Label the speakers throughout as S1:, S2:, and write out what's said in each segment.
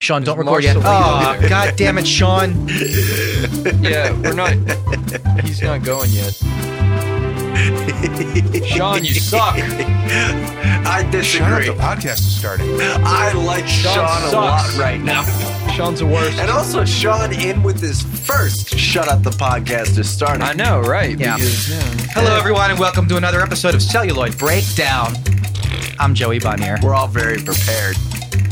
S1: Sean, don't
S2: There's
S1: record yet.
S2: Marshall
S1: Oh,
S2: over there.
S1: God damn it, Sean.
S2: Yeah, we're not. He's not going yet. Sean, you suck.
S3: I
S4: Shut up,
S3: disagree.
S4: the podcast is starting.
S3: I like Sean, a lot
S2: sucks.
S3: right now.
S2: Sean's the worst.
S3: And also, Sean in with his first Shut Up the Podcast is starting.
S2: I know, right?
S1: Yeah.
S2: Because, yeah.
S1: Hello, everyone, and welcome to another episode of Celluloid Breakdown. I'm Joey Bonnier.
S3: We're all very prepared.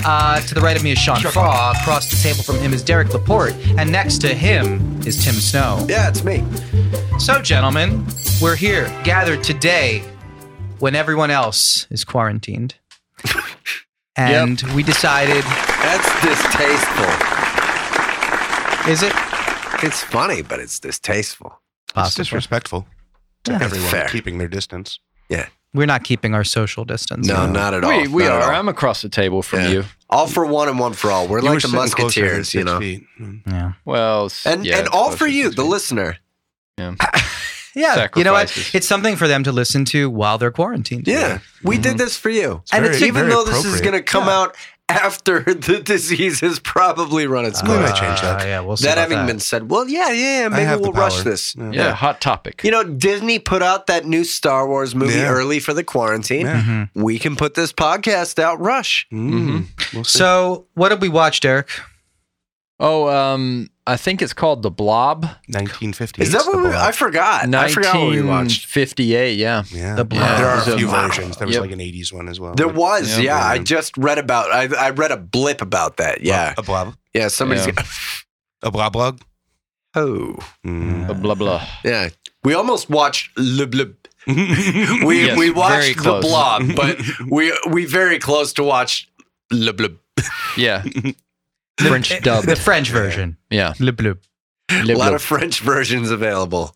S1: Uh, to the right of me is Sean Faw. Across the table from him is Derek Laporte. And next to him is Tim Snow.
S3: Yeah, it's me.
S1: So, gentlemen, we're here gathered today when everyone else is quarantined. And we decided,
S3: That's distasteful.
S1: is it
S3: It's funny, but it's distasteful.
S4: It's
S1: possible?
S4: disrespectful to
S1: Yeah.
S4: everyone
S3: Fair.
S4: keeping their distance.
S1: We're not keeping our social distance.
S3: No, not at all.
S2: We, we
S3: Not at
S2: are.
S3: all.
S2: I'm across the table from
S3: Yeah.
S2: you.
S3: All for one and one for all. We're
S4: You were
S3: like the
S4: sitting closer than
S3: Musketeers, you
S4: six
S3: know.
S4: feet.
S1: Yeah.
S2: Well, s-
S3: And
S2: yeah,
S3: and all
S2: close
S3: for
S2: to
S3: you,
S2: six
S3: the
S2: feet.
S3: listener.
S1: Yeah. You know what?
S2: Sacrifices.
S1: It's something for them to listen to while they're quarantined.
S3: Yeah, we did this for you.
S4: Mm-hmm. It's very-
S3: even
S4: very
S3: though this is
S4: appropriate.
S3: going to come out after the disease has probably run its
S4: Uh,
S3: course.
S4: We might change that.
S1: Uh, yeah, we'll see.
S3: that
S1: about
S3: having
S1: that.
S3: been said, well, yeah, yeah, yeah
S4: I have
S3: maybe
S4: the
S3: we'll rush
S4: power.
S3: this.
S2: Yeah, hot topic.
S3: You know, Disney put out that new Star Wars movie
S4: Yeah.
S3: early for the quarantine.
S4: Yeah.
S1: Mhm.
S3: We can put this podcast out rush.
S4: Mm. We'll see.
S1: So, what did we watch, Derek?
S2: Oh, um, I think it's called The Blob.
S4: 1950.
S3: Is that what we, I forgot? I forgot what we watched.
S2: 1958. Yeah.
S4: Yeah.
S1: The Blob.
S4: There are
S2: Yeah.
S4: a few
S2: Wow.
S4: versions. There was
S2: Yep.
S4: like an 80s one as well.
S3: There
S4: Like,
S3: was,
S2: Yeah.
S3: yeah. I just read about. I, I read a blip about that. Yeah,
S4: A blob.
S3: yeah. Somebody's
S2: Yeah.
S3: got.
S4: A blob blog.
S3: Oh,
S4: Mm.
S2: The blah blah.
S3: yeah. We almost watched Le Blip. We
S2: Yes,
S3: we
S2: very
S3: watched The
S2: close.
S3: Blob, but we we very close to watch Le Blip.
S2: Yeah. French dub.
S1: The French version.
S2: Yeah.
S1: Le Bleu.
S3: A lot of French versions available.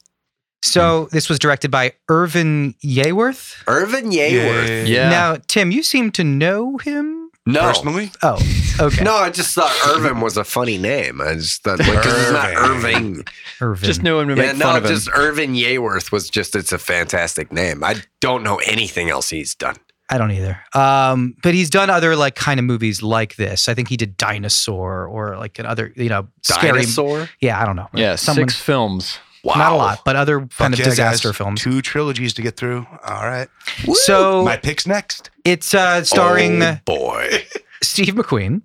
S1: So, this was directed by Irvin Yeworth.
S3: Irvin Yeworth.
S2: yeah.
S1: Now, Tim, you seem to know him.
S3: No.
S4: Personally,
S1: Oh, okay.
S3: No, I just thought Irvin was a funny name. I just thought like 'cause it's not
S4: Irvin.
S3: Irving.
S1: Irvin.
S2: just knew him to make
S3: Yeah,
S2: fun
S3: no,
S2: of him.
S3: just Irvin Yeworth was just it's a fantastic name. I don't know anything else he's done.
S1: I don't either. Um, but he's done other like kind of movies like this. I think he did Dinosaur or like another, you know, scary.
S3: Dinosaur?
S1: Yeah, I don't know.
S2: yeah.
S1: Someone-
S2: Six films.
S3: Wow.
S1: Not a lot, but other kind of
S4: Fuck yeah,
S1: disaster
S4: guys.
S1: films.
S4: Two trilogies to get through. All right.
S3: Woo.
S1: So
S4: My pick's next.
S1: it's uh, starring
S3: Oh, boy.
S1: Steve McQueen.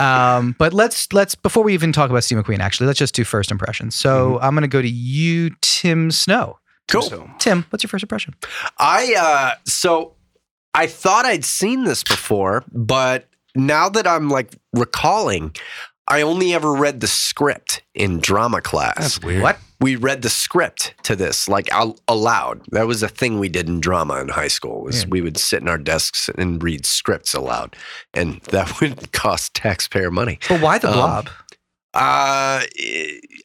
S1: Um, but let's let's before we even talk about Steve McQueen, actually, let's just do first impressions. So I'm gonna go to you, Tim Snow.
S3: Cool.
S4: So,
S1: Tim, what's your first impression?
S3: I uh so I thought I'd seen this before, but now that I'm like recalling, I only ever read the script in drama class.
S4: that's weird.
S1: What?
S3: we read the script to this like al- aloud that was a thing we did in drama in high school was
S1: Yeah.
S3: we would sit in our desks and read scripts aloud and that would cost taxpayer money
S1: But why the
S3: Um,
S1: blob?
S3: uh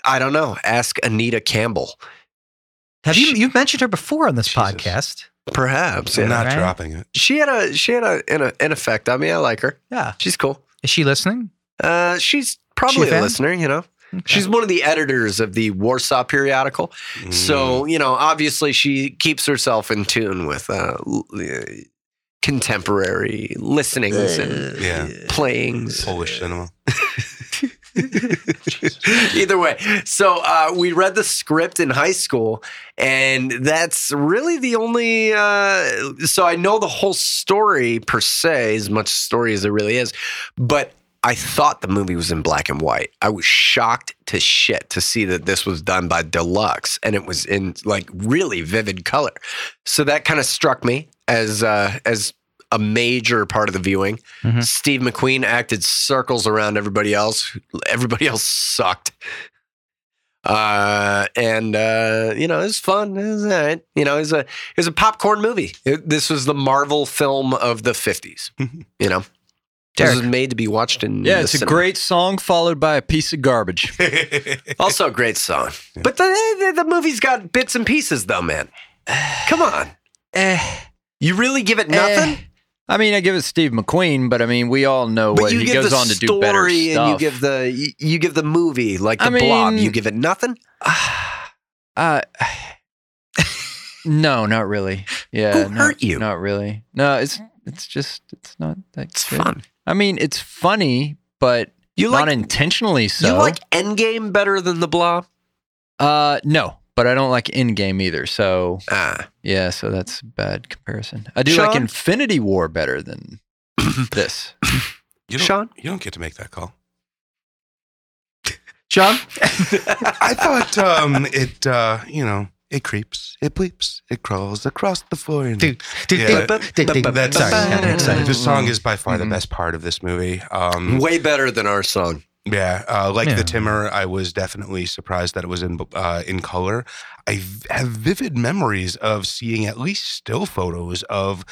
S3: i don't know ask anita campbell
S1: Have you
S3: sh-
S1: you've mentioned her before on this
S4: Jesus.
S1: podcast?
S3: perhaps yeah.
S4: I'm not
S1: Right.
S4: dropping it.
S3: she had a she had a, an, an effect on me i like her
S1: Yeah.
S3: she's cool
S1: Is she listening?
S3: uh she's
S1: She a
S3: probably a
S1: fan?
S3: listener you know
S1: Okay.
S3: she's one of the editors of the warsaw periodical
S4: Mm.
S3: So, you know, obviously she keeps herself in tune with uh, l- uh, contemporary listenings and
S4: yeah,
S3: playings.
S4: Mm. Polish cinema.
S3: Either way. So uh, we read the script in high school, and that's really the only. Uh, so I know the whole story per se, as much story as there really is, but. I thought the movie was in black and white. I was shocked to shit to see that this was done by Deluxe and it was in like really vivid color. So that kind of struck me as uh, as a major part of the viewing.
S2: Mm-hmm.
S1: Mhm.
S3: Steve McQueen acted circles around everybody else. Everybody else sucked. Uh, and uh, you know, it was fun. It was all right. You know, it was a it was a popcorn movie. It- this was the Marvel film of the fifties. you know,
S1: Derek.
S3: this was made to be watched in.
S2: Yeah,
S3: the
S2: it's a
S3: cinema.
S2: great song followed by a piece of garbage.
S3: also a great song. But the, the the movie's got bits and pieces though, man. Come on,
S2: eh,
S3: you really give it nothing.
S2: eh. I mean, I give it Steve McQueen, but I mean, we all know
S3: But
S2: what
S3: you
S2: he
S3: give
S2: goes
S3: the
S2: on to
S3: story
S2: do better
S3: and
S2: stuff.
S3: you give the you, you give the movie like the
S2: I
S3: blob.
S2: mean-
S3: You give it nothing.
S2: uh, no, not really. Yeah,
S3: Who
S2: not-
S3: hurt you?
S2: Not really. No, it's It's just it's not that
S3: It's
S2: good.
S3: fun.
S2: I mean, it's funny, but
S3: You
S2: not
S3: like
S2: intentionally so.
S3: you like Endgame better than the Blob?
S2: uh no, but I don't like Endgame either. So
S3: Ah,
S2: yeah, so that's a bad comparison. I do like
S3: Sean?
S2: Infinity War better than this.
S4: You don't,
S3: Sean.
S4: you don't get to make that call.
S1: Sean?
S4: I thought um, it, uh, you know, it creeps, it bleeps, it crawls across the floor. And
S1: Dude, Ding,
S4: Yeah.
S1: ding, ding, ding.
S4: That's-
S1: Sorry,
S3: Ba-ba-ba-ba.
S1: I'm excited.
S4: this song is by far
S3: Mm-hmm.
S2: Mhm.
S4: the best part of this movie. Um,
S3: Way better than our song.
S4: yeah, uh, like
S1: Yeah.
S4: the Timmer, I was definitely surprised that it was in uh, in color. I v- have vivid memories of seeing at least still photos of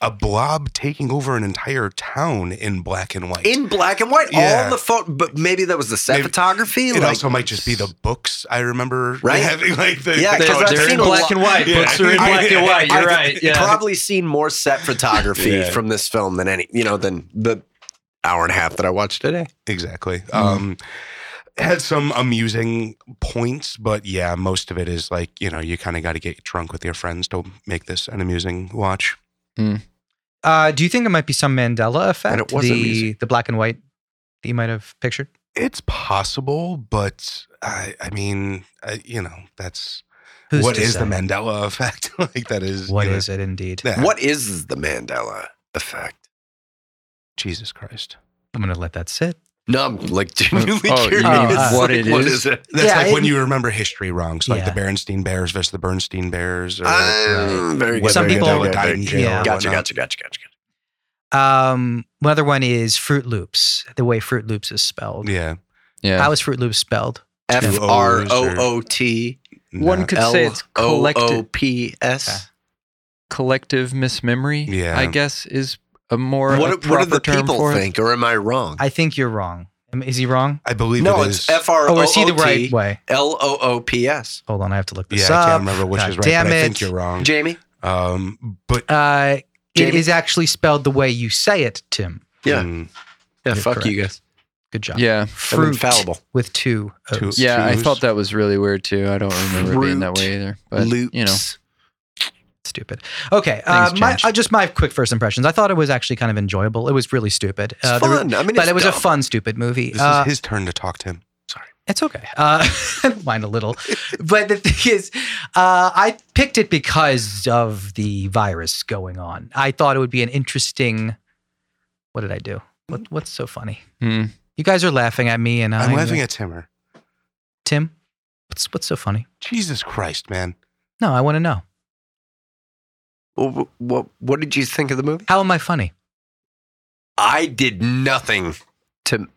S4: a blob taking over an entire town in black and white.
S3: In black and white,
S4: Yeah.
S3: all the photo, but maybe that was the set
S4: Maybe-
S3: photography.
S4: it
S3: like,
S4: also might just be the books I remember
S3: Right?
S4: having, like the
S3: Yeah,
S4: the
S3: 'cause
S4: photo-
S3: I've
S1: They're, they're
S3: seen
S1: in
S3: a
S1: black
S3: lot-
S1: and white.
S4: Yeah.
S1: Books are in black and white. You're
S3: I've
S1: right. Yeah.
S3: probably seen more set photography
S4: Yeah.
S3: from this film than any, you know, than the hour and a half that I watched today.
S4: Exactly. Um, had some amusing points, but yeah, most of it is like you know you kind of got to get drunk with your friends to make this an amusing watch.
S1: Uh, do you think it might be some Mandela effect?
S3: And it wasn't
S1: the,
S3: music.
S1: the black and white that you might have pictured?
S4: It's possible, but I, I mean, I, you know, that's
S1: Who's
S4: what
S1: to
S4: is
S1: say?
S4: the Mandela effect? like that is
S1: What
S4: you know,
S1: is it indeed?
S4: yeah.
S3: What is the Mandela effect?
S4: Jesus Christ.
S1: I'm going to let that sit.
S3: No, I'm like genuinely
S2: Oh, you
S3: curious.
S1: mean
S2: what
S3: Like,
S2: it
S3: what
S2: is?
S3: is it?
S4: That's
S1: Yeah,
S4: like when
S1: it-
S4: you remember history wrong, so like
S1: Yeah.
S4: the Berenstein Bears versus the Bernstein Bears, or
S3: Ah, very good.
S4: whether
S1: Some
S4: Mandela
S1: people-
S4: died in jail.
S1: Yeah.
S4: or
S3: Gotcha,
S4: whatnot.
S3: gotcha, gotcha, gotcha.
S1: Um, another one is Fruit Loops, the way Fruit Loops is spelled.
S4: Yeah,
S2: Yeah.
S1: How is Fruit Loops spelled?
S3: F R O O T
S2: One
S4: No.
S2: could
S3: L
S2: say it's
S3: O O
S2: collective
S3: P S.
S2: collective mismemory.
S4: Yeah.
S2: I guess is a more a
S3: What what do
S2: proper
S3: the
S2: term
S3: people
S2: for it.
S3: think, or am I wrong?
S1: I think you're wrong. Am- Is he wrong?
S4: I believe
S3: No,
S4: it
S3: it's
S4: is.
S3: F R O
S1: Oh, is he the
S3: O
S1: right
S3: T
S1: way?
S3: L O O P S.
S1: Hold on, I have to look
S4: Yeah,
S1: this
S4: I
S1: up.
S4: can't remember which
S1: God
S4: is right,
S1: damn
S4: but I
S1: it.
S4: think you're wrong.
S3: Jamie.
S4: Um, but
S1: Uh, it
S3: Jamie?
S1: is actually spelled the way you say it, Tim.
S3: Yeah.
S4: mm,
S3: Yeah,
S1: You're
S3: fuck you
S1: correct.
S3: guys.
S1: Good job.
S2: Yeah.
S3: I'm
S1: Fruit
S3: infallible.
S1: with two O's.
S4: Two-
S2: Yeah, I
S4: Choose.
S2: thought that was really weird too. I don't remember it being that
S3: Fruit
S2: way either. But
S3: Loops.
S2: you know,
S1: Stupid. Okay. Uh,
S2: Things
S1: my,
S2: changed.
S1: uh, just my quick first impressions. I thought it was actually kind of enjoyable. It was really stupid. Uh, there were-
S3: fun. I mean,
S1: but
S3: it's
S1: it was a
S3: dumb.
S1: fun, stupid movie.
S4: this
S1: Uh,
S4: is his turn to talk to him.
S1: It's okay. Uh, mine a little. but the thing is, uh, I picked it because of the virus going on. I thought it would be an interesting. What did I do? What, what's so funny?
S2: hmm.
S1: You guys are laughing at me, and
S4: I'm,
S1: I'm,
S4: laughing at Timmer.
S1: Tim. What's what's so funny?
S4: Jesus Christ, man.
S1: No, I want to know.
S3: Well, wh- What what did you think of the movie?
S1: How am I funny?
S3: I did nothing to.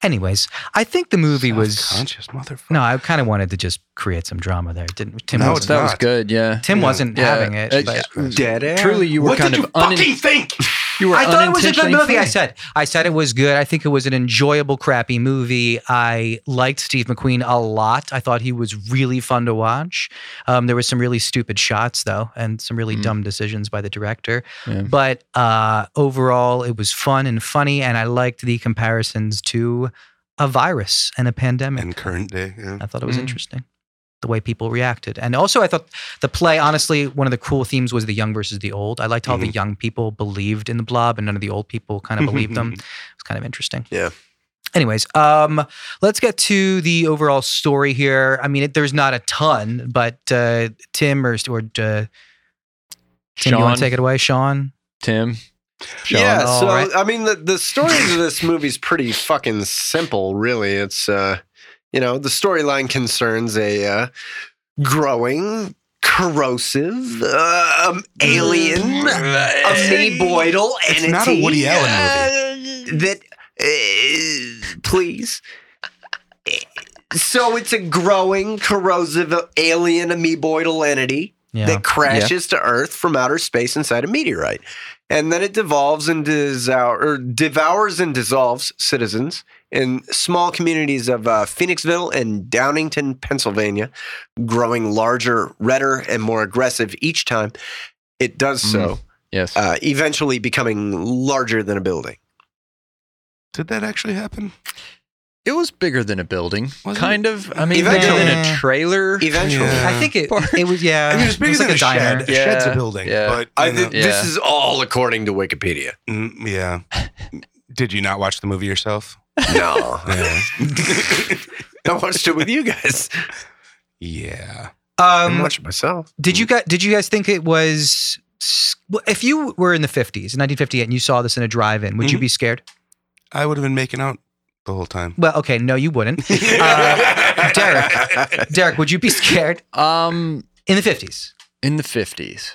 S1: Anyways, I think the movie was.
S4: conscious, motherfucker.
S1: No, I kind of wanted to just create some drama there. Didn't Tim?
S4: No,
S2: that
S4: it's
S1: wasn't,
S4: not.
S2: was good. Yeah,
S1: Tim
S4: yeah.
S1: wasn't
S2: Yeah,
S1: having it.
S2: it's-
S1: but-
S3: Dead air.
S2: truly, you were
S4: what
S2: kind
S4: did
S2: of
S4: you
S2: un-
S4: fucking think?
S2: you were
S1: I thought it was a good
S2: unintentionally
S1: movie. I
S2: funny.
S1: said I said it was good. I think it was an enjoyable, crappy movie. I liked Steve McQueen a lot. I thought he was really fun to watch. Um, there was some really stupid shots though, and some really
S2: Mm.
S1: dumb decisions by the director.
S2: Yeah.
S1: But uh, overall, it was fun and funny, and I liked the comparisons to a virus and a pandemic.
S4: And current day. yeah.
S1: I thought it was
S2: Mm.
S1: interesting the way people reacted. And also, I thought the play, honestly, one of the cool themes was the young versus the old. I liked how the
S4: Mhm.
S1: young people believed in the blob and none of the old people kind of believed them. It was kind of interesting.
S3: Yeah.
S1: Anyways, um, let's get to the overall story here. I mean, it, there's not a ton, but uh, Tim or, or uh, Tim, you
S2: Sean,
S1: want to take it away? Sean?
S2: Tim, Sean.
S3: Yeah,
S1: All
S3: so
S1: right.
S3: I mean the the story of this movie's pretty fucking simple, really. It's uh you know, the storyline concerns a uh, growing, corrosive, uh, um, alien, amoeboidal
S4: Mm. It's
S3: entity.
S4: not a Woody Allen
S3: movie. That uh, please. So it's a growing, corrosive alien amoeboidal entity
S1: Yeah.
S3: that crashes to Earth from outer space inside a meteorite. And then it devolves and disou- or devours and dissolves citizens in small communities of uh, Phoenixville and Downingtown, Pennsylvania, growing larger, redder, and more aggressive each time it does so,
S2: Yes,
S3: uh, eventually becoming larger than a building.
S4: Did that actually happen?
S2: It was bigger than a building,
S4: Wasn't
S2: kind of. I mean,
S3: Eventually-
S2: bigger than a trailer.
S3: Eventually.
S4: Yeah.
S1: I think it, it was, yeah.
S4: I mean, it's bigger
S1: was
S4: than
S1: Uh, like
S4: a,
S1: a diner.
S4: shed. A shed's a
S2: Yeah,
S4: building,
S2: yeah.
S4: but
S3: I
S4: you know,
S3: think this
S2: Yeah.
S3: is all according to Wikipedia.
S4: mm, yeah. Did you not watch the movie yourself?
S3: No,
S4: Yeah.
S3: I watched it with you guys.
S4: yeah.
S3: I'm
S1: Um,
S3: watching myself.
S1: Did you guys? Did you guys think it was? s- well, If you were in the fifties, nineteen fifty eight, and you saw this in a drive-in, would
S2: Mm-hmm.
S1: you
S4: Mhm.
S1: be scared?
S4: I would have been making out the whole time.
S1: Well, okay, no, you wouldn't. Uh, Derek. Derek, would you be scared
S2: Um,
S1: in the fifties?
S2: in the 50s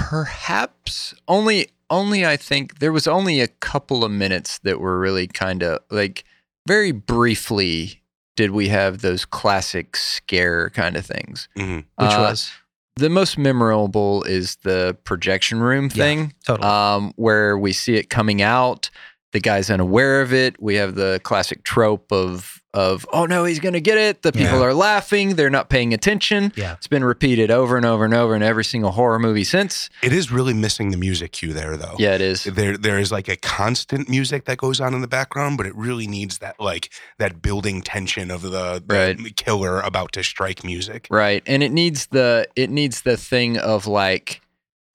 S2: perhaps only only i think there was only a couple of minutes that were really kind of like very briefly did we have those classic scare kind of things
S4: Mhm.
S1: Which
S2: Uh,
S1: was
S2: the most memorable is the projection room
S1: Yeah.
S2: thing
S1: totally.
S2: um, where we see it coming out. The guy's unaware of it. We have the classic trope of of oh no, he's gonna get it. The people
S4: Yeah.
S2: are laughing. They're not paying attention.
S1: Yeah.
S2: it's been repeated over and over and over in every single horror movie since.
S4: It is really missing the music cue there, though.
S2: Yeah, it is.
S4: There, there is like a constant music that goes on in the background, but it really needs that like that building tension of the, the killer about to strike music.
S2: Right. And it needs the it needs the thing of like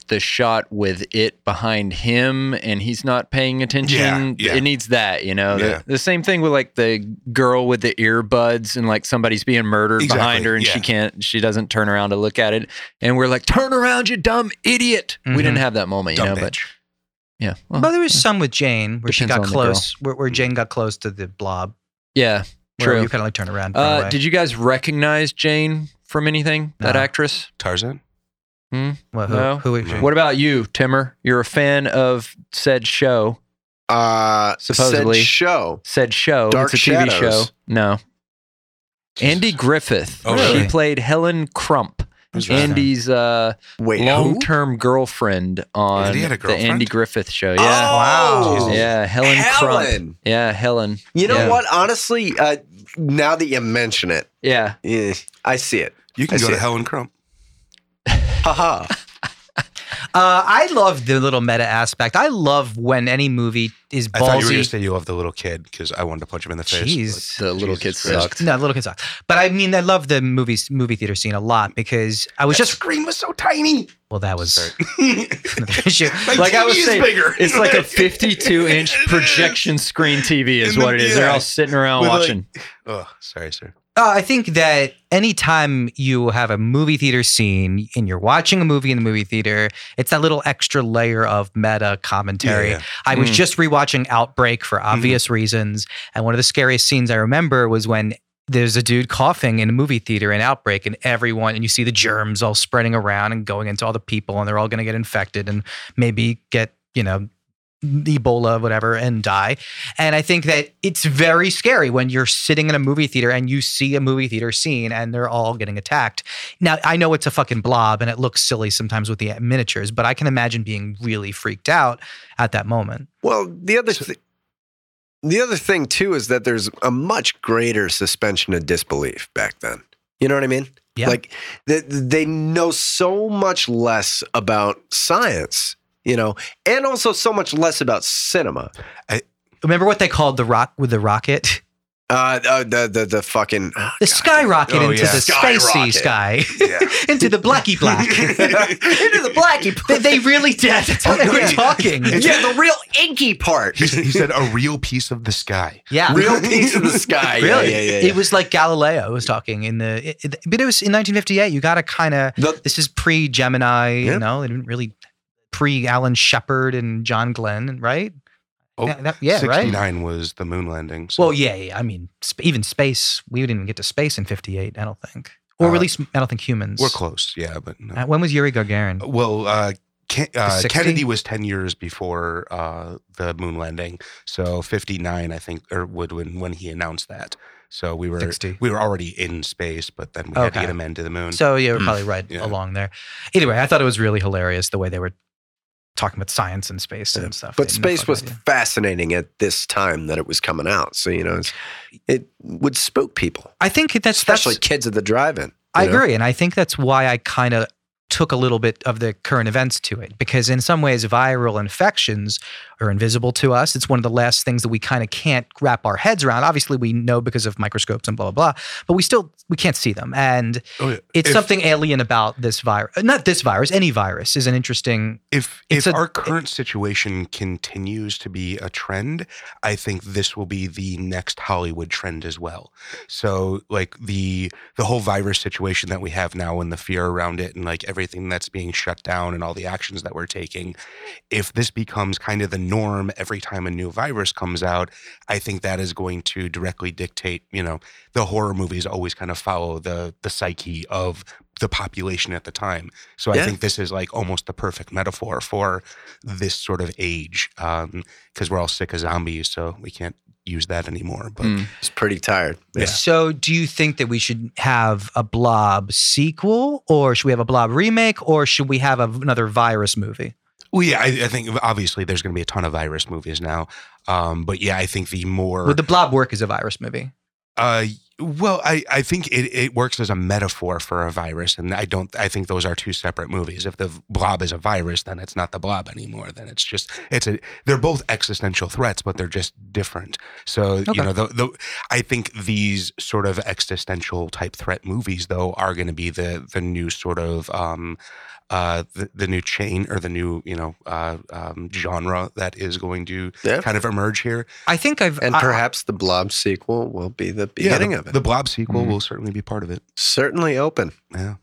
S2: the shot with it behind him and he's not paying attention.
S4: Yeah, yeah.
S2: It needs that, you know. The-
S4: Yeah.
S2: The, same thing with like the girl with the earbuds and like somebody's being murdered behind
S4: Exactly,
S2: her and
S4: yeah.
S2: she can't she doesn't turn around to look at it and we're like turn around you dumb idiot.
S1: Mhm.
S2: We didn't have that moment, you
S4: Mm-hmm. Dumb
S2: know, but
S4: bitch.
S2: yeah. Well,
S1: but there was some with Jane where she got
S2: depends on the girl.
S1: close, where, where Jane got close to the blob.
S2: yeah.
S1: Where
S2: True.
S1: You kind of like turn around. and run
S2: Uh,
S1: away.
S2: did you guys recognize Jane from anything? That
S1: No.
S2: actress?
S4: Tarzan.
S1: Well, who,
S2: no.
S1: who,
S4: No.
S2: What about you, Timmer? You're a fan of said show.
S3: Uh,
S2: Supposedly.
S3: said show.
S2: said show.
S3: Dark
S2: it's a TV
S3: Shadows.
S2: show. No. Andy Griffith.
S4: Oh,
S1: really?
S2: She played Helen Crump,
S4: Who's that?
S2: Andy's uh,
S3: Wait, who?
S2: long-term girlfriend on
S4: Andy had a
S2: the Andy
S4: girlfriend?
S2: Griffith show. Yeah.
S3: Oh,
S4: Wow.
S2: Yeah, Helen, Crump.
S3: Helen.
S2: Yeah, Helen.
S3: You know
S2: Yeah.
S3: what? Honestly, uh, now that you mention it,
S2: Yeah.
S3: eh, I see it.
S4: You can
S3: I
S4: go
S3: see
S4: to
S3: it.
S4: Helen Crump.
S3: Haha.
S1: Uh, I love the little meta aspect. I love when any movie is
S4: I thought you were going
S1: ballsy.
S4: to say you love the little kid because I wanted to punch him in the face.
S1: Jeez.
S2: The little kid
S4: Jesus
S2: sucked.
S1: No, little kids suck. But I mean, I love the movies, movie theater scene a lot because I was
S4: That
S1: just
S4: screen was so tiny.
S1: well, that was
S4: Sorry.
S1: another issue.
S4: My
S2: Like I
S4: TV
S2: was
S4: is
S2: saying,
S4: bigger.
S2: It's like a 52-inch projection screen TV is
S4: In the-
S2: what it is. They're
S4: yeah.
S2: all sitting around
S4: With, like,
S2: watching.
S4: Oh, sorry, sir.
S1: Uh, I think that anytime you have a movie theater scene and you're watching a movie in the movie theater, it's that little extra layer of meta commentary.
S4: Yeah, yeah.
S1: I was
S2: Mm.
S1: just rewatching Outbreak for obvious reasons, and one of the scariest scenes I remember was when there's a dude coughing in a movie theater in Outbreak, and everyone, and you see the germs all spreading around and going into all the people, and they're all going to get infected and maybe get, you know, Ebola, whatever, and die. And I think that it's very scary when you're sitting in a movie theater and you see a movie theater scene and they're all getting attacked. Now, I know it's a fucking blob and it looks silly sometimes with the miniatures, but I can imagine being really freaked out at that moment.
S3: well, the other thi- the other thing too is that there's a much greater suspension of disbelief back then. You know what I mean?
S1: Yeah.
S3: Like they, they know so much less about science, you know, and also so much less about cinema.
S1: Remember what they called the rock with the rocket?
S3: Uh, uh the the the fucking oh,
S1: The
S3: God.
S1: skyrocket
S4: Oh,
S1: into
S4: yeah.
S1: the spacey
S3: Skyrocket.
S1: sky,
S4: Yeah.
S1: into the blacky black.
S3: Into the blacky.
S1: they, they really did. That's how they were talking.
S3: Yeah, the real inky part.
S4: He, he said a real piece of the sky.
S1: Yeah.
S3: Real piece of the sky. Yeah,
S1: Really?
S3: Yeah, yeah, yeah,
S1: It was like Galileo was talking in the, it, it- but it was in 1958. You got to kind of,
S3: The-
S1: this is pre Gemini,
S3: Yeah.
S1: you know, they didn't really, pre Alan Shepard and John Glenn, right?
S4: Oh,
S1: yeah, that- yeah, right?
S4: 69 was the moon landing. so-
S1: Well, yeah, yeah. I mean, sp- even space, we didn't even get to space in 58, I don't think. Or
S4: Uh,
S1: at least, I don't think humans.
S4: We're close, yeah, but no.
S1: Uh, when was Yuri Gagarin?
S4: well, uh, Ken, uh,
S1: 60?
S4: Kennedy was ten years before uh, the moon landing, so fifty nine, I think, or would when when he announced that. So we were
S1: 60.
S4: we were already in space, but then we had to
S1: Okay.
S4: get a man to the moon.
S1: Oh, So yeah, we're probably right
S4: Yeah.
S1: along there. Either way, I thought it was really hilarious the way they were talking about science and space and stuff.
S3: But
S1: They had no
S3: space
S1: fucking
S3: was
S1: idea.
S3: fascinating at this time that it was coming out. So you know, it's, it would spook people,
S1: I think that's
S3: especially
S1: That's,
S3: kids at the drive-in.
S1: I
S3: you know?
S1: agree, and I think that's why I kind of took a little bit of the current events to it because in some ways viral infections are invisible to us it's one of the last things that we kind of can't wrap our heads around obviously we know because of microscopes and blah blah blah but we still we can't see them and
S4: Oh, yeah.
S1: it's
S4: If-
S1: something alien about this virus not this virus any virus is an interesting
S4: If
S1: It's
S4: if
S1: a-
S4: our current situation continues to be a trend, I think this will be the next Hollywood trend as well. So like the the whole virus situation that we have now and the fear around it and like everything that's being shut down and all the actions that we're taking, if this becomes kind of the norm every time a new virus comes out, I think that is going to directly dictate, you know, the horror movies always kind of follow the the psyche of the population at the time. So I
S3: Yeah.
S4: think this is like almost the perfect metaphor for this sort of age, because we're all sick of zombies, so we can't use that anymore. But
S2: Mm.
S3: It's pretty tired. Yeah.
S1: So, do you think that we should have a Blob sequel, or should we have a Blob remake, or should we have a, another virus movie?
S4: well, yeah, I, I think obviously there's going to be a ton of virus movies now. Um, but yeah, I think the more
S1: Would the Blob work as a virus movie?
S4: Uh, well, I, I think it, it works as a metaphor for a virus, and I don't I think those are two separate movies. If the blob is a virus, then it's not the blob anymore. Then it's just it's a they're both existential threats, but they're just different. So
S1: Okay.
S4: you know, the, the, I think these sort of existential type threat movies though are going to be the the new sort of um, uh, the, the new chain or the new you know uh, um, genre that is going to
S3: Yeah.
S4: kind of emerge here.
S1: I think I've.
S3: And
S1: I-
S3: perhaps the Blob sequel will be the beginning
S4: the,
S3: of it. Mm-hmm.
S4: the blob sequel
S2: Mhm.
S4: will certainly be part of it.
S3: Certainly open.
S4: Yeah.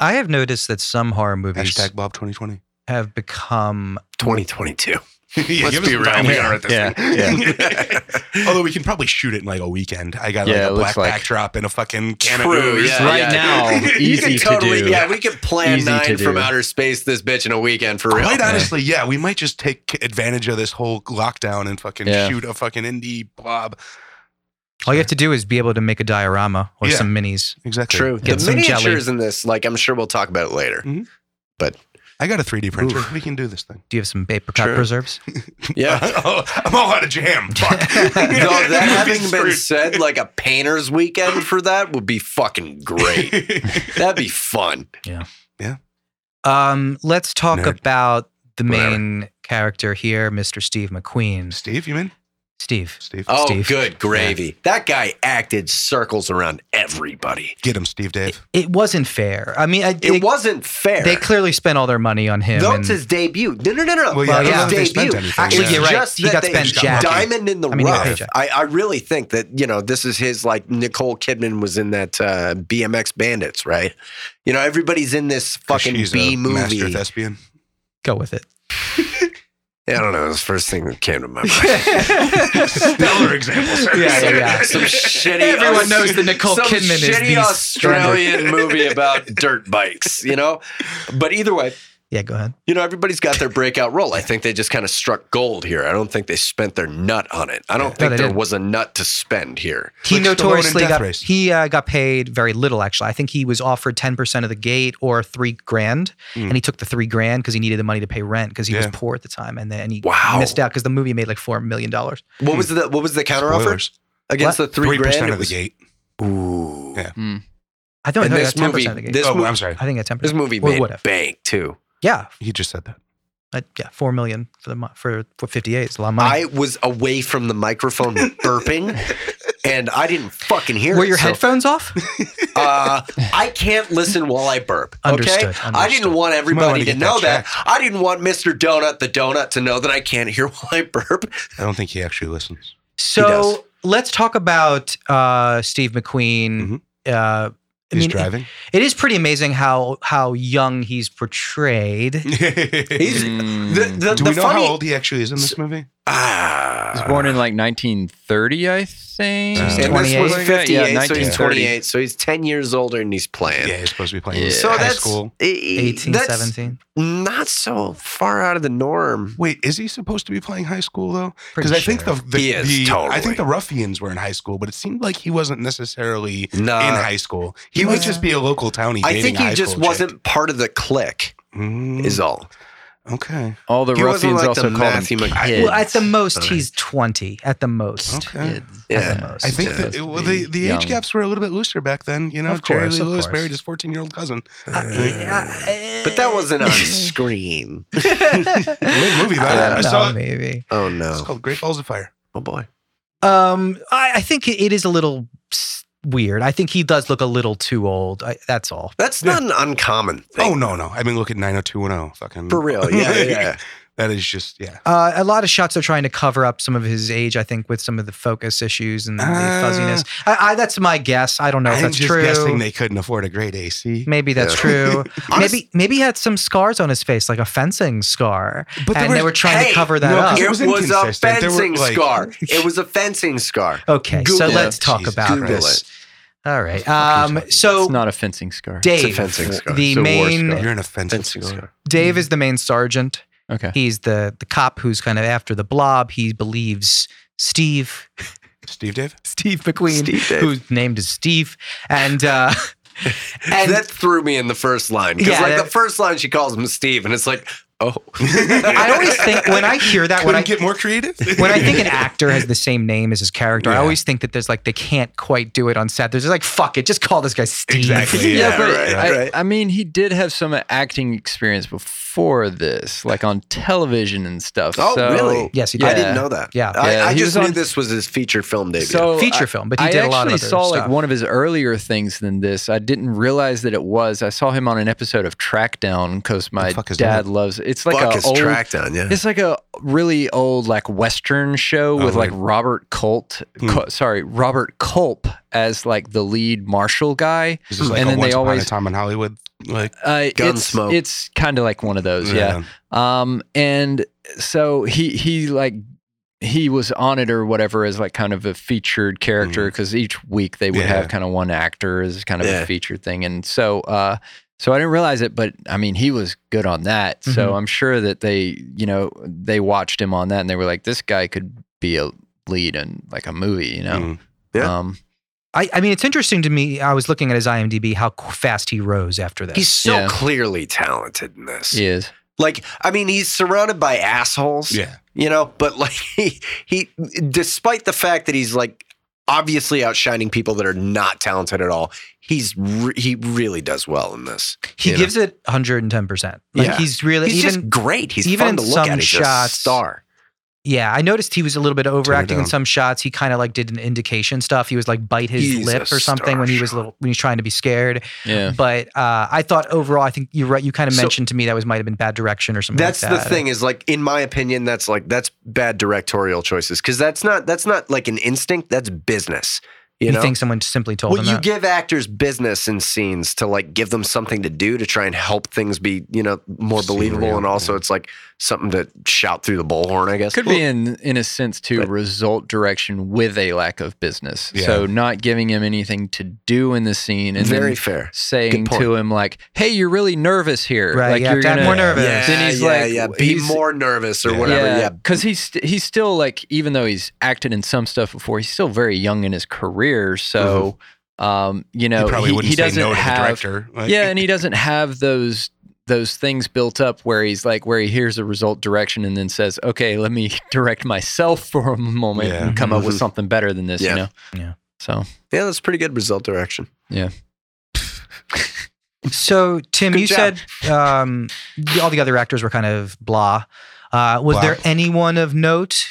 S1: I have noticed that some horror movies
S4: Hashtag Bob 2020.
S1: have become
S3: 2022.
S4: yeah,
S3: Let's be real.
S4: Yeah,
S2: Yeah,
S4: Although we can probably shoot it in like a weekend. I got
S2: Yeah,
S4: like
S2: it
S4: a
S2: looks
S4: black
S2: like-
S4: backdrop and a fucking can of
S3: True,
S4: ooze.
S3: yeah,
S2: Right
S3: yeah.
S2: now,
S3: you
S2: easy
S3: can totally,
S2: to do.
S3: yeah, we could plan
S2: Easy to
S3: nine
S2: do.
S3: from outer space this bitch in a weekend for real.
S4: Quite honestly, yeah, we might just take advantage of this whole lockdown and fucking
S2: Yeah.
S4: shoot a fucking indie blob.
S1: all you have to do is be able to make a diorama or
S4: Yeah.
S1: some minis.
S4: Exactly.
S3: True.
S1: Get
S3: the
S1: some jelly.
S3: miniatures in this, like I'm sure we'll talk about it later.
S4: Mhm.
S3: But
S4: I got a 3D printer.
S3: Oof.
S4: We can do this thing.
S1: Do you have some apricot
S3: Sure.
S1: preserves?
S3: yeah.
S4: oh, I'm all out of jam. Fuck.
S3: Though that having been
S4: Screwed.
S3: said, like a painter's weekend for that would be fucking great. That'd be fun.
S1: Um, let's talk
S4: Nerd.
S1: about the
S4: Whatever.
S1: main character here, Mr. Steve McQueen.
S4: Steve, you mean?
S1: Steve.
S4: Steve.
S3: Oh,
S1: Steve.
S3: good gravy. That guy acted circles around everybody.
S4: Get him, Steve Dave.
S1: It wasn't fair. I mean, I,
S3: It
S1: they,
S3: wasn't fair.
S1: they clearly spent all their money on him.
S3: That's
S1: and-
S3: his debut. No, no, no, no.
S4: Well,
S1: yeah, I
S3: his
S1: don't
S4: know if they spent anything.
S3: Actually,
S4: Yeah, you're
S1: right.
S3: just
S1: He
S3: that
S1: got
S3: they
S1: spent
S3: got
S1: jacket.
S3: diamond in the
S1: I mean, he got
S3: rough.
S1: paycheck.
S3: I, I really think that you know this is his like Nicole Kidman was in that uh, BMX Bandits, right? You know, everybody's in this
S4: 'Cause
S3: fucking
S4: she's a
S3: B
S4: Master
S3: movie.
S4: thespian.
S1: Go with it.
S3: Yeah, I don't know. It's the first thing that came to my mind.
S4: Stellar example, sir.
S1: Yeah, yeah, yeah.
S3: Some shitty.
S1: Everyone knows that Nicole
S3: some
S1: Kidman is
S3: shitty
S1: the
S3: Australian movie about dirt bikes. You know, but either way,
S1: Yeah, go ahead.
S3: You know, everybody's got their breakout role. I think they just kind of struck gold here. I don't think they spent their nut on it. I don't
S1: No,
S3: think
S1: they
S3: there
S1: didn't.
S3: was a nut to spend here.
S1: He
S4: Like Stallone in
S1: notoriously
S4: Death
S1: got
S4: Race.
S1: he uh, got paid very little. Actually, I think he was offered ten percent of the gate or three grand,
S4: Mm.
S1: and he took the three grand because he needed the money to pay rent because he was
S4: Yeah.
S1: poor at the time, and then he
S3: Wow.
S1: missed out because the movie made like four million dollars.
S3: What was the what was the counteroffer
S4: Hmm. Spoilers.
S3: against the three
S4: Three
S3: grand?
S4: percent
S3: It
S4: of the
S3: was-
S4: gate.
S3: Ooh.
S4: Yeah.
S1: I don't
S3: And
S1: know.
S3: this
S1: Ten
S3: movie,
S1: percent of the gate.
S3: this,
S4: oh,
S3: movie,
S4: I'm sorry.
S1: I think it's ten
S3: this
S1: percent.
S3: movie
S1: Well,
S3: made
S1: what if-
S3: bank too.
S1: Yeah,
S4: He just said that.
S1: uh, yeah, four million for the mo- for for fifty eight. It's a lot of money.
S3: I was away from the microphone burping, and I didn't fucking hear
S1: Were
S3: it.
S1: your
S3: so,
S1: headphones off?
S3: uh, I can't listen while I burp. Okay,
S1: Understood,
S3: I
S1: understood.
S3: didn't want everybody
S4: wanna
S3: to
S4: get
S3: know that.
S4: that
S3: I didn't want Mister Donut the Donut to know that I can't hear while I burp.
S4: I don't think he actually listens.
S3: does.
S1: So let's talk about uh, Steve
S3: Mm-hmm.
S1: McQueen. Uh, I
S4: He's
S1: mean,
S4: driving.
S1: it is pretty amazing how how young he's portrayed.
S3: He's the,
S2: Mm.
S3: the,
S4: Hmm. Do
S3: the
S4: we know
S3: funny,
S4: how old he actually is in this movie?
S3: Ah.
S2: He was born in like 1930, I think.
S4: Uh,
S3: and this was
S2: 28.
S3: 58,
S2: Yeah,
S3: so he's
S2: 1930.
S3: 28, so he's 10 years older and he's playing.
S4: Yeah, he's supposed to be playing
S2: Yeah.
S4: in
S3: So
S4: high
S3: that's
S4: school.
S3: eh, eh,
S1: 18,
S3: that's
S1: 17.
S3: Not so far out of the norm.
S4: Wait, is he supposed to be playing high school though? Because
S1: Pretty
S4: I think the,
S1: sure.
S4: the,
S3: He is,
S4: the
S3: totally.
S4: I think the ruffians were in high school, but it seemed like he wasn't necessarily
S3: Nah.
S4: in high school. He might
S1: was-
S4: just be a local townie.
S3: Uh, I
S4: dating
S3: think
S4: a
S3: he
S4: high
S3: just
S4: school chick.
S3: wasn't part of the clique,
S4: Mm,
S3: is all.
S4: Okay.
S2: All the
S3: He wasn't
S2: ruffians
S3: like
S2: also
S3: the
S2: called
S3: Matthew
S2: him
S3: Mc-
S2: kids.
S1: Well, at the most,
S3: Alright.
S1: he's 20. At the most.
S4: Okay.
S2: Kids.
S3: Yeah.
S1: At the most.
S4: I think
S2: uh,
S3: Yeah.
S4: that, well, the, the age gaps were a little bit looser back then. You know,
S1: Of
S4: Jerry
S1: course,
S4: Lee
S1: of
S4: Lewis
S1: course.
S4: married his 14 year old cousin.
S1: Uh,
S3: But that wasn't on screen.
S4: Good movie about
S1: I
S4: that.
S1: don't
S4: I
S1: know,
S4: saw it.
S1: maybe.
S3: Oh
S4: It's
S3: no!
S4: called Great Balls of Fire.
S3: Oh boy!
S1: Um, I, I think it is a little s- weird. I think he does look a little too old. I, that's all.
S3: That's
S4: Yeah.
S3: not an uncommon
S4: Oh,
S3: thing.
S4: no, no. I mean, look at 90210. Fucking.
S3: for real. Yeah, yeah.
S4: that is just, yeah.
S1: Uh, a lot of shots are trying to cover up some of his age, I think, with some of the focus issues and the
S4: Ah.
S1: fuzziness. I, I, that's my guess. I don't know if
S4: I'm
S1: that's
S4: just
S1: true.
S4: guessing they couldn't afford a great AC.
S1: maybe that's
S3: Yeah.
S1: true.
S3: Honest-
S1: maybe maybe he had some scars on his face, like a fencing scar,
S4: But there
S1: and
S4: were-
S1: they were trying
S3: Hey,
S1: to cover that
S4: no,
S1: up.
S4: it
S3: It was,
S4: was
S3: a
S4: inconsistent. There were,
S3: fencing
S4: like-
S3: scar. It was a fencing scar.
S1: Okay, so
S3: Google
S1: let's
S4: it.
S1: talk
S4: Jesus
S1: about
S3: Google
S1: this.
S3: it.
S1: All right.
S4: Fucking
S1: Um,
S4: talking.
S1: so
S2: It's not a fencing scar.
S3: It's a
S1: Dave,
S3: fencing scar.
S1: the
S2: It's a war
S1: main
S2: scar.
S4: You're an offensive
S3: fencing
S4: cigar.
S3: scar.
S1: Dave is the main sergeant.
S2: Okay.
S1: He's the the cop who's kind of after the blob. He believes Steve
S4: Steve Dave?
S1: Steve McQueen,
S3: Steve Dave.
S1: who's named as Steve, and uh, and
S3: that threw me in the first line because,
S1: Yeah,
S3: like,
S1: that-
S3: the first line she calls him Steve, and it's like, oh,
S1: I always think when I hear that when
S4: Couldn't
S1: I
S4: get more creative?
S1: when I think an actor has the same name as his character, I
S4: Yeah.
S1: always think that there's like they can't quite do it on set. There's just like fuck it, just call this guy Steve.
S4: Exactly,
S2: Yeah,
S3: Yeah,
S2: but
S3: right,
S2: I,
S3: right.
S2: I mean, he did have some acting experience before this, like on television and stuff.
S3: Oh,
S2: so,
S3: really?
S1: Yes, he
S3: I
S1: did.
S3: didn't know that.
S1: Yeah.
S3: I,
S2: Yeah,
S3: I
S2: he
S3: just
S2: was
S3: knew
S2: on-
S3: this was his feature film debut.
S2: So
S1: Feature
S2: I-
S1: film, but he
S2: I
S1: did a
S2: actually
S1: lot of other
S2: saw like
S1: stuff.
S2: one of his earlier things than this. I didn't realize that it was. I saw him on an episode of Trackdown because my
S4: fuck is
S2: dad
S4: that?
S2: loves. It's like
S3: Fuck
S2: a
S3: is
S2: old.
S3: tracked on, yeah.
S2: It's like a really old like Western show
S4: Oh,
S2: with like
S4: right.
S2: Robert Colt.
S4: Hmm.
S2: Co- sorry, Robert Culp as like the lead marshal guy.
S4: This is like
S2: and
S4: a
S2: then
S4: Once
S2: they
S4: Upon a
S2: always
S4: Time in Hollywood. Like,
S2: uh, it's
S3: Gunsmoke.
S2: it's kind of like one of those. yeah. Um, and so he he like he was on it or whatever as like kind of a featured character because each week they would
S4: Yeah.
S2: have kind of one actor as kind of
S3: Yeah.
S2: a featured thing, and so uh, so I didn't realize it, but I mean he was good on that, so
S1: Mhm.
S2: I'm sure that they you know they watched him on that and they were like this guy could be a lead in like a movie, you know.
S4: Mm.
S3: Yeah.
S2: Um,
S1: I, I mean, it's interesting to me. I was looking at his IMDb, how qu- fast he rose after this.
S3: He's so
S2: Yeah.
S3: clearly talented in this.
S2: he is.
S3: Like, I mean, he's surrounded by assholes,
S4: Yeah.
S3: you know, but like he, he, despite the fact that he's like obviously outshining people that are not talented at all, he's re- he really does well in this.
S1: he
S3: you know.
S1: gives it 110. percent Like
S3: Yeah.
S1: he's really
S3: He's
S1: even.
S3: just great. He's
S1: even
S3: fun to
S1: in
S3: look
S1: some
S3: at. He's
S1: shots-
S3: a star.
S1: yeah, I noticed he was a little bit overacting in
S4: down.
S1: some shots. He kind of like did an indication stuff. He was like bite his
S3: He's
S1: lip
S3: a
S1: or something when he was
S3: star.
S1: little when he's trying to be scared.
S2: Yeah.
S1: But uh, I thought overall, I think you're right. You kind of
S3: So-
S1: mentioned to me that was might have been bad direction or something.
S3: That's
S1: like
S3: the
S1: that.
S3: thing is like in my opinion that's like that's bad directorial choices cuz that's not that's not like an instinct that's business you,
S1: You,
S3: know
S1: think someone simply told
S3: well,
S1: him
S3: you
S1: that?
S3: give actors business in scenes to like give them something to do to try and help things be you know more
S4: Seem
S3: believable
S4: real,
S3: and also
S4: yeah.
S3: it's like something to shout through the bullhorn I guess
S2: Could be in in a sense to
S3: but-
S2: result direction with a lack of business. So
S4: Yeah.
S2: not giving him anything to do in the scene and
S3: very
S2: then
S3: fair
S2: saying
S3: Good point.
S2: to him like, "Hey, you're really nervous here.
S1: Right,
S2: like
S1: you have to act more nervous.
S2: Then he's like,
S3: yeah, be
S2: he's-
S3: more nervous or
S4: Yeah.
S3: whatever yeah
S2: because he's st- he's still like, even though he's acted in some stuff before, he's still very young in his career. So, um, you know,
S4: he probably wouldn't
S2: he
S4: say
S2: doesn't
S4: no to the
S2: have
S4: director. Like,
S2: yeah, and he doesn't have those those things built up where he's like where he hears a result direction and then says, "Okay, let me direct myself for a moment
S4: Yeah.
S2: and come up with
S3: Mhm.
S2: something better than this,"
S3: Yeah.
S2: you know.
S1: Yeah.
S2: So,
S3: yeah that's pretty good result direction
S1: So Tim,
S3: Good
S1: you
S3: job.
S1: said um, the- all the other actors were kind of blah. Uh, was
S4: Blah.
S1: there anyone of note?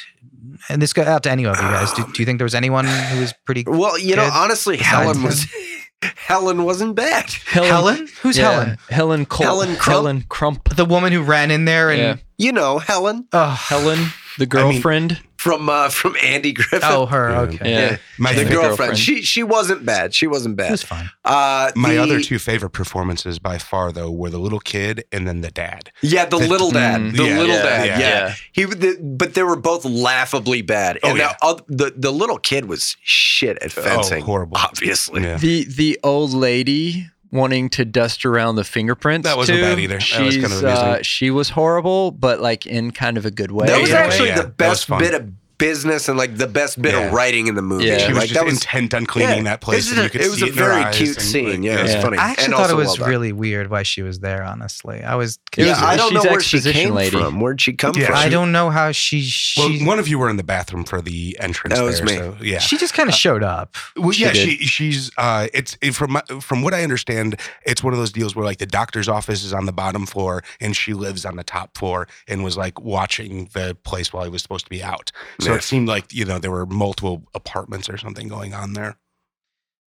S1: And this goes out to any of you guys. Do, do you think there was anyone who was pretty?
S3: well you know
S1: Good.
S3: honestly
S1: Besides
S3: Helen was Helen wasn't bad
S2: Helen,
S1: Helen? Who's
S2: yeah,
S1: Helen?
S2: Helen Col-
S3: Helen Crump?
S2: Helen Crump.
S1: The woman who ran in there and
S2: Yeah.
S3: you know Helen
S1: oh,
S2: Helen, the
S4: I mean-
S2: girlfriend.
S3: from uh, from Andy Griffith
S1: oh, her.
S4: Yeah.
S1: Okay,
S2: yeah.
S3: Yeah.
S4: my
S3: the
S2: Yeah.
S4: fa-
S3: girlfriend.
S2: girlfriend.
S3: She she wasn't bad. She wasn't
S1: it
S3: bad.
S1: was fine.
S3: Uh,
S4: my
S3: the-
S4: other two favorite performances by far, though, were the little kid and then the dad.
S3: Yeah, the,
S4: the-
S3: little dad.
S2: Mm,
S3: the
S4: yeah,
S3: little
S4: yeah,
S3: dad. Yeah.
S4: yeah.
S3: He the, but they were both laughably bad.
S4: Oh,
S3: And
S4: yeah.
S3: the, oth- the the little kid was shit at fencing.
S4: Oh, horrible.
S3: Obviously.
S4: Yeah.
S2: The the old lady wanting to dust around the fingerprints.
S4: That wasn't
S2: too.
S4: bad either. That was kind of
S2: She's,
S4: amusing.
S2: uh, she was horrible, but like in kind of a good way.
S3: That was
S4: Yeah,
S3: actually
S4: yeah,
S3: the
S4: that was
S3: best
S4: fun.
S3: bit of business and like the best bit
S4: Yeah.
S3: of writing in the movie.
S2: Yeah.
S4: she was
S3: like,
S4: just intent on cleaning that place,
S3: It
S4: and
S3: was,
S4: you
S3: a,
S4: could
S3: it was
S4: see
S3: a
S4: it in her
S3: very
S4: eyes
S3: cute
S4: and,
S3: scene.
S4: like,
S3: yeah, it was
S2: yeah.
S3: funny.
S1: I actually
S3: and
S1: thought
S3: also
S1: it
S3: well
S1: was
S3: done.
S1: really weird why she was there. Honestly, I was.
S2: It was-
S1: confused.
S3: Yeah, I don't
S2: she's
S3: know where she
S2: exposition
S3: came
S2: lady.
S3: from. Where'd she come
S4: Yeah.
S3: from?
S1: I don't know how she.
S4: Well,
S1: She,
S4: one of you were in the bathroom for the entrance.
S3: That
S4: there,
S3: was me.
S4: So, yeah.
S1: she just kind of
S3: Uh,
S1: showed up.
S4: Well,
S2: She
S4: yeah,
S2: did.
S4: she she's uh, it's it, from my, from what I understand, it's one of those deals where like the doctor's office is on the bottom floor and she lives on the top floor and was like watching the place while he was supposed to be out. So
S3: Yeah.
S4: it seemed like you know there were multiple apartments or something going on there.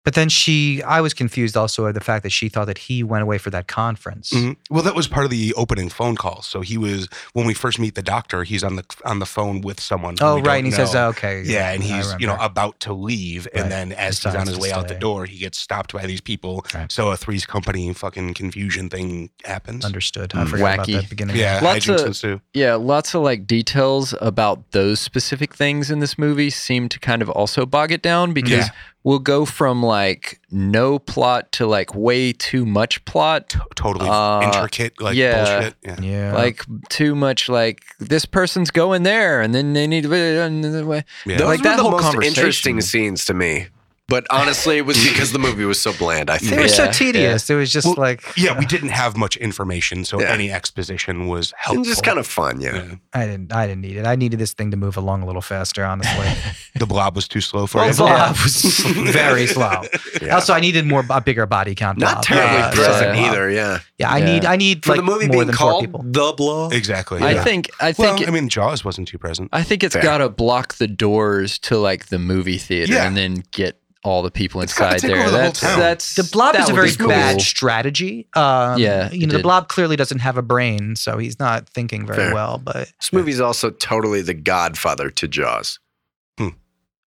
S1: But then she, I was confused also at the fact that she thought that he went away for that conference.
S3: Mm-hmm.
S4: Well, that was part of the opening phone call. So he was when we first meet the doctor, he's on the on the phone with someone. who
S1: Oh,
S4: we
S1: right.
S4: don't
S1: And he says,
S4: know.
S1: oh, okay.
S4: Yeah, and
S1: I
S4: he's you know
S1: remember.
S4: about to leave,
S1: Right.
S4: and then as he's
S1: Decides
S4: on his
S1: to
S4: way out the
S1: stay.
S4: door, he gets stopped by these people.
S1: Right.
S4: So a threes company fucking confusion thing happens.
S1: understood. I
S2: Mm.
S1: forgot
S2: Wacky.
S1: about that beginning.
S4: yeah,
S2: Lots
S4: hijinks
S2: of-
S4: ensue.
S2: Yeah, lots of like details about those specific things in this movie seem to kind of also bog it down because
S4: Yeah.
S2: we'll go from like no plot to like way too much plot.
S4: Totally
S2: Uh,
S4: intricate, like
S2: yeah.
S4: bullshit. Yeah.
S1: Yeah.
S2: Like too much like this person's going there and then they need to
S4: Yeah.
S2: Like,
S3: Those were
S2: that
S3: the
S2: whole
S3: most
S2: conversation-
S3: interesting scenes to me. But honestly, it was because the movie was so bland. I
S1: they
S3: think.
S1: were so
S2: Yeah,
S1: tedious. It was just
S4: Well,
S1: like,
S4: yeah, we didn't have much information, so
S3: Yeah.
S4: any exposition was helpful.
S3: And just kind of fun, yeah.
S4: Yeah.
S1: I didn't, I didn't need it. I needed this thing to move along a little faster, honestly.
S4: the blob was too slow for
S1: Well,
S4: it.
S1: Blob was very slow.
S3: Yeah.
S1: Also, I needed more, a bigger body count.
S3: Not
S1: Blob.
S3: terribly
S1: Yeah,
S3: present
S1: so- uh,
S3: either, yeah.
S1: Yeah. I
S2: Yeah.
S1: need, I need
S3: For
S1: like
S3: the movie
S1: more
S3: being
S1: than four
S3: called
S1: people.
S3: The Blow.
S4: Exactly.
S2: I
S4: yeah.
S2: think I
S4: Well,
S2: think
S4: I mean, Jaws wasn't too present.
S2: I think it's
S3: Fair.
S2: got to block the doors to like the movie theater
S4: Yeah.
S2: and then get all the people
S4: It's gotta
S2: inside
S4: take
S2: there.
S4: over the whole
S2: that's
S4: town.
S2: that's
S1: The blob
S2: that
S1: is a
S2: would be
S1: very bad
S2: cool.
S1: strategy. Um,
S2: Yeah,
S1: you
S2: it
S1: know the
S2: did.
S1: blob clearly doesn't have a brain, so he's not thinking very
S3: Fair.
S1: well. But
S3: This movie's also totally the godfather to Jaws.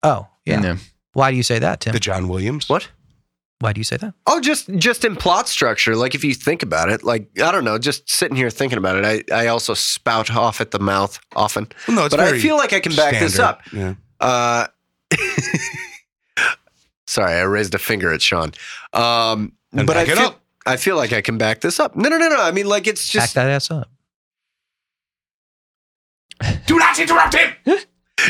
S1: oh yeah,
S2: No.
S1: why do you say that, Tim?
S4: The John Williams.
S3: What?
S1: why do you say that?
S3: Oh, just just in plot structure. Like if you think about it, like I don't know, just sitting here thinking about it, I, I also spout off at the mouth often.
S4: Well, no, it's
S3: but I
S4: very
S3: feel like I can back this
S4: standard.
S3: up.
S4: Yeah.
S3: Uh, sorry, I raised a finger at Sean. Um,
S4: And
S3: but I
S4: back it
S3: feel,
S4: up.
S3: I feel like I can back this up. No, no, no, no. I mean, like it's
S1: Back
S3: just
S1: that ass up.
S4: Do not interrupt him.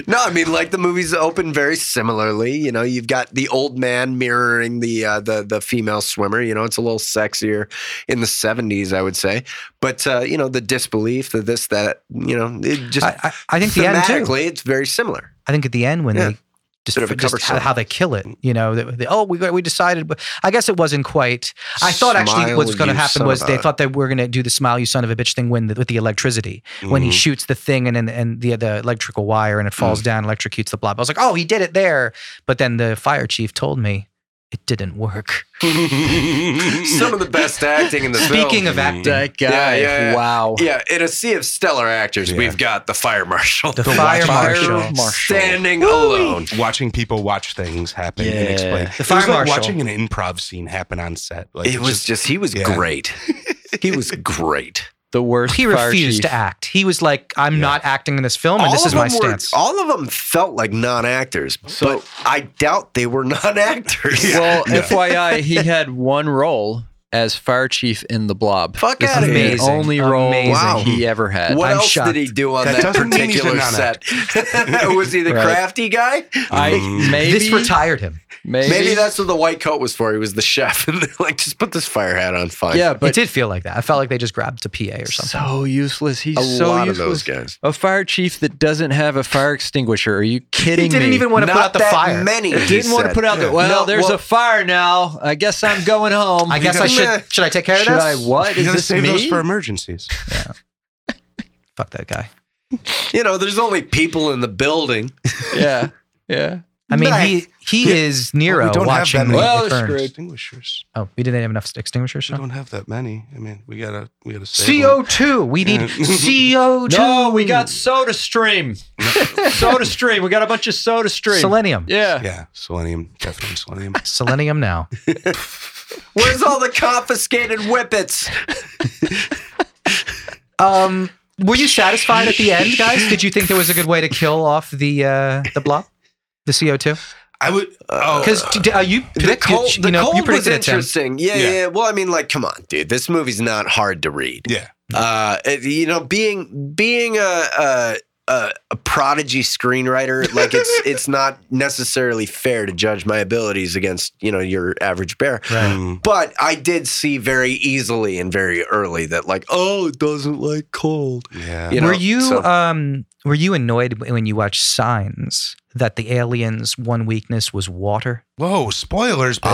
S3: no. I mean, like the movies open very similarly. You know, you've got the old man mirroring the uh, the the female swimmer. You know, it's a little sexier in the seventies, I would say. But uh, you know, the disbelief, the this, that. You know, it just
S1: I, I, I think the end too.
S3: thematically, it's very similar.
S1: I think at the end when
S3: Yeah.
S1: they just,
S3: Bit of a
S1: just
S3: cover
S1: how,
S3: song.
S1: how they kill it, you know, they, they, oh we got, we decided, but I guess it wasn't quite. I thought actually
S3: Smile,
S1: what's going to
S3: you
S1: happen
S3: son
S1: was
S3: of
S1: they
S3: a-
S1: thought they were going to do the smile you son of a bitch thing when the, with the electricity when he
S3: Mm-hmm.
S4: Mhm.
S1: shoots the thing and then and the the electrical wire and it
S3: Mm.
S1: falls down electrocutes the blob. I was like, oh, he did it there. But then the fire chief told me it didn't work.
S4: Mm-hmm.
S3: Some of the best acting in the film.
S1: Speaking of acting,
S2: That guy,
S3: yeah, yeah.
S2: wow.
S3: Yeah, in a sea of stellar actors,
S4: Yeah.
S3: we've got the fire marshal.
S1: The The fire fire marshal.
S2: marshal.
S3: Standing alone.
S4: watching people watch things happen and
S2: Yeah.
S4: explain.
S1: The
S4: It
S1: fire
S4: was like
S1: marshal.
S4: watching an improv scene happen on set. Like
S3: It
S4: it's
S3: was just, he was
S4: yeah.
S3: great. he was great.
S2: The worst.
S1: he
S2: fire
S1: refused
S2: chief.
S1: to act. He was like, I'm
S4: Yeah.
S1: not acting in this film, and
S3: All
S1: this
S3: of
S1: is my
S3: them were-
S1: stance.
S3: all of them felt like non-actors,
S2: So-
S3: but I doubt they were non-actors.
S2: Well, FYI, he had one role as fire chief in the Blob.
S3: Fuck
S1: It's
S3: out of here.
S2: The
S1: Amazing.
S2: only role
S1: Amazing.
S2: he ever had.
S3: What
S1: I'm
S3: else
S1: shocked.
S3: did he do on
S4: That
S3: that,
S4: doesn't mean he's a
S3: particular set? was he the
S2: Right.
S3: crafty guy?
S2: I
S4: Mm.
S2: maybe,
S1: this retired him.
S2: maybe
S3: Maybe that's what the white coat was for. He was the chef, and they're like, just put this fire hat on. Fine.
S2: yeah,
S1: it
S2: but
S1: did feel like that. I felt like they just grabbed a PA or something.
S2: so useless. He's
S3: a
S2: so
S3: lot
S2: useless.
S3: of those guys.
S2: A fire chief that doesn't have a fire extinguisher. Are you kidding
S1: he didn't
S2: me?
S1: even want to put
S3: Not
S1: out the
S3: that
S1: fire.
S3: Many. he
S2: didn't want to
S3: said.
S2: put out the well.
S3: No,
S2: there's
S3: well-
S2: a fire now. I guess I'm going home.
S1: I guess I should. Should I take care
S2: Should
S1: of
S2: I?
S1: this?
S2: What
S4: You
S2: is
S4: gotta
S2: this
S4: save those
S2: me?
S4: for emergencies.
S1: Fuck that guy.
S3: You know, there's only people in the building.
S2: yeah, yeah.
S1: I mean, he he is Nero
S4: we don't have
S1: watching
S4: that
S1: the
S4: many.
S2: Well,
S1: Returns.
S2: screwed.
S4: Extinguishers.
S1: Oh, we didn't have enough extinguishers.
S4: We don't have that many. I mean, we gotta we gotta save them.
S1: CO two. We need
S4: Yeah.
S1: CO two.
S2: No, we got Soda Stream. soda Stream. We got a bunch of Soda Stream.
S1: selenium.
S2: yeah.
S4: Yeah, selenium, definitely selenium.
S1: Selenium now.
S3: Where's all the confiscated whippets?
S1: Um, were you satisfied at the end, guys? Did you think there was a good way to kill off the uh, the blob, the CO two?
S4: I would. Oh,
S1: Because uh, you
S3: The cold,
S1: you
S3: the
S1: know, you
S3: cold was
S1: predicted it, Tim.
S3: interesting. Yeah, yeah,
S4: Yeah.
S3: yeah. Well, I mean, like, come on, dude. This movie's not hard to read.
S4: yeah.
S3: Uh, it- you know, being being a, a a, a prodigy screenwriter. Like it's it's not necessarily fair to judge my abilities against you know your average bear.
S1: Right.
S4: Mm,
S3: But I did see very easily and very early that like oh it doesn't like cold.
S4: Yeah.
S3: You know,
S1: were you
S3: so-
S1: um were you annoyed when you watched Signs that the aliens' one weakness was water?
S4: Whoa, spoilers, bitch.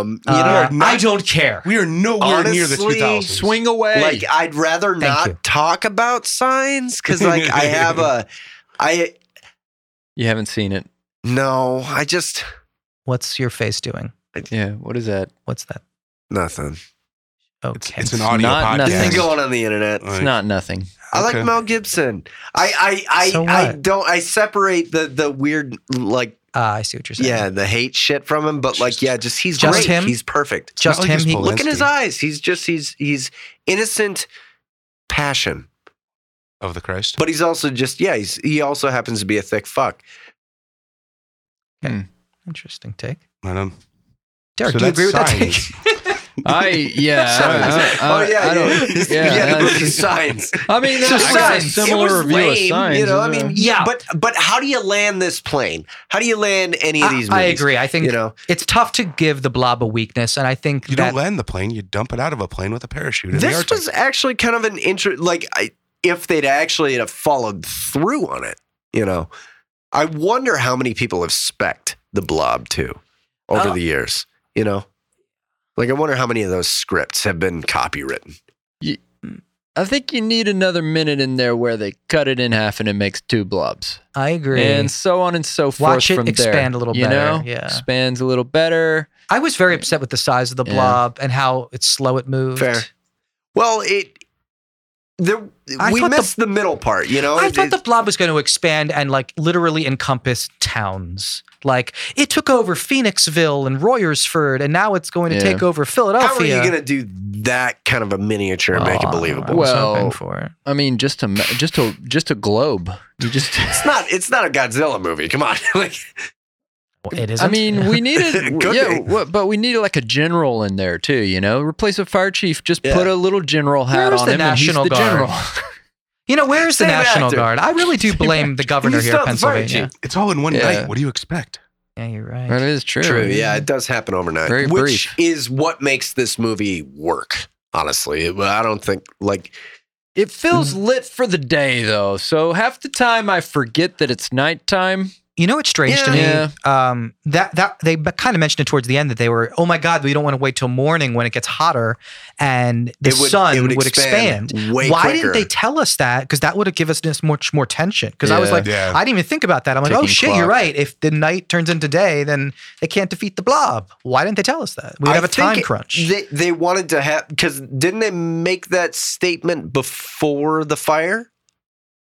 S3: Um, you
S1: Uh,
S3: know,
S1: I don't care.
S4: we are nowhere near the
S3: honestly,
S4: 2000s.
S2: Swing away.
S3: like I'd rather not
S1: you.
S3: talk about signs because like I have a I
S2: you haven't seen it.
S3: no I just
S1: What's your face doing?
S2: Yeah. What is that?
S1: What's that?
S3: nothing.
S1: Okay.
S4: It's an audio
S2: Not
S4: podcast.
S2: nothing.
S3: Nothing going on the internet.
S2: It's
S4: Like,
S2: not nothing.
S3: I
S4: okay.
S3: like Mel Gibson. I I I,
S1: So
S3: I
S1: what?
S3: don't I separate the the weird like
S1: Ah, I see what you're saying.
S3: yeah the hate shit from him, but like yeah, just he's
S1: Just
S3: great.
S1: him?
S3: He's perfect.
S1: Just
S4: Not like
S1: him.
S4: his
S1: He,
S4: bullet.
S3: Look in his
S4: Polanski.
S3: eyes. He's just he's he's innocent passion,
S4: of the Christ.
S3: but he's also just yeah he's he also happens to be a thick fuck.
S1: interesting take.
S4: But, um,
S1: Derek,
S4: so
S1: do you
S4: that's
S1: agree with that
S4: signs.
S1: take?
S2: I yeah. I, I, I,
S3: oh yeah,
S2: I don't- yeah,
S3: yeah, yeah, the
S2: that's-
S3: movie signs.
S2: I mean,
S3: So
S2: that's a
S3: Signs,
S2: similar
S3: it was
S2: review of
S3: lame,
S2: Signs.
S3: you know. I
S2: is it?
S3: mean,
S1: Yeah.
S3: yeah, but but how do you land this plane? How do you land any of these?
S1: I, I
S3: movies?
S1: agree. I think
S3: You know,
S1: it's tough to give the blob a weakness, and I think
S4: You
S1: that
S4: don't land the plane, you dump it out of a plane with a parachute. in the
S3: this
S4: Arctic.
S3: was actually kind of an intro. Like, I, if they'd actually have followed through on it, you know, I wonder how many people have specced the Blob too over
S1: Oh.
S3: the years. You know, like I wonder how many of those scripts have been copywritten.
S2: I think you need another minute in there where they cut it in half and it makes two blobs,
S1: I agree.
S2: and so on and so forth.
S1: Watch it
S2: from
S1: expand
S2: there,
S1: a little
S2: you
S1: better,
S2: Know?
S1: yeah.
S2: expands a little better.
S1: I was very upset with the size of the
S2: Yeah.
S1: blob and how it's slow it moved.
S3: Fair. Well, it. There,
S1: I
S3: we
S1: thought the-
S3: missed the, middle part, you know.
S1: I
S3: It-
S1: thought the
S3: it-
S1: blob was going to expand and like literally encompass towns. Like it took over Phoenixville and Royersford, and now it's going to
S2: Yeah.
S1: take over
S3: how are
S1: Philadelphia.
S3: you going to do that kind of a miniature and make
S1: Oh,
S3: it
S1: I
S3: believable?
S1: was
S2: Well-
S1: hoping for it.
S2: I mean, just a ma- just a just a globe. You just.
S3: It's not. It's not a Godzilla movie. Come on, like
S1: Well, it isn't.
S2: I mean, we needed
S3: Could
S2: yeah,
S3: be.
S2: what, but we needed like a general in there too. You know, replace a fire chief. Just
S3: Yeah.
S2: put a little general hat
S1: Where's
S2: on
S1: the
S2: him, and he's
S1: National
S2: the
S1: Guard?
S2: general.
S1: you know, where's the
S3: Same
S1: National
S3: actor.
S1: Guard? I really do blame the governor
S3: He's
S1: here, in
S3: not the fire
S1: Pennsylvania.
S4: It's all in one
S2: Yeah.
S4: night. What do you expect?
S1: Yeah, you're
S2: that
S1: right.
S2: is true.
S3: True. Yeah, it does happen overnight,
S2: Very
S3: which
S2: brief.
S3: is what makes this movie work. Honestly, It- I don't think like
S2: It feels lit for the day though, so half the time I forget that it's nighttime.
S1: You know, it's strange to me.
S2: Yeah.
S1: Um, that that they kind of mentioned it towards the end that they were, oh my god, we don't want to wait till morning when it gets hotter and the
S3: it would,
S1: sun
S3: it would,
S1: expand.
S3: expand, way
S1: Why
S3: quicker.
S1: didn't they tell us that? Because that would have given us this much more tension. Because I was
S2: Yeah.
S1: like,
S4: Yeah.
S1: I didn't even think about that. I'm like, oh
S2: Ticking
S1: shit,
S2: clock.
S1: you're right. If the night turns into day, then they can't defeat the blob. Why didn't they tell us that? We'd
S3: I
S1: have a
S3: think
S1: time
S3: it-
S1: crunch.
S3: They, they wanted to have because didn't they make that statement before the fire?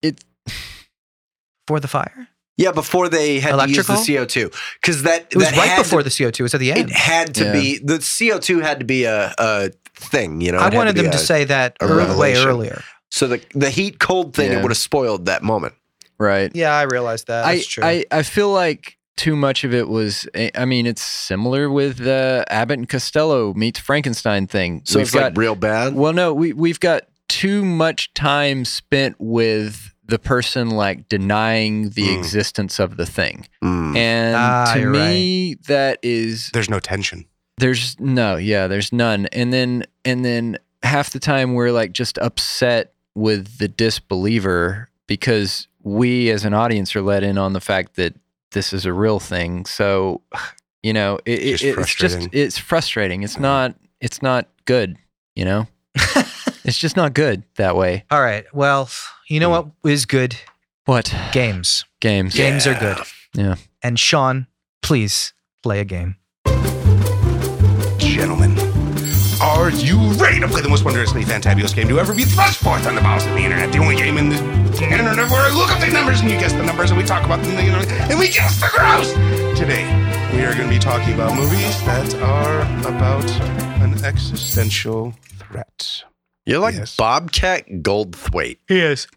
S1: before the fire.
S3: Yeah, before they had
S1: Electrical?
S3: to use the CO two because that
S1: It was
S3: that
S1: right
S3: had
S1: before
S3: to,
S1: the CO2. It was at the
S3: it
S1: end.
S3: had to
S2: Yeah.
S3: be the CO two had to be a, a thing. You know,
S1: I
S3: It had
S1: wanted
S3: be
S1: them to
S3: a-
S1: say that
S3: a
S1: ear- way
S3: revelation.
S1: earlier.
S3: so the the heat cold thing.
S2: Yeah.
S3: It would have spoiled that moment.
S2: Right.
S1: Yeah, I realized that.
S2: I,
S1: That's true.
S2: I I feel like too much of it was. eh, I mean, it's similar with the Abbott and Costello meets Frankenstein thing.
S3: So
S2: We've
S3: it's
S2: got
S3: like real bad.
S2: well, no, we we've got too much time spent with the person like denying the
S4: Mm.
S2: existence of the thing,
S3: Mm.
S2: and
S1: Ah,
S2: to
S1: you're
S2: me that is
S4: There's no tension.
S2: there's no yeah there's none and then and then half the time we're like just upset with the disbeliever because we as an audience are let in on the fact that this is a real thing so you know it,
S4: It's
S2: it's, just it's
S4: just
S2: just
S4: frustrating.
S2: it's frustrating it's
S4: Yeah.
S2: not it's not good you know it's just not good that way
S1: All right. Well, you know
S3: Hmm.
S1: what is good?
S2: what
S1: Games.
S2: games
S1: Games are good.
S2: Yeah.
S1: And Sean, please play a game.
S4: Gentlemen, are you ready to play the most wondrously fantabulous game to ever be thrust forth on the bowels of the internet? The only game in the internet where I look up the numbers and you guess the numbers and we talk about them and we guess the gross. Today, we are going to be talking about movies that are about an existential threat.
S3: You're like
S4: Yes.
S3: Bobcat Goldthwait.
S1: Yes.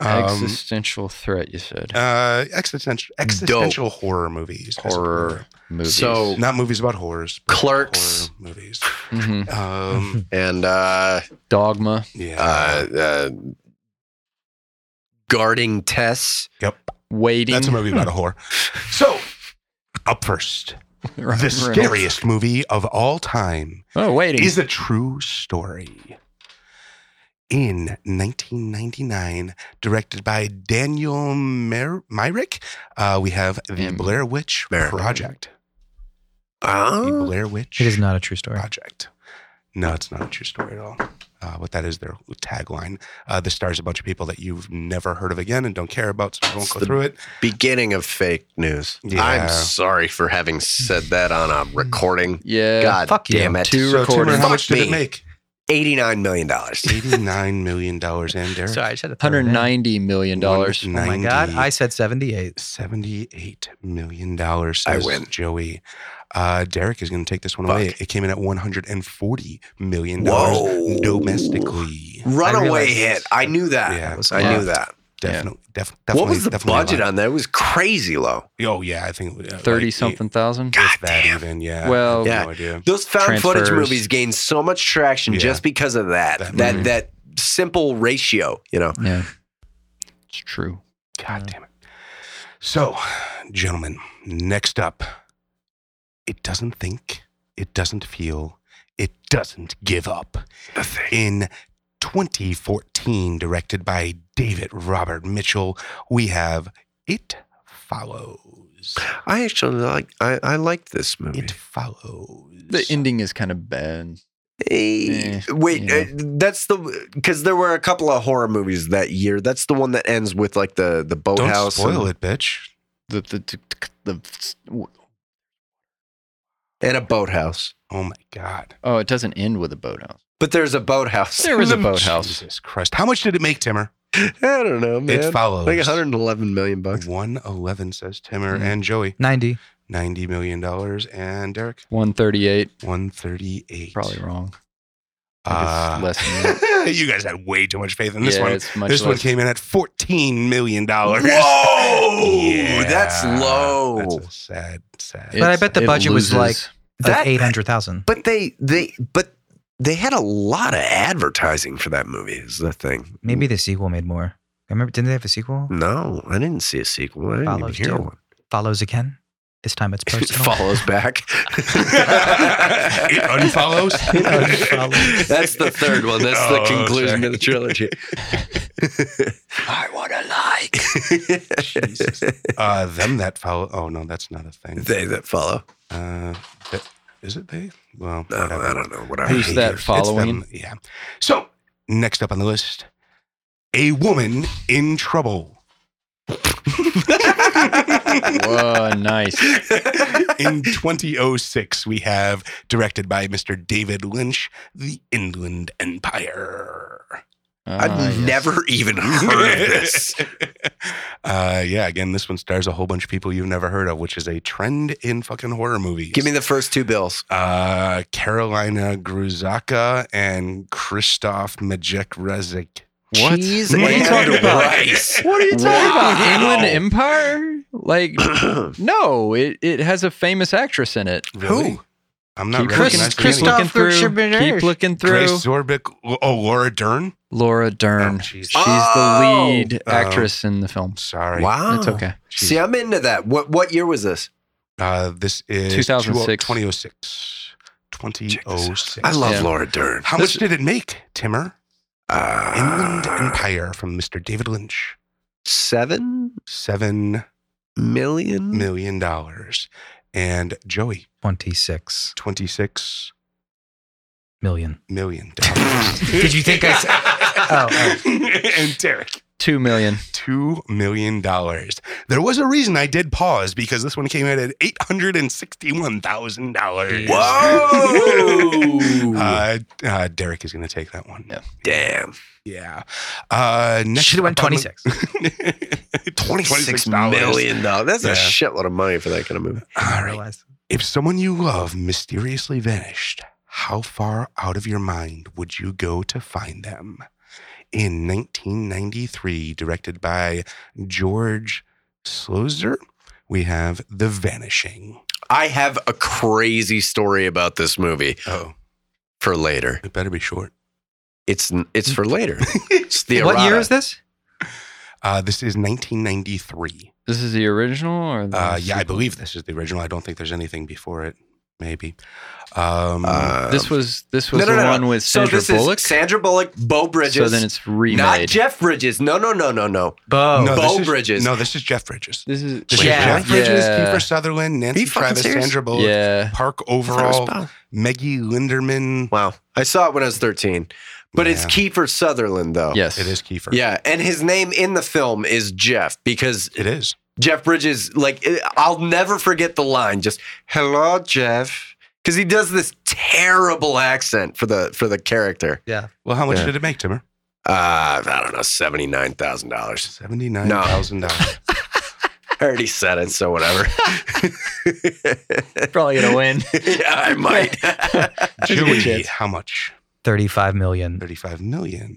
S4: Um,
S2: existential threat you said
S4: uh, existential existential horror movies. I
S2: horror movies
S3: So-
S4: suppose. Not movies about horrors. but
S3: Clerks.
S4: Horror movies.
S2: Mhm.
S4: Um,
S3: And uh,
S2: dogma
S4: yeah.
S3: uh, uh, guarding Tess.
S2: waiting.
S4: That's a movie about a whore. So, up first,
S2: Ryan
S4: the
S2: Reynolds.
S4: scariest movie of all time
S2: Oh, waiting.
S4: is a true story. In 1999, directed by Daniel Mer- Myrick, uh, we have The
S2: Mm.
S4: Blair Witch
S3: Myrick.
S4: Project. The
S3: Oh,
S4: Blair Witch
S1: It is not a true story.
S4: Project. No, it's not a true story at all. Uh, but that is their tagline. Uh, this stars a bunch of people that you've never heard of again and don't care about, so I won't
S3: It's
S4: go
S3: the-
S4: through it.
S3: beginning of fake news.
S4: Yeah.
S3: I'm sorry for having said that on a recording.
S2: yeah.
S3: God
S1: Fuck you.
S3: damn it.
S2: Two
S4: So, Timur,
S2: recordings.
S4: how much
S3: Fuck
S4: did
S3: me.
S4: it make?
S3: $89 million. That's
S4: Eighty-nine million dollars, and Derek.
S1: Sorry, I said
S2: $190 million.
S1: Oh my god, I said seventy-eight.
S4: seventy-eight million dollars.
S3: I
S4: says
S3: win.
S4: Joey. Uh, Derek is going to take this one
S3: Fuck.
S4: away. It came in at one hundred and forty million
S3: Whoa.
S4: dollars domestically.
S3: Runaway
S1: I realized-
S3: hit. I knew that.
S4: Yeah,
S1: was
S3: I knew
S1: wild.
S3: that.
S4: definitely, def- definitely.
S3: what was the
S4: definitely a
S3: budget
S4: lot.
S3: on that? It was crazy low.
S4: Oh yeah, I think uh, like
S2: 30
S4: eight-
S2: something thousand.
S4: if
S3: God
S4: that
S3: damn.
S4: even. Yeah.
S2: Well-
S4: I
S3: Yeah.
S4: have no idea.
S3: Those found footage
S2: Transfers.
S3: movies gained so much traction
S4: Yeah.
S3: just because of that. That
S4: That
S3: that,
S2: movie.
S3: simple ratio, you know.
S2: Yeah. It's true.
S4: God damn it. So, gentlemen, next up, it doesn't think, it doesn't feel, it doesn't give up.
S3: The thing.
S4: In 2014, directed by David Robert Mitchell, we have It Follows.
S3: I actually like I, I like this movie.
S4: It Follows.
S2: The ending is kind of bad.
S3: Hey. Wait,
S2: yeah.
S3: uh, that's the because there were a couple of horror movies that year. That's the one that ends with like the the
S4: Don't
S3: boathouse.
S4: spoil
S3: and,
S4: it, bitch.
S2: The, the, the, the,
S3: and a boathouse.
S4: Oh my God.
S2: oh, it doesn't end with a boathouse.
S3: But there's a boathouse.
S2: There was a boathouse.
S4: Jesus Christ. How much did it make, Timmer?
S3: I don't know, man.
S4: It Follows.
S3: like 111 million bucks.
S4: 111 says Timmer
S2: Mm.
S4: and Joey.
S1: Ninety.
S4: $90 million. And Derek,
S2: 138.
S4: 138
S2: Probably wrong.
S4: Ah.
S2: Like it's less than that.
S4: you guys had way too much faith in this
S2: yeah,
S4: one.
S2: It's much
S4: This one
S2: less.
S4: came in at $14 million.
S3: Whoa,
S4: Yeah.
S3: that's low.
S4: That's a sad, sad.
S1: But I bet the
S2: it
S1: budget was like-
S2: loses.
S1: Like
S3: That-
S1: eight hundred thousand.
S3: But they they but they had a lot of advertising for that movie. Is the thing?
S1: Maybe the sequel made more. I remember. Didn't they have a sequel?
S3: Mm. No, I didn't see a sequel. I didn't
S1: Follows
S3: even hear
S1: too.
S3: one.
S1: Follows again. This time it's
S3: It
S1: personal.
S3: follows back.
S4: it unfollows.
S1: It unfollows.
S3: That's the third one. That's
S4: Oh,
S3: the conclusion
S4: sorry.
S3: of the trilogy.
S2: I want to like.
S4: Jesus. Uh, them that follow. Oh, no, that's not a thing.
S3: they that follow.
S4: Uh, that, is it they? Well,
S3: No,
S4: whatever.
S3: I don't know. Whatever.
S2: Who's
S4: Hey,
S2: that
S4: it's
S2: following?
S4: them, yeah. So next up on the list, a woman in trouble.
S2: Whoa, nice.
S4: in 2006, we have directed by Mr. David Lynch, The Inland Empire.
S3: I've
S2: Ah, yes.
S3: never even heard of this.
S4: uh, yeah, again, this one stars a whole bunch of people you've never heard of, which is a trend in fucking horror movies.
S3: Give me the first two bills.
S4: uh, Carolina Gruzaka and Christoph Majek Rezik.
S2: What?
S3: Cheese
S4: What are you
S3: and
S4: talking about?
S3: rice.
S2: What are you talking
S4: Wow.
S2: about? Inland Empire? Like, no, it, it has a famous actress in it.
S4: Really? I'm not
S2: keep
S4: recognizing
S2: looking,
S1: Chris-
S4: any.
S2: keep looking
S1: Christoph
S2: through.
S1: Schubert.
S2: Keep looking through.
S4: Grace Zorbick. Oh, Laura Dern.
S2: Laura
S4: Oh,
S2: Dern.
S4: Jesus.
S2: She's
S3: Oh!
S2: the lead
S4: Oh.
S2: actress in the film.
S4: Sorry.
S3: Wow.
S2: It's okay.
S4: She's-
S3: See, I'm into that. What what year was this?
S4: Uh, this is
S2: 2006.
S4: 2006. 2006.
S3: I love
S2: Yeah.
S3: Laura Dern.
S4: How
S2: This-
S4: much did it make, Timmer?
S3: Uh,
S4: Inland Empire from Mr. David Lynch.
S3: Seven
S4: Seven
S3: million.
S4: million dollars. And Joey,
S1: Twenty-six
S4: twenty-six
S1: million.
S4: million dollars.
S1: Did you think I s- Oh,
S4: and Derek,
S2: Two million.
S4: two million dollars. There was a reason I did pause because this one came in at eight hundred and sixty-one thousand dollars.
S3: Whoa!
S4: Uh, uh, Derek is going to take that one.
S2: Yeah.
S3: Damn.
S4: Yeah. Uh, next
S1: Should have went
S4: up on the-
S1: twenty-six.
S3: Twenty-six
S4: $26.
S3: million dollars. That's
S4: Yeah.
S3: a shitload of money for that kind of movie.
S4: All
S1: I
S4: right.
S1: realized.
S4: If someone you love mysteriously vanished, how far out of your mind would you go to find them? In 1993, directed by George Slozer, we have The Vanishing.
S3: I have a crazy story about this movie
S4: Oh,
S3: for later.
S4: it better be short.
S3: It's it's for later. It's the
S1: What year
S3: errata.
S1: is this?
S4: Uh, this is 1993.
S2: This is the original, or the
S4: Uh, yeah, I
S2: sequel?
S4: believe this is the original. I don't think there's anything before it. Maybe. Um,
S3: Uh,
S2: this was this was
S3: no, no,
S2: the
S3: no, no.
S2: one with Sandra
S3: so this
S2: Bullock.
S3: Is Sandra Bullock, Bo Bridges.
S2: so then it's remade.
S3: not Jeff Bridges. No, no, no, no, no.
S1: Bo.
S4: no,
S3: Bo
S4: this is-
S3: Bridges.
S4: No, this is Jeff Bridges.
S2: this is
S1: Wait,
S4: This is
S1: Yeah.
S4: Jeff Bridges,
S2: Yeah.
S4: Kiefer Sutherland, Nancy
S3: fucking
S4: Travis,
S3: serious?
S4: Sandra Bullock,
S2: yeah.
S4: Park
S3: I thought it was
S4: Overall,
S3: Bo.
S4: Meggie Linderman.
S3: Wow. I saw it when I was 13. But it's
S4: Yeah.
S3: Kiefer Sutherland, though.
S2: Yes,
S4: It is Kiefer.
S3: Yeah. And his name in the film is Jeff because
S4: It is.
S3: Jeff Bridges, like, eh, I'll never forget the line just, hello, Jeff. Because he does this terrible accent for the for the character.
S4: Well, how much
S3: Yeah.
S4: did it make, Timmer?
S3: Uh, I don't know, seventy nine thousand dollars.
S4: $79,000.
S3: I already said it, so whatever.
S2: probably gonna win.
S3: yeah, I might.
S4: Joey, how much?
S1: 35 million.
S4: 35 million.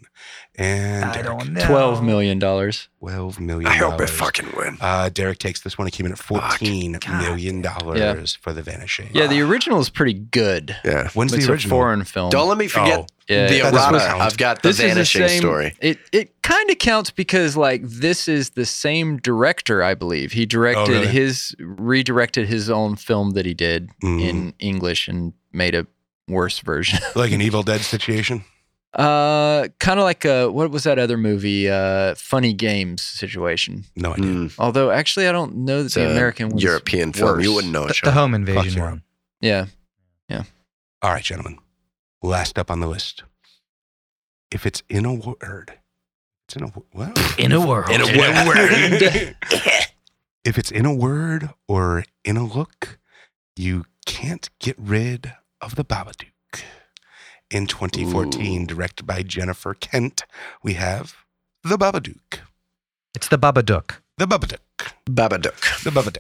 S4: And
S1: I
S4: Derek,
S1: don't know.
S2: Twelve million dollars.
S4: 12 million.
S3: I hope I
S4: dollars.
S3: fucking win.
S4: Uh, Derek takes this one. It came in at
S3: Fuck.
S4: fourteen million dollars for the Vanishing.
S2: Yeah, the original is pretty good.
S3: Yeah.
S4: When's
S2: it's
S4: the
S2: a
S4: original?
S2: foreign film.
S3: Don't let me forget
S4: Oh,
S2: yeah,
S3: the
S4: that
S2: this
S4: doesn't
S3: errata.
S2: was-
S4: count.
S3: I've got the
S2: is
S3: vanishing
S2: same,
S3: story.
S2: It it kind of counts because like this is the same director, I believe. He directed
S4: Oh, really?
S2: his redirected his own film that he did
S4: Mm,
S2: in English and made a worse version.
S4: like an Evil Dead situation.
S2: Uh, kind of like a what was that other movie? Uh, Funny Games situation.
S4: No idea.
S3: Mm,
S2: Although actually, I don't know that
S3: It's uh,
S2: the
S3: a
S2: American one's
S3: European film. You
S2: worse.
S3: wouldn't know it.
S1: The, the
S3: Sean.
S1: home invasion
S4: Fuck yeah.
S1: one.
S2: Yeah,
S4: All right, gentlemen. Last up on the list. If it's in a word, it's in a wo- well.
S1: In a world.
S3: In a
S4: In a
S3: word.
S4: if it's in a word or in a look, you can't get rid of the Babadook. In 2014,
S3: Ooh.
S4: directed by Jennifer Kent, we have the Babadook.
S1: It's the Babadook.
S4: The Babadook.
S3: Babadook.
S4: The Babadook.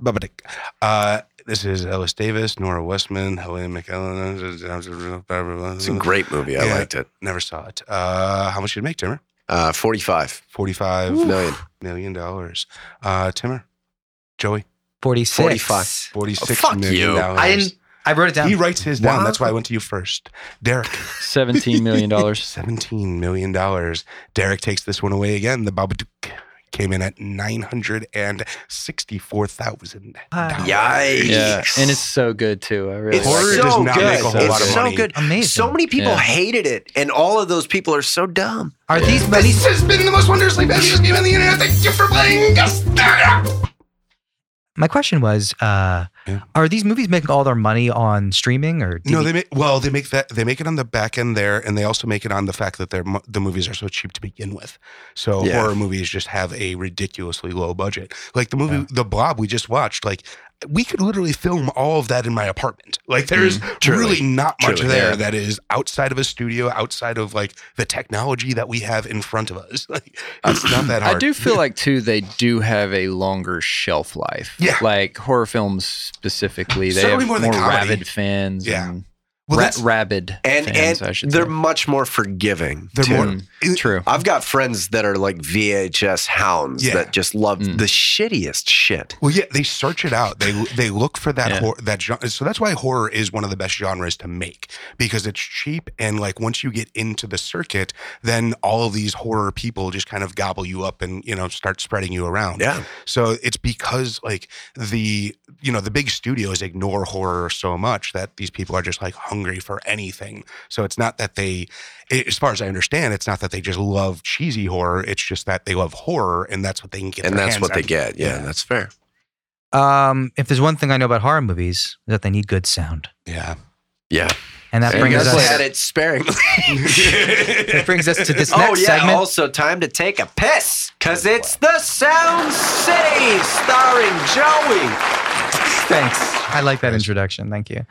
S4: Babadook. Uh, this is Ellis Davis, Nora Westman, Helen
S3: It's a
S4: McEllen.
S3: great movie. I
S4: Yeah.
S3: liked it.
S4: Never saw it. Uh, how much did it make, Timmer?
S3: Uh, Forty-five
S4: Forty-five million
S3: million.
S4: dollars. Uh, Timmer, Joey,
S1: 46.
S3: 45.
S4: forty-six
S3: Oh, fuck
S4: million
S3: you.
S4: dollars.
S1: I didn't. I wrote it down.
S4: He writes his down.
S3: Wow.
S4: That's why I went to you first. Derek,
S2: seventeen million dollars.
S4: seventeen million dollars. Derek takes this one away again. The Babadook came in at nine hundred and sixty-four thousand.
S1: Ah.
S3: Yikes.
S2: Yeah, and it's so good too. I really
S3: It's
S2: like
S4: Horror
S2: it.
S4: does
S3: so
S4: not
S3: good.
S4: make a whole
S3: it's
S4: lot of
S3: so
S4: money.
S3: good.
S1: Amazing.
S3: So many people
S2: Yeah.
S3: hated it, and all of those people are so dumb.
S1: Are these many?
S4: has been the most wondrously valuable game on the internet. Thank you for playing us.
S1: My question was: uh,
S4: Yeah.
S1: Are these movies making all their money on streaming or?
S4: No,
S1: DVD?
S4: they make well. They make that. They make it on the back end there, and they also make it on the fact that their mo- the movies are so cheap to begin with. So
S3: Yeah.
S4: horror movies just have a ridiculously low budget. Like the movie,
S1: Yeah.
S4: The Blob, we just watched. Like we could literally film all of that in my apartment. Like there's
S3: truly.
S4: really not much
S3: Truly,
S4: there
S2: yeah.
S4: that is outside of a studio, outside of like the technology that we have in front of us. Like it's not that hard.
S2: I do feel like too they do have a longer shelf life.
S4: Yeah.
S2: like horror films specifically, they
S4: Certainly
S2: have
S4: more
S2: more,
S4: than comedy.
S2: rabid fans.
S4: Yeah.
S2: and
S4: Well,
S2: ra-
S4: that's-
S2: rabid
S3: And
S2: fans. I
S3: and
S2: should
S3: they're
S2: say.
S3: much more forgiving.
S4: They're
S3: too.
S4: more-
S2: Mm, true.
S3: I've got friends that are like VHS hounds
S4: Yeah.
S3: that just love
S1: Hmm.
S2: Mm.
S3: the shittiest shit.
S4: Well, yeah, they search it out. They they look for that
S2: Yeah.
S4: hor- that genre. So that's why horror is one of the best genres to make because it's cheap and like once you get into the circuit, then all of these horror people just kind of gobble you up and you know start spreading you around.
S3: Yeah.
S4: So it's because like the you know the big studios ignore horror so much that these people are just like hungry for anything. So it's not that they, i- as far as I understand, it's not that they just love cheesy horror. It's just that they love horror and that's what they can get.
S3: and
S4: their
S3: that's
S4: hands
S3: what they
S4: on.
S3: get. Yeah,
S4: Yeah.
S3: that's fair.
S1: Um, if there's one thing I know about horror movies, is that they need good sound,
S4: Yeah.
S3: Yeah,
S1: and that
S3: and
S1: brings
S3: you guys
S1: us.
S3: had it sparingly.
S1: That brings us to this
S3: oh
S1: next
S3: yeah,
S1: segment.
S3: also time to take a piss because it's the Sound City starring Joey.
S1: Thanks. I like that introduction. Thank you,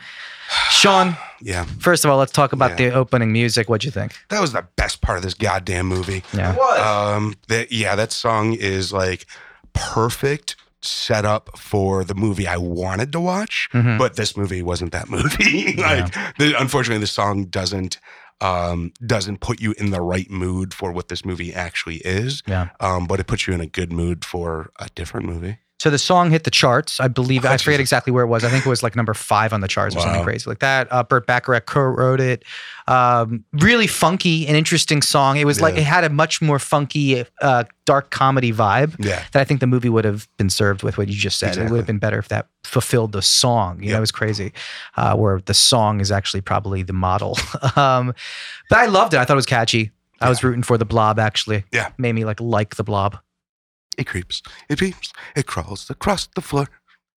S1: Sean.
S4: Yeah.
S1: First of all, let's talk about
S4: Yeah.
S1: the opening music. What'd you think?
S4: That was the best part of this goddamn movie.
S1: Yeah.
S3: What?
S4: Um, that yeah, that song is like perfect setup for the movie I wanted to watch,
S1: Mhm.
S4: but this movie wasn't that movie. like, the, unfortunately, the song doesn't um doesn't put you in the right mood for what this movie actually is.
S1: Yeah.
S4: Um, but it puts you in a good mood for a different movie.
S1: So the song hit the charts. I believe
S4: Oh,
S1: I forget
S4: Jesus.
S1: exactly where it was. I think it was like number five on the charts or something
S4: Wow.
S1: crazy like that. Uh, Burt Bacharach co-wrote it. Um, really funky and interesting song. It was like
S4: Yeah.
S1: it had a much more funky, uh, dark comedy vibe
S4: Yeah.
S1: that I think the movie would have been served with what you just said. It would
S4: Exactly.
S1: have been better if that fulfilled the song. You know,
S4: Yep.
S1: it was crazy, uh, where the song is actually probably the model. um, but I loved it. I thought it was catchy. I was rooting for the Blob. Actually,
S4: Yeah.
S1: made me like like the Blob.
S4: It creeps. It peeps. It crawls across the floor.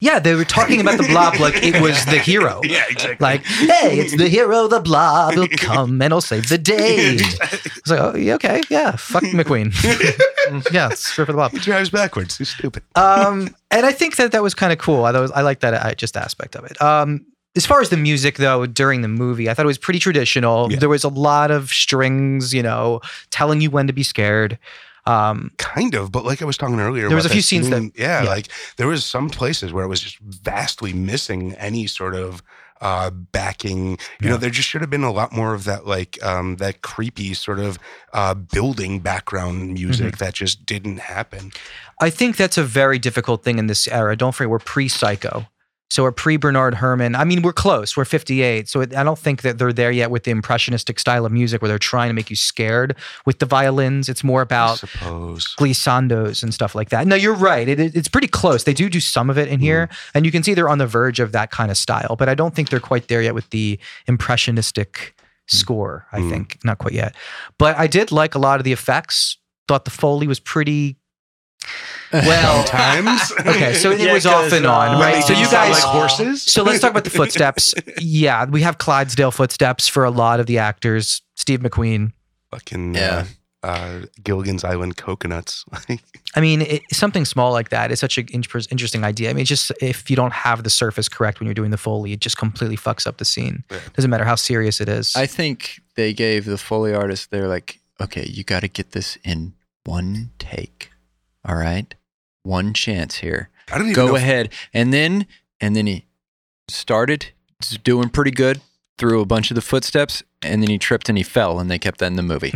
S1: Yeah, they were talking about the Blob like it was the hero.
S4: Yeah, exactly.
S1: Like, hey, it's the hero, the Blob. He'll come and he'll save the day. I was like, oh, yeah, okay, yeah, fuck McQueen. yeah, strip for the Blob.
S4: He drives backwards. He's stupid.
S1: um, and I think that that was kind of cool. I thought it was, I like that uh, just aspect of it. Um, as far as the music though, during the movie, I thought it was pretty traditional.
S4: Yeah.
S1: There was a lot of strings, you know, telling you when to be scared. Um,
S4: Kind of, but like I was talking earlier,
S1: There was
S4: about
S1: a few scenes that-
S4: scene- yeah,
S1: yeah.
S4: like there was some places where it was just vastly missing any sort of uh backing. You know, there just should have been a lot more of that, like um that creepy sort of uh building background music
S1: Mm-hmm.
S4: that just didn't happen.
S1: I think that's a very difficult thing in this era. Don't forget, we're pre-psycho. So we're pre-Bernard Herman. I mean, we're close. We're 58. So it, I don't think that they're there yet with the impressionistic style of music where they're trying to make you scared with the violins. It's more
S4: I
S1: about
S4: suppose.
S1: glissandos and stuff like that. No, you're right. It, it- it's pretty close. They do do some of it
S2: Mm.
S1: in here, and you can see they're on the verge of that kind of style. But I don't think they're quite there yet with the impressionistic score. I
S4: Mm.
S1: think not quite yet. But I did like a lot of the effects. Thought the foley was pretty well.
S4: Sometimes.
S1: Okay, so it
S2: Yeah,
S1: was off
S2: 'cause,
S1: and on,
S2: uh,
S1: right? So
S2: when
S1: you
S2: they sound
S1: guys
S2: like
S4: horses?
S1: so let's talk about the footsteps. Yeah, we have Clydesdale footsteps for a lot of the actors. Steve McQueen,
S4: Fucking
S2: Yeah.
S4: uh, uh Gilligan's Island coconuts.
S1: I mean, it, something small like that is such an in- interesting idea. I mean, it's just if you don't have the surface correct when you're doing the foley, it just completely fucks up the scene.
S4: Yeah.
S1: Doesn't matter how serious it is.
S2: I think they gave the Foley artist, they're like, okay, you got to get this in one take. All right. One chance here.
S4: I don't even
S2: Go
S4: know if-
S2: ahead. And then, and then he started s- doing pretty good through a bunch of the footsteps. And then he tripped and he fell, and they kept that in the movie.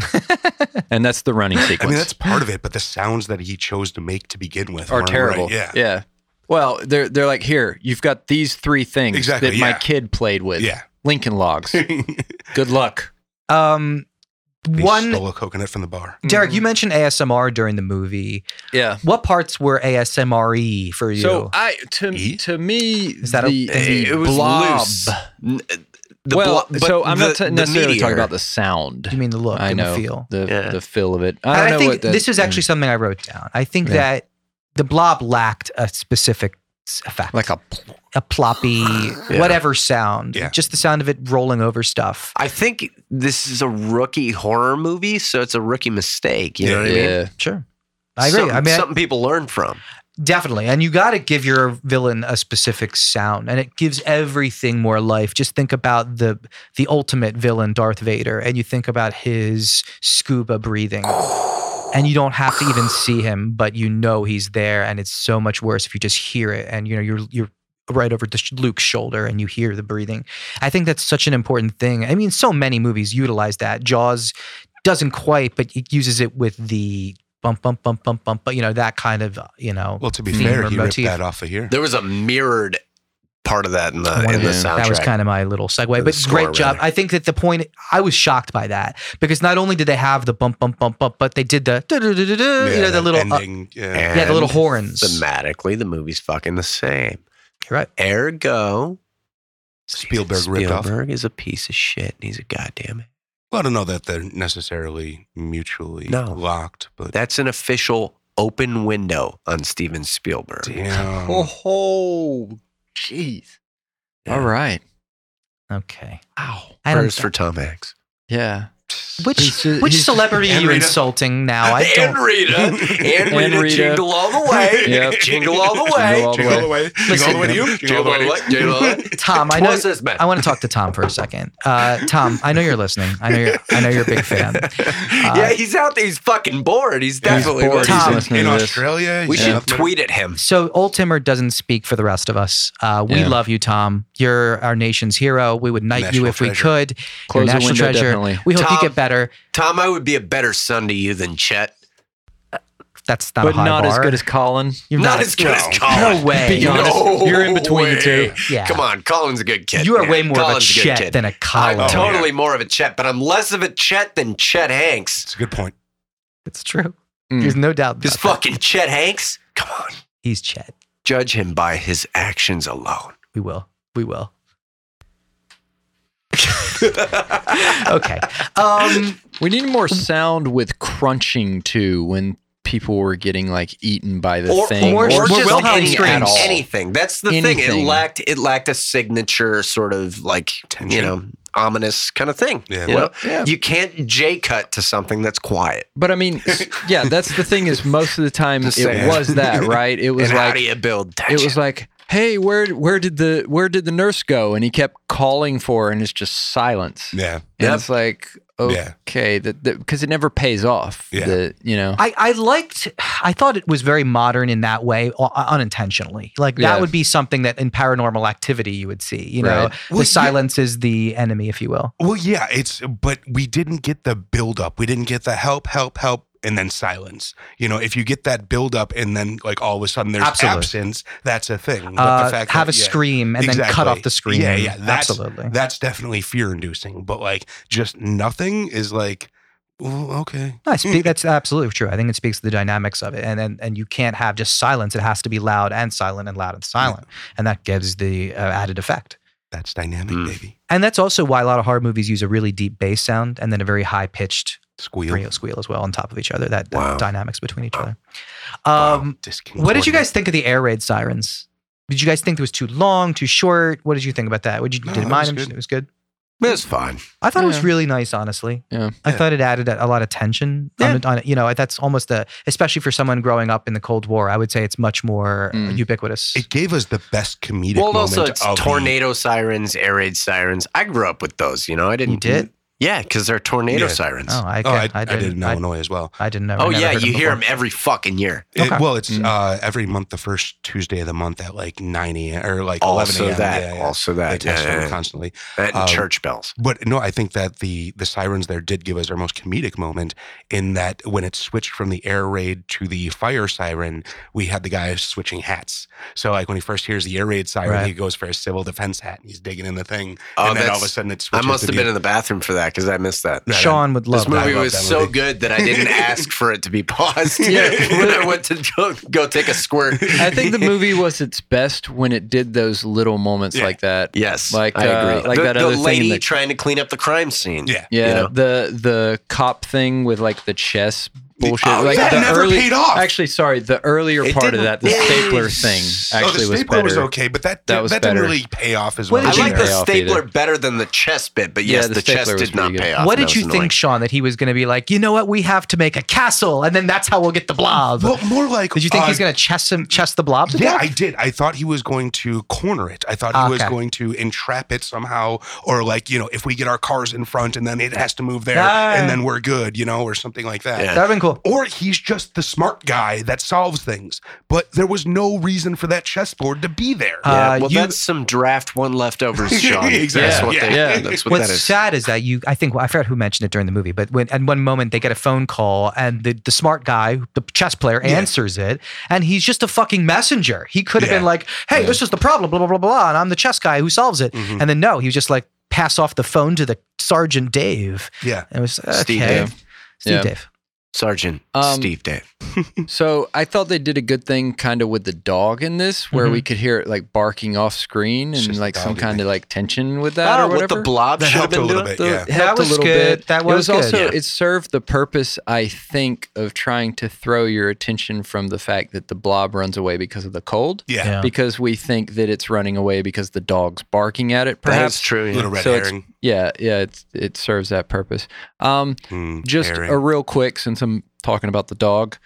S2: and that's the running sequence.
S4: I mean that's part of it, but the sounds that he chose to make to begin with
S2: are
S4: weren't right.
S2: terrible.
S4: Yeah.
S2: Yeah. Well, they're they're like here. You've got these three things
S4: Exactly,
S2: that my
S4: yeah.
S2: kid played with.
S4: Yeah.
S2: Lincoln Logs. Good luck.
S1: um,
S4: They
S1: one,
S4: stole a coconut from the bar.
S1: Derek,
S2: Mm-hmm.
S1: you mentioned ASMR during the movie.
S2: Yeah.
S1: What parts were ASMR for you?
S2: So I to
S4: E?
S2: to me
S1: Is that a
S2: the,
S1: thing?
S2: the
S3: it was
S2: blob.
S3: loose. N-
S1: uh,
S3: The
S2: well,
S3: blo- but
S2: so I'm not
S3: the-
S2: t-
S3: the
S2: necessarily talking
S3: meteor.
S2: about the sound.
S1: you mean the look
S2: I
S1: and
S2: know
S1: the feel?
S2: the
S3: Yeah.
S2: the feel of it. I don't
S1: And
S2: know
S1: think
S2: what that,
S1: this is actually something I wrote down. I think
S2: Yeah.
S1: that the blob lacked a specific s- effect,
S2: like a
S1: a ploppy,
S2: Yeah.
S1: whatever sound,
S4: Yeah.
S1: just the sound of it rolling over stuff.
S3: I think this is a rookie horror movie, so it's a rookie mistake. You know what I mean?
S2: yeah.
S1: Sure. I agree.
S3: Something,
S1: I mean, I-
S3: something people learn from.
S1: definitely. And you got to give your villain a specific sound, and it gives everything more life. Just think about the the ultimate villain, Darth Vader, and you think about his scuba breathing. And you don't have to even see him, but you know he's there, and it's so much worse if you just hear it. And you know you're you're right over to Luke's shoulder, and you hear the breathing. I think that's such an important thing. I mean, so many movies utilize that. Jaws doesn't quite, but it uses it with the bump, bump, bump, bump, bump, but you know, that kind of, you know,
S4: Well, to be
S1: theme
S4: fair,
S1: or
S4: he
S1: motif.
S4: ripped that off of here.
S3: There was a mirrored part of that in the
S1: One
S3: in
S1: of
S3: the
S2: them.
S3: soundtrack.
S1: that was kind of my little segue,
S3: the
S1: but
S3: score,
S1: great job.
S3: rather.
S1: I think that the point, I was shocked by that because not only did they have the bump, bump, bump, bump, but they did the,
S4: Yeah,
S1: du-du-du-du-du, you know, the
S4: that
S1: little, uh,
S4: ending. yeah.
S3: and
S1: yeah, the little horns.
S3: Thematically, the movie's fucking the same.
S1: You're uh, right.
S3: Ergo,
S4: Spielberg, ripped off.
S3: Spielberg is a piece of shit, and he's a goddamn. it.
S4: Well, I don't know that they're necessarily mutually
S3: No.
S4: locked, but
S3: That's an official open window on Steven Spielberg.
S4: damn.
S2: Oh, jeez. All right.
S1: Okay.
S3: Ow.
S1: I don't-
S3: First for Tom Hanks.
S2: Yeah.
S1: Which,
S2: He's ju-
S1: which
S2: he's-
S1: celebrity are
S4: And
S1: you
S4: Rita.
S1: insulting now? I
S3: and
S1: don't.
S3: Rita, and Rita,
S2: And Rita.
S3: jingle all the way,
S2: Yep.
S3: jingle all the
S2: Jingle
S3: way,
S2: all the
S4: Jingle all the way. Jingle all the way to you. Jingle all the way to you.
S3: Jingle all the way.
S1: Tom, I know.
S3: Twas this man.
S1: I want to talk to Tom for a second. Uh, Tom, I know you're listening. I know you're. I know you're a big fan.
S3: yeah, he's out there. He's fucking bored. He's definitely
S2: bored.
S3: listening.
S1: Tom,
S2: listening
S4: in
S2: to this.
S4: Australia.
S3: We
S4: yeah.
S3: should tweet at him.
S1: So Old Timmer doesn't speak for the rest of us. Uh, we
S2: Yeah.
S1: love you, Tom. You're our nation's hero. We would knight you
S4: National
S1: if we
S4: treasure.
S1: could. You're a
S2: Close the
S1: national
S2: window,
S1: treasure.
S2: definitely.
S1: We hope you
S3: Tom.
S1: get better.
S3: Tom, I would be a better son to you than Chet.
S1: That's not a
S2: but
S1: high
S2: not as
S1: bar.
S2: good as Colin.
S1: You're
S3: Not as good as
S4: no.
S3: Colin.
S1: No way.
S2: Be honest.
S3: No
S2: You're in between the two.
S3: way.
S1: Yeah.
S3: Come on, Colin's a good kid.
S1: You are
S3: man.
S1: way more
S3: Colin's
S1: of a
S3: good
S1: Chet
S3: kid.
S1: than a
S3: I'm
S1: Colin.
S4: Oh,
S3: totally more of a Chet, but I'm less of a Chet than Chet Hanks.
S4: It's a good point.
S1: It's true.
S2: Mm.
S1: There's no doubt.
S3: This
S1: about that.
S3: fucking Chet Hanks. Come on,
S1: He's Chet.
S3: judge him by his actions alone.
S1: We will. We will. Okay. Um,
S2: We need more sound with crunching too when people were getting like eaten by the
S3: or,
S2: thing.
S3: or,
S1: Or
S3: just
S1: Wilhelm
S3: any-
S1: screams.
S2: at all.
S3: anything. That's the thing. It
S2: Anything.
S3: lacked it lacked a signature sort of like you
S4: Tension.
S3: know ominous kind of thing.
S4: Yeah.
S3: You, know?
S2: Yeah.
S3: you can't J cut to something that's quiet.
S2: But I mean, s- yeah, that's the thing is most of the time
S3: Just
S2: it
S3: saying.
S2: was that, right? It was
S3: and how
S2: like
S3: do you build
S2: it
S3: tension?
S2: was like, "Hey, where where did the where did the nurse go?" and he kept calling for her and it's just silence.
S4: Yeah.
S2: And
S3: Yep.
S2: it's like,
S4: Yeah.
S2: okay, that because it never pays off.
S4: Yeah.
S2: the- you know.
S1: I, I liked, I thought it was very modern in that way, u- unintentionally. Like that
S2: Yeah.
S1: would be something that in paranormal activity you would see, you know,
S2: Right.
S1: the
S4: Well, yeah.
S1: silence is the enemy, if you will.
S4: Well, yeah, it's but we didn't get the buildup. We didn't get the help, help, help, and then silence. You know, if you get that buildup and then like all of a sudden there's
S1: Absolutely.
S4: absence, that's a thing. But
S1: Uh,
S4: the fact
S1: have
S4: that-
S1: a
S4: yeah,
S1: scream and then cut
S4: exactly.
S1: off the scream.
S4: Yeah, yeah, that's-
S1: Absolutely.
S4: That's definitely fear inducing. But like just nothing is like well, okay.
S1: No, I speak, that's absolutely true. I think it speaks to the dynamics of it, and, and and you can't have just silence. It has to be loud and silent, and loud and silent, and that gives the uh, added effect.
S4: That's dynamic,
S3: Mm.
S4: baby.
S1: And that's also why a lot of horror movies use a really deep bass sound and then a very high pitched
S4: Squeal.
S1: radio squeal as well on top of each other. That, that
S3: Wow.
S1: dynamics between each other.
S4: Wow,
S1: Um,
S4: discontort-
S1: what did you guys think of the air raid sirens? Did you guys think it was too long, too short? What did you think about that? What did you
S4: No,
S1: did it
S4: that
S1: mind?
S4: was
S1: him?
S4: good.
S1: It was good.
S3: it was fine.
S1: I thought it was
S2: Yeah.
S1: really nice, honestly.
S2: Yeah.
S1: I
S4: Yeah.
S1: thought it added a, a lot of tension.
S3: Yeah.
S1: On, on, you know, that's almost a, especially for someone growing up in the Cold War, I would say it's much more uh,
S2: Mm.
S1: ubiquitous.
S4: It gave us the best comedic.
S3: Well, also
S4: moment
S3: it's
S4: of the-
S3: tornado sirens, air raid sirens. I grew up with those. You know, I didn't.
S1: You did?
S3: Yeah, because they're tornado
S4: Yeah.
S3: sirens.
S1: oh,
S3: Oh,
S1: I,
S4: Oh, I,
S1: I,
S4: I
S1: didn't,
S4: did in
S1: I,
S4: Illinois as well.
S1: I didn't know. I never
S3: yeah,
S1: heard
S3: you hear
S1: before.
S3: them every fucking year.
S4: It-
S1: Okay.
S4: well, it's
S2: Mm.
S4: uh, every month, the first Tuesday of the month at like 9 a.m. or like 11
S3: Also
S4: a.m.
S3: that.
S4: Yeah, uh, yeah.
S3: Also
S4: They
S3: that.
S4: test
S3: yeah,
S4: them
S3: yeah.
S4: constantly.
S3: That and
S4: Um,
S3: church bells.
S4: But no, I think that the the sirens there did give us our most comedic moment in that when it switched from the air raid to the fire siren, we had the guy switching hats. So like when he first hears the air raid siren,
S1: Right.
S4: he goes for a civil defense hat and he's digging in the thing,
S3: Oh,
S4: and then all
S3: that's-
S4: of a sudden it
S3: I
S4: switches.
S3: must
S4: to
S3: have
S4: the-
S3: been in the bathroom for that because I missed that.
S4: Yeah,
S1: Sean would love
S3: This movie
S4: love
S3: was
S4: that
S3: so
S4: movie.
S3: good that I didn't ask for it to be paused. yeah, when I went to go, go take a squirt.
S2: I think the movie was its best when it did those little moments
S4: Yeah.
S2: like that.
S3: yes,
S2: Like,
S3: I
S2: uh,
S3: agree.
S2: like
S3: the,
S2: that
S3: the
S2: other thing in
S3: lady
S2: the-
S3: trying to clean up the crime scene.
S4: yeah.
S2: Yeah,
S3: You know?
S2: the the cop thing with like the chess bullshit.
S4: Oh,
S2: like
S4: that
S2: the
S4: never
S2: early,
S4: paid off.
S2: Actually, sorry, the earlier
S3: It
S2: part of
S3: didn't-
S2: that, the
S3: Yeah.
S2: stapler thing,
S4: Oh, the
S2: actually was
S4: stapler
S2: better.
S4: was okay, but that
S2: That was
S4: that didn't
S2: better.
S4: really pay off as
S1: What
S4: well.
S1: did
S3: I
S4: as
S1: you
S3: like
S4: the air
S3: the
S2: pay off
S3: stapler
S2: either.
S3: better than the chess bit, but
S2: Yeah,
S3: yes,
S2: the
S3: the, chess
S2: stapler was
S3: did not
S2: pretty good.
S3: pay off.
S1: what
S3: and that
S1: did you
S3: was
S1: think,
S3: annoying.
S1: Sean? That he was going to be like, you know what? We have to make a castle, and then that's how we'll get the blob.
S4: Well, more like
S1: did you think
S4: uh,
S1: he's going to chess him, chess the blob? to
S4: Yeah,
S1: death?
S4: I did. I thought he was going to corner it. I thought he was
S1: Okay.
S4: going to entrap it somehow, or like you know, if we get our cars in front and then it has to move there,
S1: Ah.
S4: and then we're good, you know, or something like that.
S3: Yeah.
S1: that'd have been cool.
S4: Or he's just the smart guy that solves things, but there was no reason for that chessboard to be there.
S1: Uh,
S3: Yeah, well,
S1: you-
S3: that's some draft one leftovers, Sean.
S4: Exactly.
S3: That's what
S4: Yeah.
S3: they.
S2: Yeah.
S3: That's what
S1: What's
S3: that is.
S1: sad is that you, I think, I forgot who mentioned it during the movie, but when, at one moment they get a phone call and the, the smart guy, the chess player,
S4: Yeah.
S1: answers it and he's just a fucking messenger. He could have
S4: Yeah.
S1: been like, hey, this is the problem, blah, blah, blah, blah, and I'm the chess guy who solves it.
S2: Mm-hmm.
S4: Mhm.
S1: And then no, he was just like, pass off the phone to the Sergeant Dave.
S4: yeah.
S1: And it was okay.
S3: Steve
S1: Steve
S3: Dave.
S1: Dave.
S2: Yeah.
S3: Sergeant
S2: Um,
S3: Steve Dave.
S2: So I thought they did a good thing kind of with the dog in this, where we could hear it like barking off screen
S4: It's
S2: and
S4: just
S2: like
S4: the
S2: some
S4: dog, I
S2: kind of like tension with that
S3: Oh,
S2: or
S3: what
S2: whatever.
S3: the blob
S4: That
S3: should have
S4: helped a
S3: been
S4: little
S3: doing.
S2: The-
S4: bit. yeah.
S2: helped
S1: That
S2: a
S1: was
S2: little
S1: good.
S2: bit.
S1: That
S2: it
S1: was
S2: was
S1: good.
S2: also
S3: Yeah.
S2: it served the purpose, I think, of trying to throw your attention from the fact that the blob runs away because of the cold,
S4: Yeah.
S1: Yeah.
S2: because we think that it's running away because the dog's barking at it.
S3: That is
S2: Perhaps
S3: true. yeah.
S4: Little red
S2: So it's-
S4: herring.
S2: Yeah, yeah, it's, it serves that purpose. Um,
S4: Mm,
S2: just
S4: herring.
S2: a real quick, since I'm talking about the dog,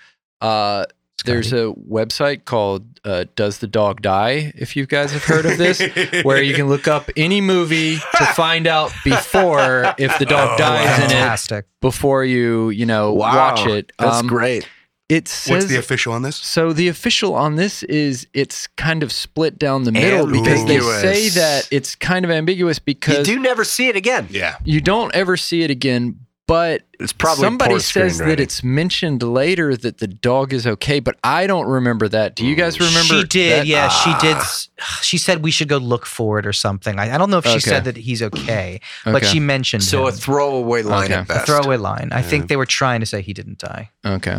S2: uh, there's a website called uh, Does the Dog Die? If you guys have heard of this, where you can look up any movie to find out before if the dog
S4: Oh,
S2: dies in it
S1: Fantastic.
S2: before you you know
S3: Wow,
S2: watch it.
S3: That's
S2: Um,
S3: great.
S2: It says
S4: What's the official on this?
S2: so the official on this is it's kind of split down the middle because they
S3: Ambiguous.
S2: say that it's kind of ambiguous
S3: You
S2: because
S3: do never see it again.
S4: Yeah.
S2: you don't ever see it again, But
S3: It's probably
S2: somebody
S3: poor
S2: says
S3: screenwriting.
S2: that it's mentioned later that the dog is okay, but I don't remember that. Do you guys remember?
S1: Mm, She did.
S2: that?
S1: yeah, she did.
S3: Ah.
S1: s- She said we should go look for it or something. I, I don't know if she
S2: Okay.
S1: said that he's okay, but
S2: Okay,
S1: she mentioned
S3: so a
S1: him.
S3: throwaway line
S2: Okay.
S3: at
S1: a
S3: best.
S1: throwaway line. I
S4: Yeah.
S1: think they were trying to say he didn't die.
S2: okay.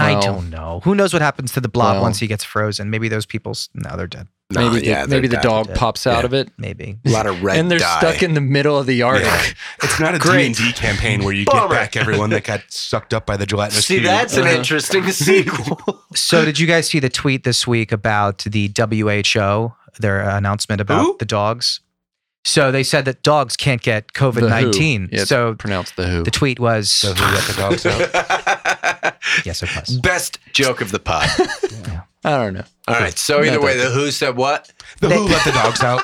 S1: I
S2: Well-
S1: don't know. Who knows what happens to the blob
S2: Well-
S1: once he gets frozen? Maybe those people's no, they're dead.
S3: Nah,
S2: maybe
S3: yeah,
S2: it- maybe the
S3: that-
S2: dog
S1: Yeah.
S2: pops out
S3: Yeah.
S2: of it,
S1: Maybe.
S3: A lot of red
S2: and they're
S3: dye.
S2: stuck in the middle of the Arctic.
S4: Yeah. It's not a
S2: Great.
S4: D&D campaign where you
S3: Bummer.
S4: get back everyone that got sucked up by the gelatinous
S3: See,
S4: cube.
S3: that's an
S2: Uh-huh.
S3: interesting sequel.
S1: So did you guys see the tweet this week about the WHO their announcement about
S3: Who?
S1: the dogs? So they said that dogs can't get
S2: The Who.
S1: COVID nineteen.
S2: Yeah, it's
S1: so
S2: pronounced the who.
S1: the tweet was
S4: So who let the dogs out?
S1: yes, it was.
S3: Best joke of the pod.
S2: I don't know
S3: All right. So either
S2: Not
S3: way,
S2: that-
S3: the Who said what?
S4: The who let the dogs out?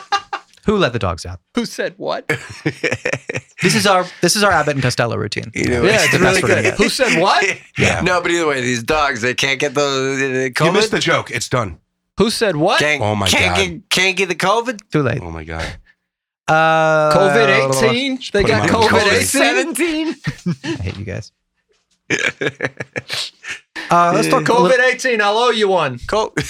S1: Who let the dogs out?
S2: who said what.
S1: This is our this is our Abbott and Costello routine.
S3: You know,
S2: yeah, it's
S1: the
S2: really
S1: best we're gonna
S2: good. Who said what?
S4: Yeah.
S3: No, but either way, these dogs they can't get the uh, COVID.
S4: You missed the joke. It's done.
S2: Who said what?
S3: Can't,
S4: Oh my
S3: can't
S4: God.
S3: Get, can't get the COVID.
S1: Too late.
S4: Oh my god.
S1: Uh,
S2: COVID eighteen. They
S4: put
S2: got
S4: him on
S2: COVID
S4: COVID.
S2: eighteen.
S3: Seventeen.
S1: I hate you guys. Uh, let's talk a
S2: COVID eighteen. I'll owe you one.
S3: Co-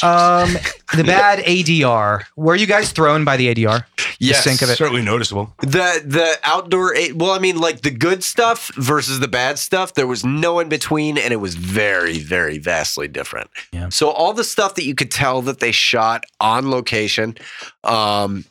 S1: Um, the bad ADR. Were you guys thrown by the ADR?
S3: yes.
S1: sink of it.
S4: Certainly noticeable.
S3: The the outdoor. a- Well, I mean, like the good stuff versus the bad stuff. There was no in between, and it was very, very vastly different.
S1: Yeah.
S3: So all the stuff that you could tell that they shot on location. Um,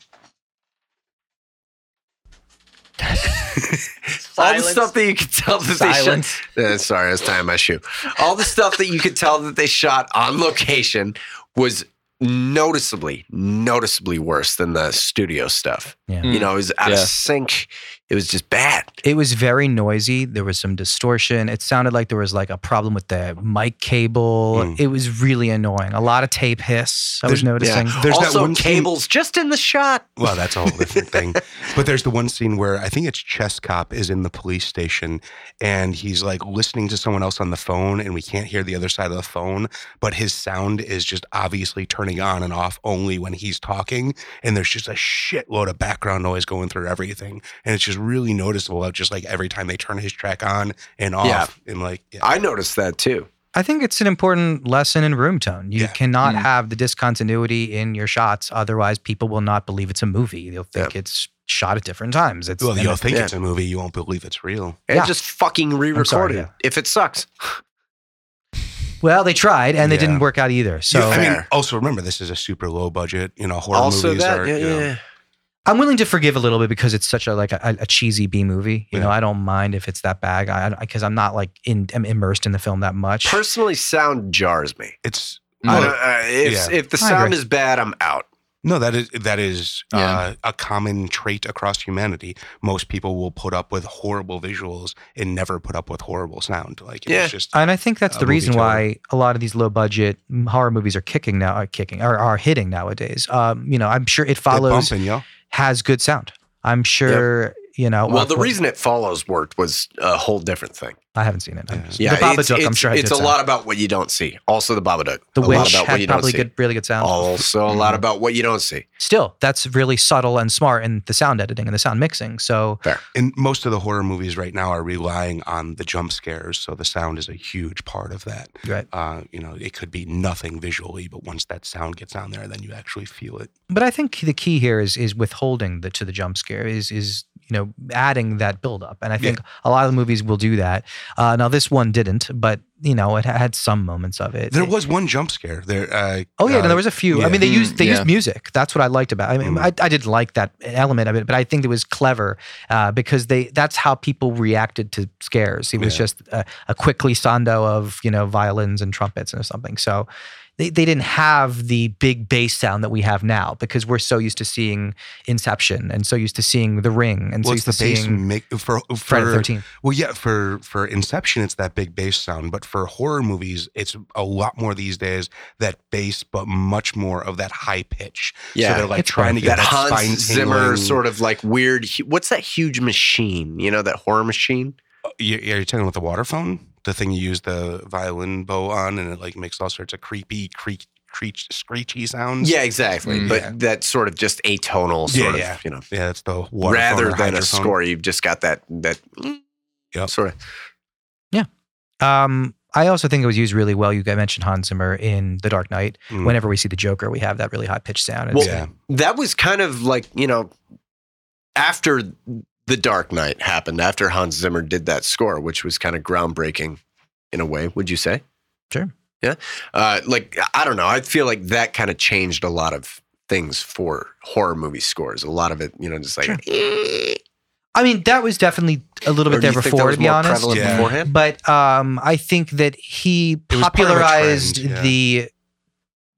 S3: all the stuff that you could tell that they shot
S2: Silence.
S3: Uh, sorry, I was tying my shoe. All the stuff that you could tell that they shot on location was noticeably, noticeably worse than the studio stuff.
S1: Yeah.
S3: You know, it was out
S2: Yeah.
S3: of sync. It was just bad.
S1: It was very noisy. There was some distortion. It sounded like there was like a problem with the mic cable.
S4: Mm.
S1: It was really annoying. A lot of tape hiss. I was
S4: There's-
S1: noticing.
S4: There's that
S3: also,
S4: one scene-
S3: cables just in the shot.
S4: Well, that's a whole different thing. But there's the one scene where I think it's Chess Cop is in the police station and he's like listening to someone else on the phone and we can't hear the other side of the phone, but his sound is just obviously turning on and off only when he's talking. And there's just a shitload of background noise going through everything. And it's just really noticeable of just like every time they turn his track on and off.
S3: Yeah.
S4: And like, yeah.
S3: I noticed that too.
S1: I think it's an important lesson in room tone. You
S4: Yeah.
S1: cannot
S2: Mm.
S1: have the discontinuity in your shots. Otherwise, people will not believe it's a movie. They'll think it's shot at different times. It's
S4: well,
S1: and
S4: you'll
S1: it's-
S4: think
S3: yeah.
S4: it's a movie, you won't believe it's real.
S3: And
S1: Yeah.
S3: just fucking re-recorded
S1: sorry,
S3: it if it sucks.
S1: well, they tried and they
S4: Yeah.
S1: didn't work out either. So
S4: I mean,
S3: Fair.
S4: also remember this is a super low budget, you know, horror
S3: also,
S4: movies
S3: that
S4: are
S3: yeah,
S4: you know,
S3: yeah.
S1: I'm willing to forgive a little bit because it's such a like a, a cheesy B movie. You know,
S4: Yeah.
S1: I don't mind if it's that bad. I because I'm not like in I'm immersed in the film that much.
S3: personally, sound jars me.
S4: it's
S3: I
S4: Mm.
S3: don't, uh, if
S4: Yeah.
S3: if the
S1: I
S3: sound
S1: agree.
S3: is bad, I'm out.
S4: No, that is that is
S2: Yeah.
S4: uh, a common trait across humanity. Most people will put up with horrible visuals and never put up with horrible sound. Like it's
S3: Yeah.
S4: just
S1: and I think that's
S4: A
S1: the
S4: movie
S1: reason
S4: killer.
S1: why a lot of these low budget horror movies are kicking now, are kicking or are hitting nowadays. Um, you know, I'm sure it
S4: they're
S1: follows
S4: bumping, yo.
S1: has good sound. I'm sure you know.
S3: Well, the
S1: uh,
S3: reason it follows worked was a whole different thing.
S1: I haven't seen it. I'm
S4: Yeah.
S1: just-
S3: Yeah,
S1: the Babadook,
S3: it's,
S1: I'm sure had
S3: it's, it's
S1: good sound.
S3: a lot about what you don't see. Also, the Babadook.
S1: The
S3: a lot
S1: Witch
S3: about what you
S1: had
S3: don't
S1: probably
S3: see.
S1: good, Mm-hmm. really good sound.
S3: Also, a lot about what you don't see.
S1: Still, that's really subtle and smart in the sound editing and the sound mixing. So
S4: And most of the horror movies right now are relying on the jump scares, so the sound is a huge part of that.
S1: right.
S4: Uh, you know, it could be nothing visually, but once that sound gets on there, then you actually feel it.
S1: But I think the key here is is withholding the to the jump scare is is you know adding that buildup, and I think a lot of the movies will do that. Uh, now this one didn't, but you know it had some moments of it.
S4: There
S1: It-
S4: was one jump scare there. Uh,
S1: Oh yeah,
S4: uh,
S1: no, there was a few.
S4: yeah.
S1: I mean, they
S2: Mm,
S1: used they
S2: yeah.
S1: used music. That's what I liked about. I mean,
S4: Mm.
S1: I, I did like that element of it, but I think it was clever uh, because they that's how people reacted to scares. It was
S4: Yeah.
S1: just a, a quick glissando of you know violins and trumpets and something. So they they didn't have the big bass sound that we have now because we're so used to seeing Inception and so used to seeing The Ring and so
S4: well, it's
S1: used
S4: the
S1: to
S4: bass
S1: seeing
S4: mi- for for
S1: Friday the Thirteenth.
S4: Well, yeah, for for Inception, it's that big bass sound, but for horror movies, it's a lot more these days that bass, but much more of that high pitch.
S3: Yeah,
S4: so they're like
S1: It's
S4: trying to
S1: perfect.
S4: get
S3: that
S4: that, spine
S3: Hans Zimmer sort of like weird. hu- What's that huge machine? You know that horror machine?
S4: of. You're, Uh, you're talking about the water phone, the thing you use the violin bow on, and it like makes all sorts of creepy, creak, creech, screechy sounds.
S3: Yeah, exactly.
S2: Mm.
S3: but
S4: Yeah.
S3: that sort of just atonal
S4: Yeah,
S3: sort
S4: yeah.
S3: of you know,
S4: yeah, that's the water phone
S3: rather
S4: or
S3: than a
S4: hydrophone.
S3: score. You've just got that that
S4: Yep.
S3: Sort of.
S1: Um, I also think it was used really well. You guys mentioned Hans Zimmer in The Dark Knight.
S4: Mm.
S1: Whenever we see the Joker, we have that really high pitched sound. It's-
S3: Well,
S4: Yeah.
S3: that was kind of like you know after the dark knight happened after hans zimmer did that score which was kind of groundbreaking in a way would you say
S1: Sure.
S3: yeah uh, like i don't know i feel like that kind of changed a lot of things for horror movie scores a lot of it you know just like eh,
S1: Sure. I mean, that was definitely a little bit there before, to be honest.
S4: prevalent Yeah.
S3: beforehand
S1: But um, I think that he
S4: was part of a trend,
S1: popularized
S4: yeah.
S1: the.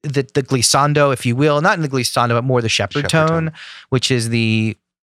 S1: The, the glissando, if you will, not in the glissando, but more the shepherd, tone,
S4: Shepherd tone.
S1: which is the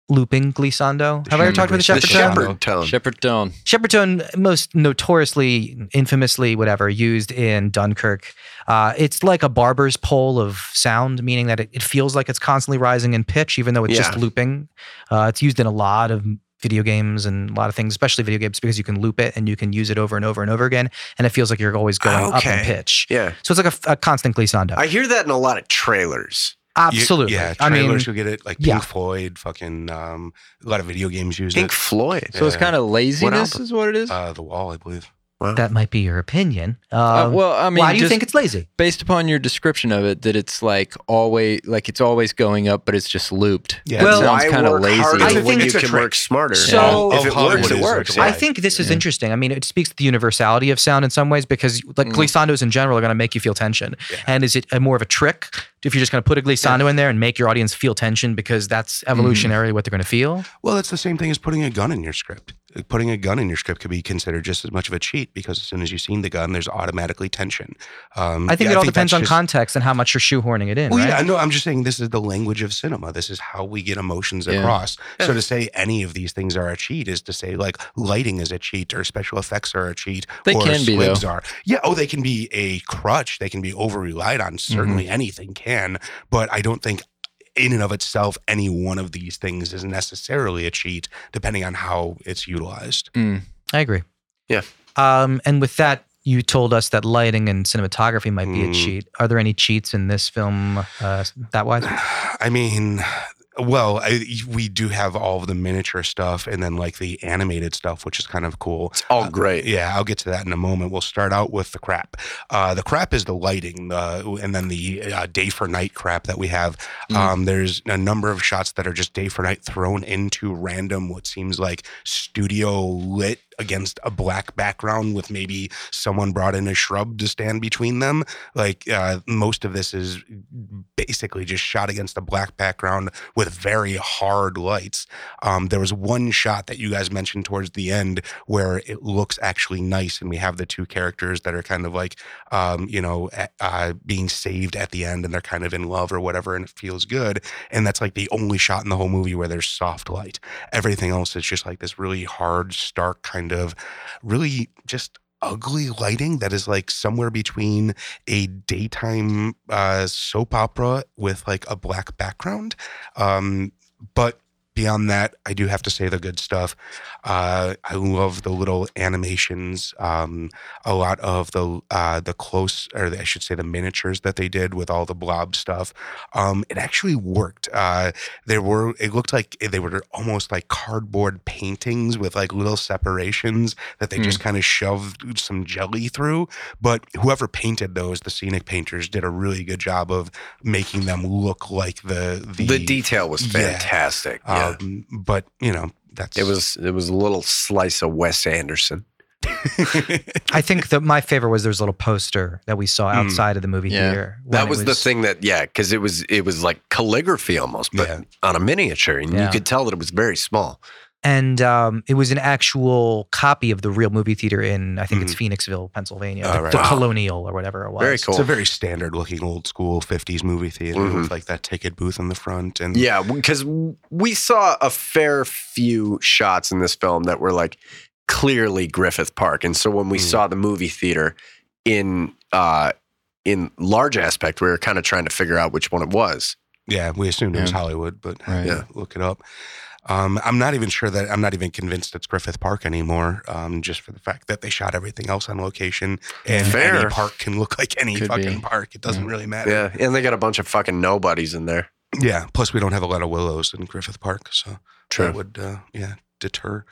S1: looping glissando.
S4: The
S1: Have I ever
S4: shepherd
S1: talked about the
S4: glissando.
S3: the
S1: shepherd
S4: Shepherd
S1: tone?
S3: shepherd tone
S2: Shepherd Tone.
S1: Shepherd tone, most notoriously, infamously, whatever, used in Dunkirk. Uh, it's like a barber's pole of sound, meaning that it, it feels like it's constantly rising in pitch, even though it's just
S3: Yeah.
S1: looping. Uh, it's used in a lot of video games and a lot of things, especially video games, because you can loop it and you can use it over and over and over again, and it feels like you're always going up in
S3: Okay.
S1: pitch.
S3: yeah
S1: So it's like a f- a, constant glissando.
S3: i hear that in a lot of trailers
S4: You-
S1: Absolutely.
S4: yeah,
S1: I
S4: trailers
S1: mean,
S4: you get it like Pink
S1: yeah.
S4: Floyd, fucking um, a lot of video games use
S3: pink
S4: it.
S3: floyd
S2: So it's
S4: Yeah.
S2: kind of laziness,
S3: album?
S2: is what it is.
S4: Uh, the Wall, I believe.
S1: that might be your opinion. Um,
S2: Uh, well, I mean,
S1: why do you
S2: just
S1: think it's lazy?
S2: based upon your description of it, that it's like always, like it's always going up, but it's just looped.
S4: Yeah.
S2: That
S1: Well,
S2: sounds
S3: I
S2: kind of
S3: work
S2: lazy.
S3: harder
S1: I
S3: when
S1: think
S3: you
S4: it's a
S3: can
S4: trick.
S3: work smarter.
S1: So-
S3: if it works, it
S4: Of Hollywood
S3: works.
S4: is
S1: I
S4: Right.
S1: think this is
S2: Yeah.
S1: interesting. I mean, it speaks to the universality of sound in some ways because, like,
S2: Mm.
S1: glissandos in general are going to make you feel tension.
S4: Yeah.
S1: And is it a more of a trick if you're just going to put a glissando in there and make your audience feel tension because that's evolutionarily what they're going to feel?
S4: Well, it's the same thing as putting a gun in your script. Like, Putting a gun in your script could be considered just as much of a cheat because as soon as you've seen the gun, there's automatically tension. Um,
S1: I think
S4: yeah,
S1: it all
S4: that's
S1: depends on
S4: just-
S1: context and how much you're shoehorning it in.
S4: Well,
S1: right?
S4: yeah, no, I'm just saying this is the language of cinema. This is how we get emotions
S2: Yeah.
S4: across.
S3: Yeah.
S4: So to say any of these things are a cheat is to say like lighting is a cheat or special effects are a cheat
S2: They
S4: or
S2: can be,
S4: squibs
S2: though.
S4: are. Yeah, oh, they can be a crutch. They can be over relied on.
S2: Mm-hmm.
S4: Certainly anything can, but I don't think in and of itself any one of these things is necessarily a cheat depending on how it's utilized.
S1: I agree.
S3: Yeah.
S1: Um, and with that, you told us that lighting and cinematography might be a
S4: Mm.
S1: cheat. Are there any cheats in this film uh, that wise?
S4: I mean, well, I, we do have all of the miniature stuff and then like the animated stuff, which is kind of cool.
S3: It's all great.
S4: Yeah, I'll get to that in a moment. We'll start out with the crap. Uh, the crap is the lighting, the, and then the uh, day for night crap that we have.
S2: Mm.
S4: Um, there's a number of shots that are just day for night thrown into random, what seems like studio lit against a black background with maybe someone brought in a shrub to stand between them. Like uh, most of this is basically just shot against a black background with very hard lights. Um, there was one shot that you guys mentioned towards the end where it looks actually nice, and we have the two characters that are kind of like, um, you know, a- uh, being saved at the end, and they're kind of in love or whatever, and it feels good. And that's like the only shot in the whole movie where there's soft light. Everything else is just like this really hard, stark kind of, really just ugly lighting that is like somewhere between a daytime uh, soap opera with like a black background. Um, but beyond that, I do have to say the good stuff. Uh, I love the little animations. Um, a lot of the uh, the close, or I should say, the miniatures that they did with all the blob stuff. Um, it actually worked. Uh, there were it looked like eh, they were almost like cardboard paintings with like little separations that they just kind of shoved some jelly through. But whoever painted those, the scenic painters, did a really good job of making them look like the the,
S3: The detail was
S4: Yeah.
S3: fantastic. yeah.
S4: Um, But you know, that's
S3: It was it was a little slice of Wes Anderson.
S1: I think that my favorite was there's a little poster that we saw
S4: Mm.
S1: outside of the movie
S2: Yeah.
S1: theater. when
S3: That
S1: it
S3: was, the thing that yeah, because it was it was like calligraphy almost, but
S4: Yeah.
S3: on a miniature, and
S1: Yeah.
S3: you could tell that it was very small.
S1: and um, it was an actual copy of the real movie theater in I think it's Phoenixville, Pennsylvania, the,
S4: Oh, right.
S1: the
S4: Wow.
S1: Colonial or whatever it was.
S3: Very cool.
S4: It's a very standard looking old school 50s movie theater with like that ticket booth in the front. And
S3: Mm-hmm. Yeah, because we saw a fair few shots in this film that were like clearly Griffith Park, and so when we
S4: Mhm.
S3: saw the movie theater in uh, in large aspect, we were kind of trying to figure out which one it was.
S4: yeah, we assumed it was
S2: Yeah.
S4: Hollywood, but
S2: Right.
S4: yeah, look it up. Um, I'm not even sure that I'm not even convinced it's Griffith Park anymore, um, just for the fact that they shot everything else on location. And
S3: Fair.
S4: any park can look like any
S2: Could
S4: fucking
S2: be.
S4: park. It doesn't really matter.
S3: Yeah, and they got a bunch of fucking nobodies in there.
S4: Yeah. Plus, we don't have a lot of willows in Griffith Park. So that would, uh, yeah, deter.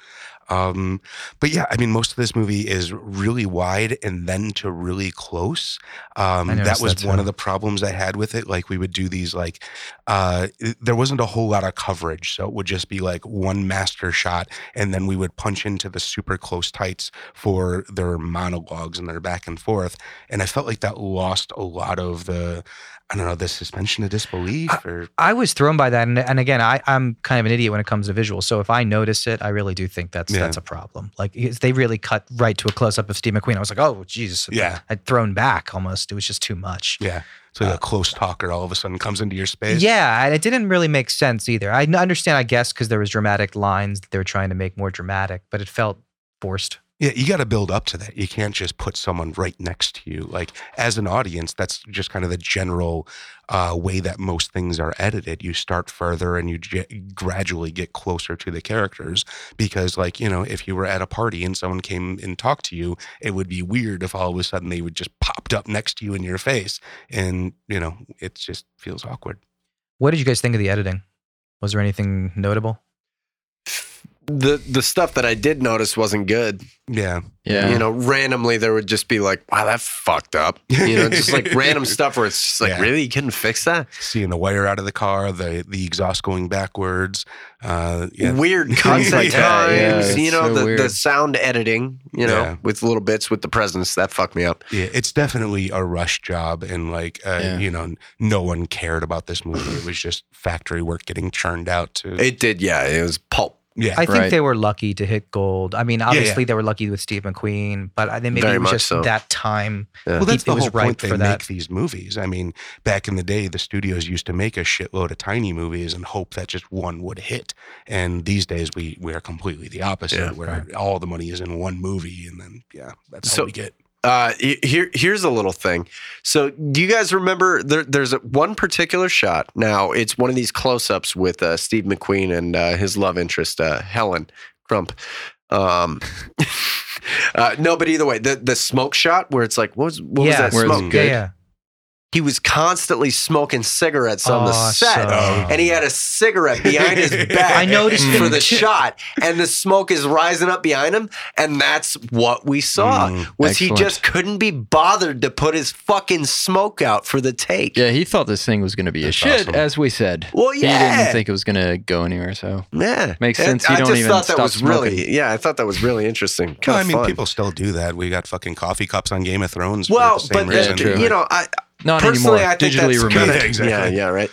S4: Um, but yeah, I mean, most of this movie is really wide and then to really close. Um,
S1: I
S4: that
S1: noticed
S4: was
S1: that
S4: one
S1: too.
S4: of the problems I had with it. Like we would do these, like uh, there wasn't a whole lot of coverage, so it would just be like one master shot, and then we would punch into the super close tights for their monologues and their back and forth. And I felt like that lost a lot of the, I don't know, the suspension of disbelief
S1: Uh,
S4: or
S1: I was thrown by that, and, and again, I, I'm kind of an idiot when it comes to visuals. So if I notice it, I really do think that's
S4: Yeah.
S1: that's a problem. Like is- they really cut right to a close up of Steve McQueen. I was like, oh Jesus,
S4: Yeah.
S1: I'd thrown back almost. It was just too much.
S4: so
S1: Uh,
S4: like a close talker all of a sudden comes into your space.
S1: Yeah, and it didn't really make sense either. I n- understand, I guess, because there was dramatic lines that they were trying to make more dramatic, but it felt forced.
S4: Yeah, you got to build up to that. You can't just put someone right next to you. Like as an audience, that's just kind of the general uh, way that most things are edited. You start further and you ge- gradually get closer to the characters because, like you know, if you were at a party and someone came and talked to you, it would be weird if all of a sudden they would just popped up next to you in your face, and you know, it just feels awkward.
S1: What did you guys think of the editing? Was there anything notable?
S3: The the stuff that I did notice wasn't good.
S4: Yeah,
S2: Yeah.
S3: You know, randomly there would just be like, wow, that fucked up. You know, just like random stuff where it's just like,
S4: Yeah.
S3: really, you couldn't fix that?
S4: seeing the wire out of the car, the the exhaust going backwards. Uh, yeah,
S3: Weird cuts
S4: Yeah,
S3: at times.
S2: yeah, it's
S3: you know,
S2: so
S3: the, the
S2: weird.
S3: sound editing, you know,
S4: Yeah.
S3: with little bits with the presence, that fucked me up.
S4: Yeah, it's definitely a rush job, and like uh,
S2: Yeah.
S4: you know, no one cared about this movie. It was just factory work getting churned out to.
S3: It did, yeah. It was pulp.
S4: yeah,
S1: I think
S2: Right.
S1: they were lucky to hit gold. I mean,
S4: yeah.
S1: obviously they were lucky with Steve McQueen, but I think maybe
S3: Very
S1: it was
S3: much
S1: just
S3: so.
S1: that time.
S4: well, that's
S1: it
S4: the
S1: was
S4: whole
S1: ripe
S4: point. They
S1: for
S4: make
S1: that.
S4: these movies. I mean, back in the day, the studios used to make a shitload of tiny movies and hope that just one would hit. And these days, we we are completely the opposite,
S3: Yeah.
S4: where all the money is in one movie, and then yeah, that's
S3: So-
S4: all we get.
S3: Uh, he- here, here's a little thing. So, do you guys remember? There, there's a, one particular shot. Now, it's one of these close-ups with uh, Steve McQueen and uh, his love interest, uh, Helen Crump. Um, uh, no, but either way, the the smoke shot where it's like, what was what
S1: Yeah.
S3: was that
S2: Where it's
S3: smoke?
S2: good.
S1: Yeah,
S3: He was constantly smoking cigarettes on the
S1: Oh,
S3: set,
S1: so-
S3: and he had a cigarette behind his back.
S1: I noticed
S3: Mm. for
S1: it
S3: the
S1: too.
S3: shot, and the smoke is rising up behind him, and that's what we saw
S4: Mm.
S3: was
S2: Excellent.
S3: he just couldn't be bothered to put his fucking smoke out for the take.
S2: Yeah, he thought this thing was going to be
S4: That's
S2: a shit,
S4: awesome.
S2: as we said.
S3: Well, yeah.
S2: He didn't think it was going to go anywhere, so.
S3: yeah.
S2: Makes
S3: And
S2: sense. You
S3: I
S2: don't
S3: just
S2: even
S3: thought that
S2: stop
S3: was really,
S2: smoking.
S3: yeah, I thought that was really interesting.
S4: No,
S3: Kind
S4: I
S3: of
S4: mean,
S3: fun.
S4: people still do that. We got fucking coffee cups on Game of Thrones.
S3: Well,
S4: for the
S3: but
S4: same
S3: then,
S4: reason.
S2: true.
S3: you know, I
S2: Not
S3: personally,
S2: anymore.
S3: I think
S2: Digitally
S3: that's
S2: removed.
S3: kind of,
S4: Yeah, exactly.
S3: yeah, yeah, right.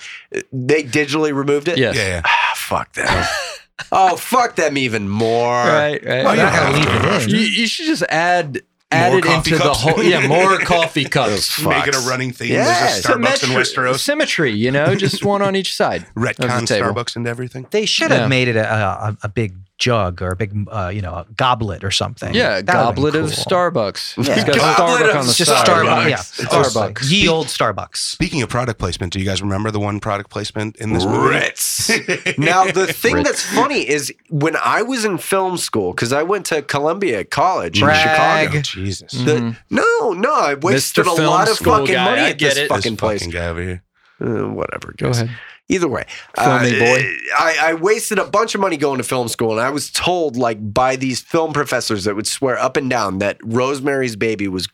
S3: They digitally removed it.
S2: Yes.
S4: yeah, yeah.
S3: Ah, fuck them. oh, fuck them even more.
S2: Right, right.
S1: yeah.
S4: Oh,
S1: They're
S4: you
S1: not
S4: have
S1: gonna leave it
S2: You,
S1: in.
S2: you should just add add
S4: More
S2: it into
S4: coffee
S2: the
S4: cups?
S2: whole yeah more coffee cups.
S3: Those
S4: Make it a
S3: fucks.
S4: running theme.
S3: Yes.
S4: There's a Starbucks in Westeros.
S2: Symmetry, you know, just one on each side.
S4: Retcon
S2: table.
S4: Starbucks and everything.
S1: They should have
S2: Yeah.
S1: made it a, a, a big jug or a big, uh, you know, a goblet or something.
S2: Yeah,
S1: That would've been
S2: goblet of
S1: cool.
S2: Starbucks.
S1: Yeah.
S2: It's got
S3: Goblet of
S2: Starbucks on the
S1: It's just
S2: side.
S1: Starbucks. Yeah,
S2: Starbucks.
S1: Starbucks. Ye old Starbucks.
S4: Speaking of product placement, do you guys remember the one product placement in this movie?
S3: Ritz. now the thing that's funny is when I was in film school because I went to Columbia College in
S1: Brag.
S3: Chicago.
S4: Oh, Jesus.
S2: Mm.
S3: The-
S2: Mhm.
S3: no, no, I wasted a
S2: Film
S3: lot of
S2: School
S3: fucking
S2: guy,
S3: money
S2: I
S3: at
S2: get
S3: this
S2: it. This
S3: fucking
S4: This
S3: place.
S4: fucking guy over here.
S3: Uh, whatever.
S2: Go
S3: guys.
S2: ahead.
S3: Either way, Uh,
S2: Filmy boy.
S3: I, I wasted a bunch of money going to film school, and I was told like by these film professors that would swear up and down that Rosemary's Baby was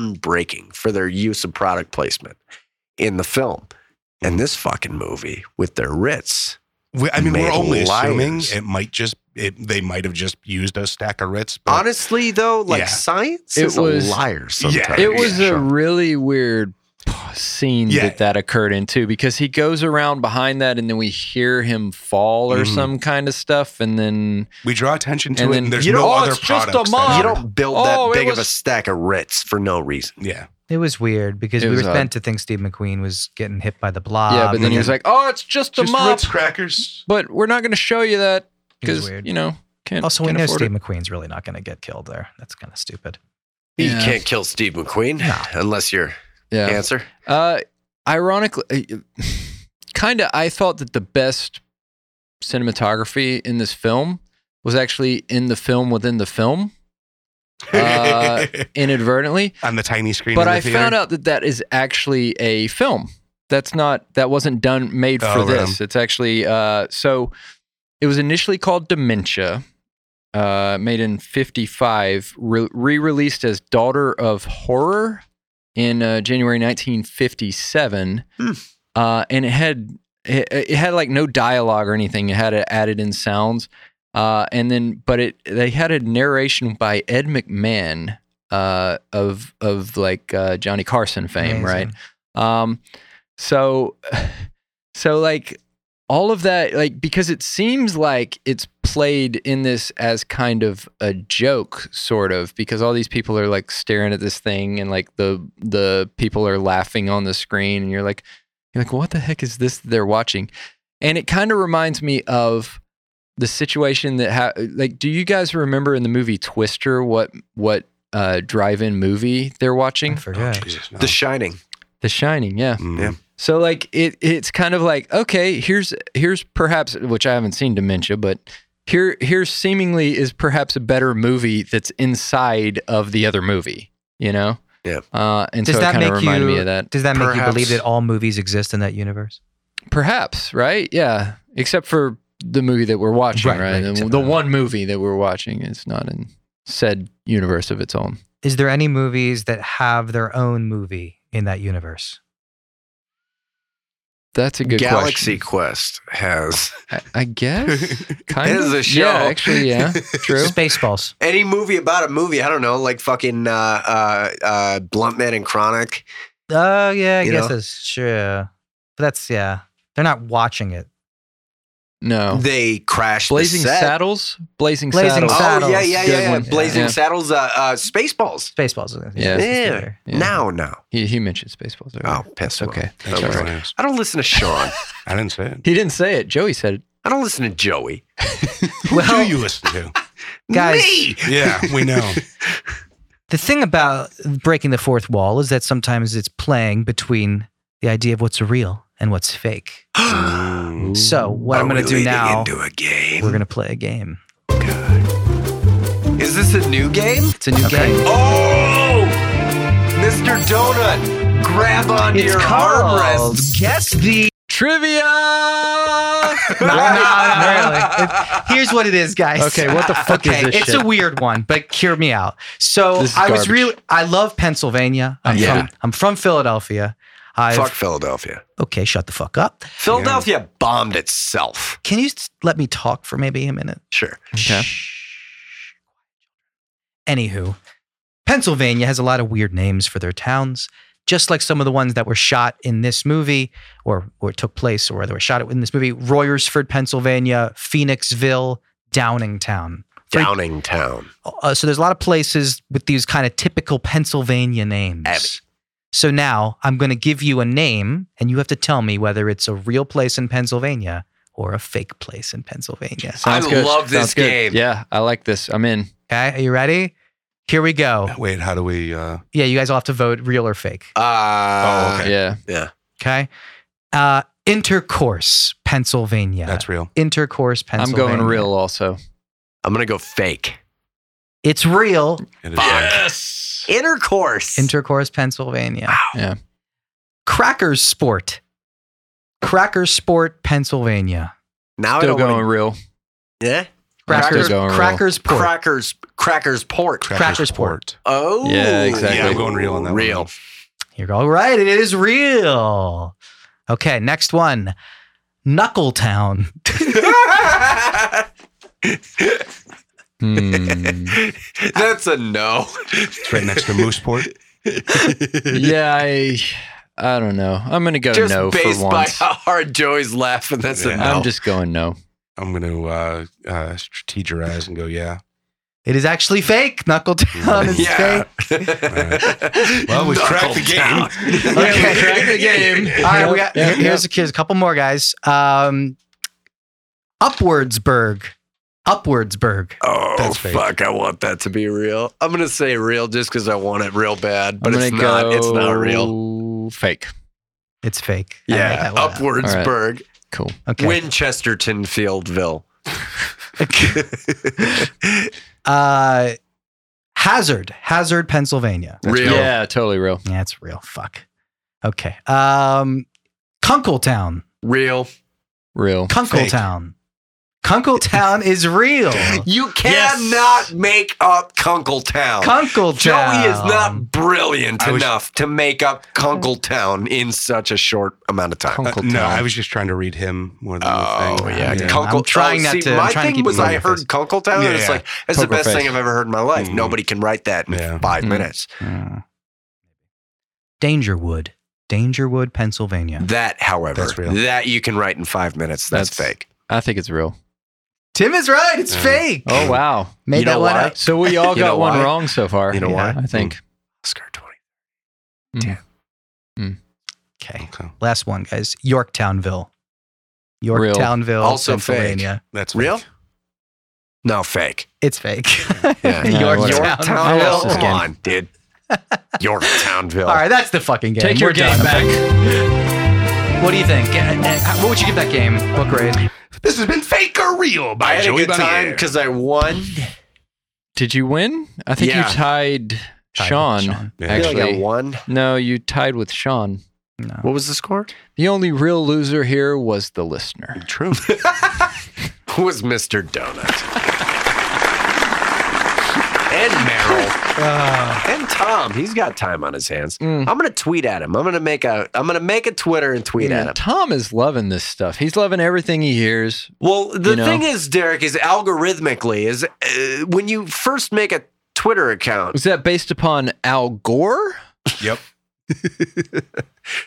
S3: groundbreaking for their use of product placement in the film. And this fucking movie with their Ritz.
S4: We, I mean,
S3: Made
S4: we're only assuming
S3: liars.
S4: it might just, it, they might have just used a stack of Ritz. But
S3: Honestly, though, like
S4: Yeah.
S3: science
S2: It
S3: is
S2: was-
S3: a liar
S4: Yeah,
S3: sometimes.
S2: It was
S4: Yeah,
S2: a really weird p- scene
S4: Yeah.
S2: that that occurred in too, because he goes around behind that, and then we hear him fall or
S1: Mm-hmm.
S4: Mhm.
S2: some kind of stuff, and then
S4: we draw attention to
S2: And
S4: it,
S2: then-
S4: and there's
S2: You
S4: no
S2: know, oh,
S4: other
S2: it's just a
S4: products that
S2: mug.
S3: You
S4: are-
S3: don't build
S2: Oh,
S3: that
S2: it
S3: big of
S2: was-
S3: a stack of Ritz for no reason.
S4: Yeah.
S1: It was weird because
S2: It
S1: we
S2: was
S1: were
S2: odd.
S1: meant to think Steve McQueen was getting hit by the blob.
S2: yeah, but then he was like, "Oh, it's just a mop,"
S4: crackers.
S2: but we're not going to show you that
S1: It was
S2: because
S1: weird.
S2: you know can't.
S1: also, we
S2: can't
S1: know
S2: afford
S1: Steve
S2: it.
S1: McQueen's really not going to get killed there. That's kind of stupid.
S3: You
S2: Yeah.
S3: can't kill Steve McQueen unless you're
S2: Yeah.
S3: cancer.
S2: Uh, ironically, kind of, I thought that the best cinematography in this film was actually in the film within the film, Uh, inadvertently.
S4: On the tiny screen.
S2: But
S4: in the
S2: I
S4: theater.
S2: found out that that is actually a film. That's not that wasn't done made for
S4: Oh, right.
S2: this. It's actually uh, so it was initially called Dementia, uh, made in 55, re released as Daughter of Horror in uh, January 1957.
S3: Hmm.
S2: Uh, and it had, it, it had like no dialogue or anything, it had it added in sounds. Uh, and then, but it they had a narration by Ed McMahon uh, of of like uh, Johnny Carson
S1: Amazing.
S2: fame, right? Um, so, so like all of that, like because it seems like it's played in this as kind of a joke, sort of, because all these people are like staring at this thing, and like the the people are laughing on the screen, and you're like, you're like, what the heck is this they're watching? And it kind of reminds me of the situation that ha- like do you guys remember in the movie Twister what what uh drive-in movie they're watching?
S1: I
S3: Oh,
S1: forget.
S4: Oh, Jesus, no.
S3: The Shining.
S2: The Shining, yeah.
S4: Mm.
S3: Yeah.
S2: So like it it's kind of like okay, here's here's perhaps which I haven't seen dementia, but here here seemingly is perhaps a better movie that's inside of the other movie, you know?
S3: Yeah.
S2: Uh and
S1: Does
S2: so
S1: that
S2: it kind
S1: make
S2: of reminded
S1: you-
S2: me of that.
S1: Does that make you
S3: Perhaps.
S1: believe that all movies exist in that universe?
S2: Perhaps, right? Yeah. Except for the movie that we're watching,
S1: Right,
S2: right?
S1: right,
S2: The,
S1: except
S2: the
S1: for that.
S2: one movie that we're watching is not in said universe of its own.
S1: Is there any movies that have their own movie in that universe?
S2: That's a good
S3: Galaxy
S2: question.
S3: Quest has
S2: I, I guess. Kind
S3: It is
S2: of.
S3: a show.
S2: Yeah, actually, yeah. True.
S1: Spaceballs.
S3: any movie about a movie. I don't know, like fucking uh, uh, uh, Bluntman and Chronic.
S1: Oh yeah, I
S3: You
S1: guess
S3: know?
S1: that's true. But that's yeah. They're not watching it.
S2: No.
S3: They crashed the
S2: Oh. Blazing
S3: set.
S2: Saddles. Blazing,
S1: Blazing
S2: Saddles.
S1: Saddles.
S3: Oh yeah, yeah,
S2: Good
S3: yeah, yeah.
S2: one.
S3: Blazing
S2: Yeah.
S3: Saddles. Uh, uh, Spaceballs.
S1: Spaceballs. is-
S2: Yeah.
S1: is
S3: Yeah.
S1: better.
S2: Yeah.
S3: Now, now.
S2: He, he mentioned Spaceballs.
S3: Oh,
S2: Earlier.
S3: piss.
S2: It's okay.
S4: Thanks,
S3: That's
S4: everyone else.
S3: I don't listen to Sean.
S4: I didn't say it.
S2: He didn't say it. Joey said it.
S3: I don't listen to Joey.
S4: Who
S1: Well-
S4: do you listen to?
S1: Guys.
S3: Me!
S4: Yeah, we know.
S1: The thing about breaking the fourth wall is that sometimes it's playing between the idea of what's real and what's fake.
S4: Mm.
S1: So what I'm
S3: Are
S1: going
S3: we
S1: to do
S3: leading
S1: now,
S3: Into a game.
S1: we're going to play a game.
S3: Is this a new game?
S1: It's a new game.
S3: Oh, Mr. Donut, grab onto
S1: It's
S3: your
S1: called
S3: armrest.
S1: Guess the.
S2: Trivia!
S1: No, no, not really. It's- here's what it is, guys.
S2: okay, what the fuck
S1: okay,
S2: is this
S1: it's
S2: shit?
S1: a weird one, but hear me out. So
S2: This is
S1: I was
S2: garbage.
S1: really, I love Pennsylvania. I'm
S2: Yeah.
S1: from, I'm from Philadelphia. I've,
S3: Fuck Philadelphia.
S1: Okay, shut the fuck up.
S3: Philadelphia bombed itself.
S1: Can you s- let me talk for maybe a minute?
S3: Sure.
S2: Okay.
S1: Anywho, Pennsylvania has a lot of weird names for their towns, just like some of the ones that were shot in this movie or, or took place or they were shot in this movie Royersford, Pennsylvania, Phoenixville, Downingtown. Three-
S3: Downingtown.
S1: Uh, so there's a lot of places with these kind of typical Pennsylvania names.
S3: Abby.
S1: So now I'm going to give you a name and you have to tell me whether it's a real place in Pennsylvania or a fake place in Pennsylvania.
S2: Sounds
S3: I
S2: good.
S3: love this
S2: Sounds good.
S3: game.
S2: Yeah, I like this. I'm in.
S1: Okay, are you ready? Here we go.
S4: Wait, how do we? Uh,
S1: Yeah, you guys all have to vote real or fake.
S3: Uh,
S4: Oh, okay.
S2: Yeah.
S1: Okay. Uh, intercourse, Pennsylvania.
S4: That's real.
S1: Intercourse,
S2: I'm
S1: Pennsylvania.
S2: going real also.
S3: I'm going to go fake.
S1: It's real.
S4: It is real.
S2: Yes!
S3: Intercourse.
S1: Intercourse, Pennsylvania.
S2: Yeah.
S1: Crackers Sport. Crackers Sport, Pennsylvania.
S3: now I
S2: Still
S3: don't
S2: going
S3: wanna,
S2: real.
S3: Yeah.
S2: I'm still
S1: Crackers,
S2: going real.
S1: Crackers Port.
S3: Crackers. Crackers Port.
S1: Crackers Port.
S3: Oh.
S2: Yeah, exactly.
S4: Yeah, I'm going real on that one.
S3: Real.
S1: You're all right. It is real. Okay, next one. Knuckletown.
S2: Hmm.
S3: That's a no.
S4: It's right next to Mooseport.
S2: yeah, I, I don't know. I'm gonna go
S3: just
S2: no
S3: based
S2: for
S3: by
S2: once.
S3: how hard Joey's laughing, that's
S4: Yeah.
S3: a no.
S2: I'm just going no.
S4: I'm going to uh, uh, strategize and go, yeah.
S1: It is actually fake. Knuckletown is
S3: yeah.
S1: fake.
S4: Well, we cracked the game.
S3: game.
S1: Okay.
S2: crack the game.
S1: All right, we got
S2: Yep, yep,
S1: here- here's, here's a couple more guys. Um, Upwardsburg, Upwardsburg.
S3: Oh
S4: That's fake.
S3: fuck! I want that to be real. I'm gonna say real just because I want it real bad, but
S2: I'm
S3: it's
S2: gonna
S3: not.
S2: go
S3: It's not real.
S2: Fake.
S1: It's fake. I made
S3: Yeah,
S1: that one up.
S3: Upwardsburg,
S2: Cool.
S1: Okay.
S3: Winchesterton Fieldville.
S1: uh, Hazard, Hazard, Pennsylvania.
S3: real.
S2: Yeah, totally real.
S1: Yeah, it's real. Fuck. Okay. Um, Kunkletown,
S3: Real.
S2: Real.
S1: Kunkletown. Kunkletown is real.
S3: You
S2: Yes.
S3: cannot make up Kunkletown.
S1: Kunkletown.
S3: Joey is not brilliant
S4: I was-
S3: enough to make up Kunkletown in such a short amount of time.
S4: Uh, no, I was just trying to read him more than
S3: Oh
S4: anything.
S3: yeah,
S1: Yeah.
S3: Kunkel-
S1: I'm trying
S3: oh,
S1: not
S3: see,
S1: to- I'm
S3: My
S1: trying to
S3: thing
S1: keep
S3: was,
S1: it
S3: I
S1: in
S3: heard
S1: focus.
S3: Kunkletown, and
S4: Yeah,
S3: it's
S4: yeah.
S3: like that's the
S4: Poker
S3: best
S4: face.
S3: thing I've ever heard in my life.
S4: Mhm.
S3: Nobody can write that in
S4: Yeah.
S3: five
S2: Mhm.
S3: minutes.
S1: Dangerwood, Dangerwood, Pennsylvania.
S3: That, however,
S4: That's real.
S3: that you can write in five minutes. That's,
S2: That's-
S3: fake.
S2: I think it's real.
S1: Tim is right. It's
S4: Yeah.
S1: fake.
S2: Oh wow!
S1: Made
S3: you
S1: that
S3: know
S1: one
S3: why?
S1: up.
S2: So we all
S3: You know
S2: got one
S3: why?
S2: wrong so far.
S3: You know
S1: Yeah.
S3: why?
S2: I think.
S3: Oscar twenty.
S1: Okay.
S4: Okay,
S1: Last one, guys. Yorktownville.
S2: Real.
S1: Yorktownville,
S3: Also fake.
S1: Pennsylvania.
S4: that's
S3: Real?
S4: fake.
S3: No, fake.
S1: It's fake.
S3: Yeah.
S2: Yeah, whatever.
S1: Yorktownville.
S2: I lost this
S3: Yorktownville. Come
S2: game.
S3: on, dude. Yorktownville.
S1: All right, that's the fucking game.
S2: Take your
S1: We're
S2: game
S1: done.
S2: back.
S1: What do you think? Uh, uh, What would you give that game? What grade?
S4: This has been fake or real
S3: I
S4: by
S3: had a
S4: Joey
S3: good time
S4: Bonnier.
S3: because I won.
S2: Did you win? I think
S3: Yeah.
S2: you tied
S1: with
S2: Sean.
S1: Sean.
S4: Yeah.
S3: I feel
S2: Actually,
S3: like I won.
S2: no, you tied with Sean.
S1: No.
S3: What was the score?
S2: The only real loser here was the listener.
S4: True.
S3: was Mr. Donut. and Merrill.
S1: Uh,
S3: And Tom. He's got time on his hands.
S2: Mm.
S3: I'm gonna tweet at him. I'm gonna make a I'm gonna make a Twitter and tweet at him.
S2: Tom is loving this stuff. He's loving everything he hears.
S3: Well, the
S2: You know?
S3: thing is, Derek, is algorithmically is uh, when you first make a Twitter account.
S2: Was that based upon Al Gore?
S4: yep.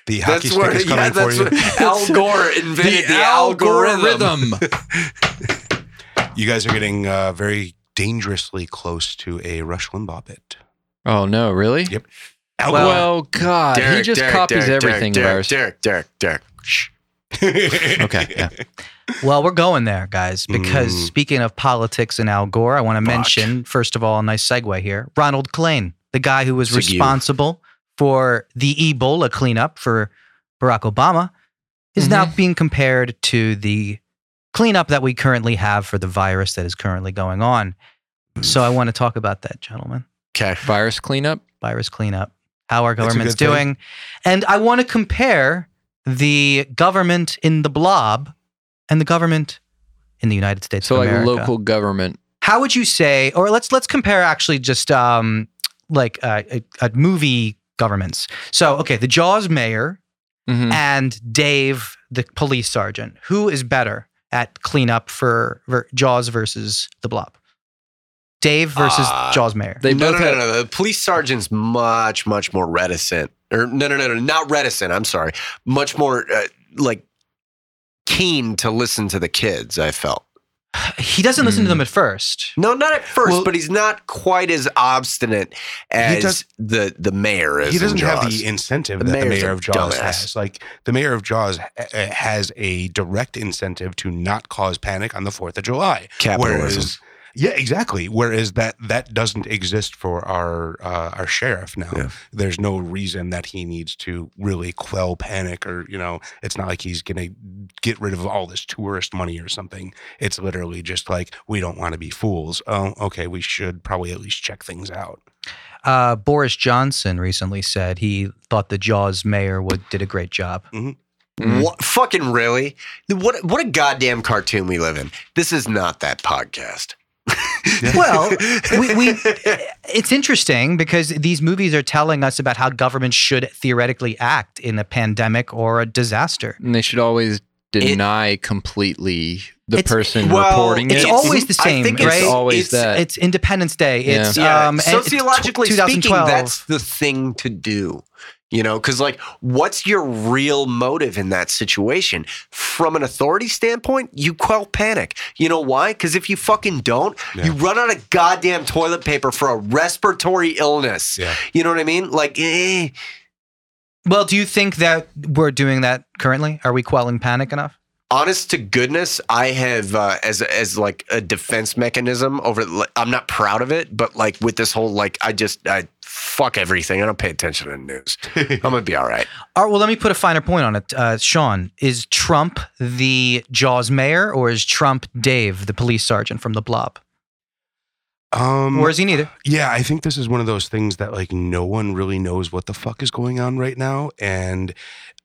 S4: the hockey stick is coming
S3: yeah,
S4: for
S3: that's
S4: you.
S3: what Al Gore invented the, algorithm.
S4: You guys are getting uh, very dangerously close to a Rush Limbaugh bit.
S2: Oh no, really?
S4: Yep.
S2: Well, God, he just copies
S3: Derek,
S2: everything
S3: Derek,
S2: of ours.
S3: Derek, Derek, Derek. Shh.
S2: Okay, yeah.
S1: Well, we're going there, guys, because
S4: Mm.
S1: speaking of politics and Al Gore, I want to mention, first of all, a nice segue here Ronald Klain, the guy who was
S3: Sig you.
S1: responsible for the Ebola cleanup for Barack Obama, is now being compared to the cleanup that we currently have for the virus that is currently going on. So I want to talk about that, gentlemen
S3: Okay.
S2: Virus cleanup.
S1: virus cleanup, how our
S4: a
S1: government's
S4: good
S1: doing.
S4: thing.
S1: And I want to compare the government in the blob and the government in the United States
S2: So
S1: of
S2: like
S1: America.
S2: local government.
S1: How would you say, or let's let's compare actually just um, like uh, a, a movie governments. So okay, the Jaws mayor
S2: Mhm.
S1: and Dave the police sergeant. Who is better at cleanup for ver- Jaws versus the blob? Dave versus
S3: Uh,
S1: Jaws mayor.
S2: They
S3: no,
S2: both
S3: no,
S2: had-
S3: no, no. The police sergeant's much, much more reticent. Or no, no, no, no, not reticent. I'm sorry. Much more uh, like keen to listen to the kids. I felt
S1: he doesn't listen to
S2: Mm.
S1: them at first.
S3: no, not at first,
S4: Well-
S3: but he's not quite as obstinate as
S4: does-
S3: the the mayor is.
S4: he doesn't
S3: in
S4: have
S3: Jaws.
S4: the incentive
S3: The
S4: that the
S3: mayor's
S4: mayor
S3: a
S4: of Jaws
S3: dumbass.
S4: has. Like the mayor of Jaws ha- uh, has a direct incentive to not cause panic on the Fourth of July.
S3: Capitalism.
S4: Whereas, yeah, exactly. Whereas that that doesn't exist for our uh, our sheriff now.
S3: Yeah.
S4: There's no reason that he needs to really quell panic, or you know, it's not like he's gonna get rid of all this tourist money or something. It's literally just like we don't want to be fools. Oh, okay, we should probably at least check things out.
S1: Uh, Boris Johnson recently said he thought the Jaws mayor would did a great job.
S2: Mm.
S3: What fucking really? What what a goddamn cartoon we live in. This is not that podcast.
S1: Well, we, we it's interesting because these movies are telling us about how governments should theoretically act in a pandemic or a disaster.
S2: And they should always deny completely the
S1: It's-
S2: person
S3: well,
S2: reporting
S1: It's
S2: it.
S1: always the
S3: I
S1: same,
S3: think
S1: right?
S3: it's
S2: always
S3: it's-
S2: that.
S1: it's Independence Day. It's
S3: Uh, Yeah,
S1: um, and it's tw-
S3: sociologically speaking,
S1: 2012.
S3: that's the thing to do. You know, because like, what's your real motive in that situation? From an authority standpoint, you quell panic. You know why? Because if you fucking don't,
S4: Yeah.
S3: you run out of goddamn toilet paper for a respiratory illness.
S4: Yeah.
S3: You know what I mean? Like, eh,
S1: well. Do you think that we're doing that currently? Are we quelling panic enough?
S3: honest to goodness, I have uh, as as like a defense mechanism over. like, I'm not proud of it, but like with this whole like, I just I fuck everything. I don't pay attention to the news. I'm gonna be all right.
S1: All right, Uh, well, let me put a finer point on it. Uh, Sean, is Trump the Jaws mayor or is Trump Dave, the police sergeant from the Blob?
S4: Um,
S1: or is he neither?
S4: Yeah, I think this is one of those things that like no one really knows what the fuck is going on right now, and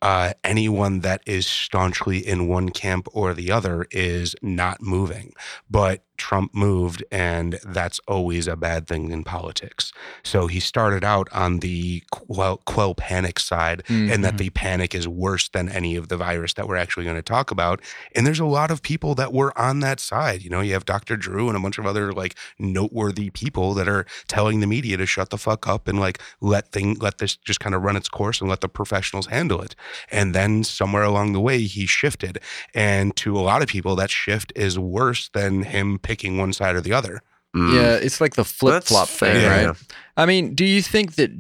S4: uh, anyone that is staunchly in one camp or the other is not moving. But Trump moved, and that's always a bad thing in politics. So he started out on the quell, quell panic side,
S2: Hmm.
S4: and
S2: Mm-hmm.
S4: that the panic is worse than any of the virus that we're actually going to talk about. And there's a lot of people that were on that side. You know, you have Dr. Drew and a bunch of other like noteworthy people that are telling the media to shut the fuck up and like let thing let this just kind of run its course and let the professionals handle it. And then somewhere along the way he shifted. And to a lot of people, that shift is worse than him picking one side or the other.
S3: Mm.
S2: Yeah, it's like the flip
S3: That's
S2: flop thing,
S4: fair.
S2: right? I mean, do you think that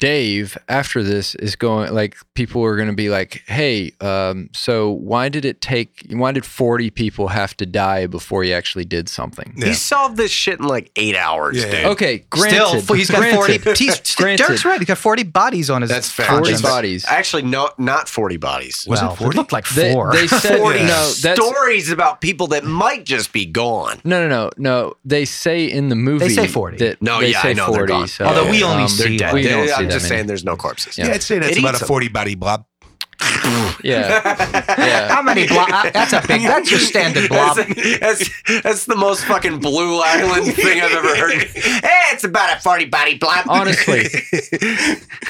S2: Dave, after this, is going like people are going to be like, "Hey, um, so why did it take? Why did forty people have to die before he actually did something?"
S4: Yeah.
S3: He solved this shit in like eight hours,
S4: Yeah, yeah.
S3: dude.
S2: Okay, granted,
S1: Still, he's got
S2: granted,
S1: 40. He's,
S2: Granted.
S1: Derek's right. He's got 40 bodies on his
S3: That's fair.
S2: forty
S1: conscience.
S2: bodies.
S3: Actually, no, not 40 bodies.
S4: Was it
S1: Well,
S4: 40?
S1: looked like
S2: They,
S1: four.
S2: they said
S3: 40
S2: no. That's
S3: stories about people that might just be gone.
S2: no, no, no, no. They say in the movie
S1: say 40.
S2: That
S3: No,
S2: they
S3: yeah, I
S2: say
S3: know they're
S2: forty.
S3: gone.
S2: so,
S1: Although we only
S2: um,
S1: see
S2: they're-
S1: one.
S2: we
S3: They-
S2: don't see
S3: I'm
S2: that
S3: just
S2: many.
S3: saying there's no corpses.
S2: Yeah.
S4: Yeah, I'd say that's
S3: It
S4: about
S3: eats
S4: a
S3: up.
S4: 40 body blob.
S2: Yeah, yeah.
S1: How many blo- uh, That's a big, that's your standard blob.
S3: That's, that's, that's the most fucking blue island thing I've ever heard. Hey, it's about a 40 body blob.
S2: honestly,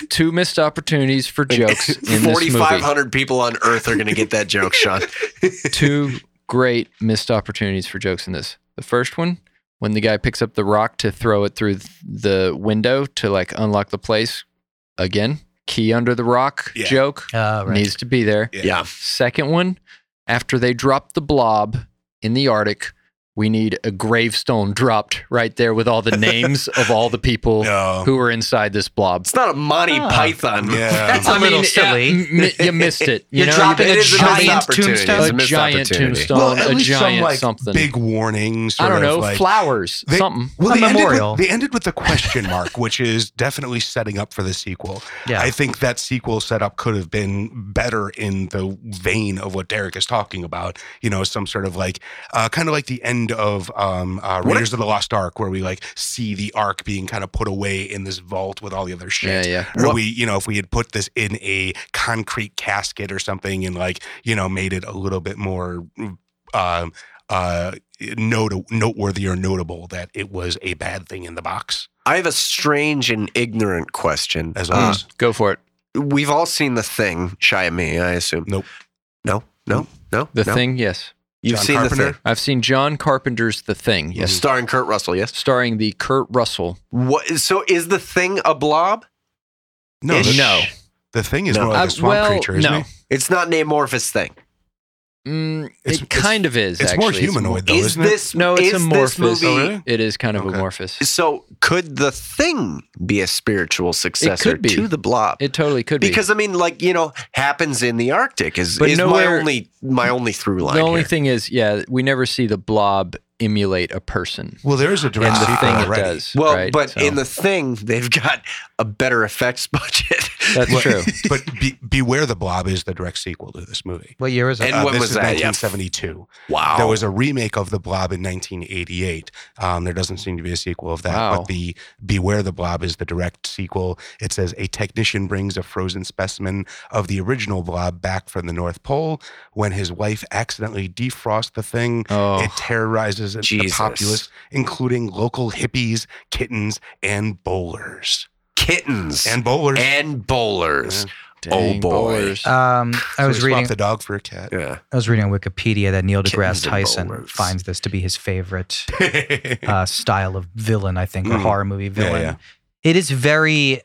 S2: two missed opportunities for jokes in this movie.
S3: 4,500 people on earth are going to get that joke, Sean.
S2: Two great missed opportunities for jokes in this. The first one, when the guy picks up the rock to throw it through th- the window to like unlock the place, again, key under the rock
S4: Yeah.
S2: joke
S1: Uh, right.
S2: needs to be there.
S4: Yeah.
S3: Yeah.
S2: Second one, after they drop the blob in the Arctic, we need a gravestone dropped right there with all the names of all the people
S4: No.
S2: who were inside this blob.
S3: It's not a Monty
S1: Ah.
S3: Python.
S4: Yeah.
S1: That's a little silly.
S2: Yeah, m- m- you missed it. You
S1: You're
S2: know,
S1: dropping
S3: it
S1: a
S3: is a
S1: giant
S3: missed opportunity.
S2: a,
S3: It's
S1: tombstone.
S3: a missed
S2: giant
S3: opportunity.
S2: tombstone, a giant something.
S4: big warning.
S2: I
S4: Sort
S2: don't know,
S4: of, like,
S2: flowers,
S4: They-
S2: something.
S4: Well,
S1: A
S4: they ended,
S1: memorial.
S4: with, they ended with a question mark, which is definitely setting up for the sequel.
S1: Yeah.
S4: I think that sequel setup could have been better in the vein of what Derek is talking about. You know, some sort of like, uh, kind of like the end of um, uh,
S3: What
S4: Raiders of the Lost Ark, where we like see the Ark being kind of put away in this vault with all the other shit.
S2: Yeah, yeah.
S4: Or we, you know, if we had put this in a concrete casket or something and like, you know, made it a little bit more um uh note- noteworthy or notable that it was a bad thing in the box.
S3: I have a strange and ignorant question.
S4: As
S3: Uh,
S4: always.
S2: Go for it.
S3: we've all seen the thing, Shy of Me, I assume.
S4: Nope.
S3: No, no, no.
S2: The
S3: no.
S2: Thing, yes.
S3: You've
S4: John
S3: seen the
S4: Carpenter?
S3: thing.
S2: I've seen John Carpenter's The Thing, yes.
S3: Starring Kurt Russell,
S4: Mm-hmm.
S3: yes.
S2: Starring the Kurt Russell.
S3: What so is the thing a blob?
S4: no,
S3: Ish.
S4: the,
S2: No.
S4: the thing is
S3: No.
S4: more like
S2: Uh,
S4: a swamp
S2: well,
S4: creature, isn't
S2: no.
S4: it?
S3: It's not an amorphous thing.
S2: Mm,
S4: It's-
S2: it kind of is.
S4: It's
S2: actually.
S4: more humanoid, though,
S3: is
S4: isn't
S3: this
S2: It's, no, it's
S3: is
S2: amorphous.
S3: this movie
S4: Oh, really?
S2: It is kind of
S4: Okay.
S2: amorphous.
S3: so could the thing be a spiritual successor
S2: could be.
S3: to the blob?
S2: It totally could be.
S3: because I mean, like you know, happens in the Arctic is,
S2: But
S3: is
S2: nowhere-
S3: my only my only through line.
S2: the only
S3: here.
S2: thing is, yeah, we never see the blob emulate a person.
S4: it? Well, there is a
S2: And
S4: direct
S2: the
S4: sequel
S2: thing it
S4: already.
S2: does.
S3: Well,
S2: right?
S3: but
S2: So,
S3: in the thing, they've got a better effects budget.
S2: that's
S4: Well,
S2: true.
S4: but be, Beware the Blob is the direct sequel to this movie. Uh,
S1: What year is it?
S3: And when
S4: this
S3: was
S4: is
S3: that? Yeah.
S4: 1972.
S3: wow,
S4: There was a remake of The Blob in 1988. Um, there doesn't seem to be a sequel of that,
S2: Wow.
S4: but the Beware the Blob is the direct sequel. It says a technician brings a frozen specimen of the original blob back from the North Pole when his wife accidentally defrosts the thing.
S2: Oh,
S4: It terrorizes the
S3: Jesus.
S4: populace, including local hippies, kittens, and bowlers.
S3: kittens
S4: And bowlers.
S3: and bowlers.
S2: dang
S3: Oh, boy. Uh,
S2: bowlers.
S1: Um, I
S4: So
S1: was
S4: we swapped
S1: reading.
S4: the dog for a cat.
S3: Yeah.
S1: I was reading on Wikipedia that Neil
S3: Kittens
S1: deGrasse
S3: and
S1: Tyson
S3: bowlers.
S1: finds this to be his favorite uh, style of villain, I think, or
S4: Mm.
S1: horror movie villain.
S4: yeah.
S1: It is very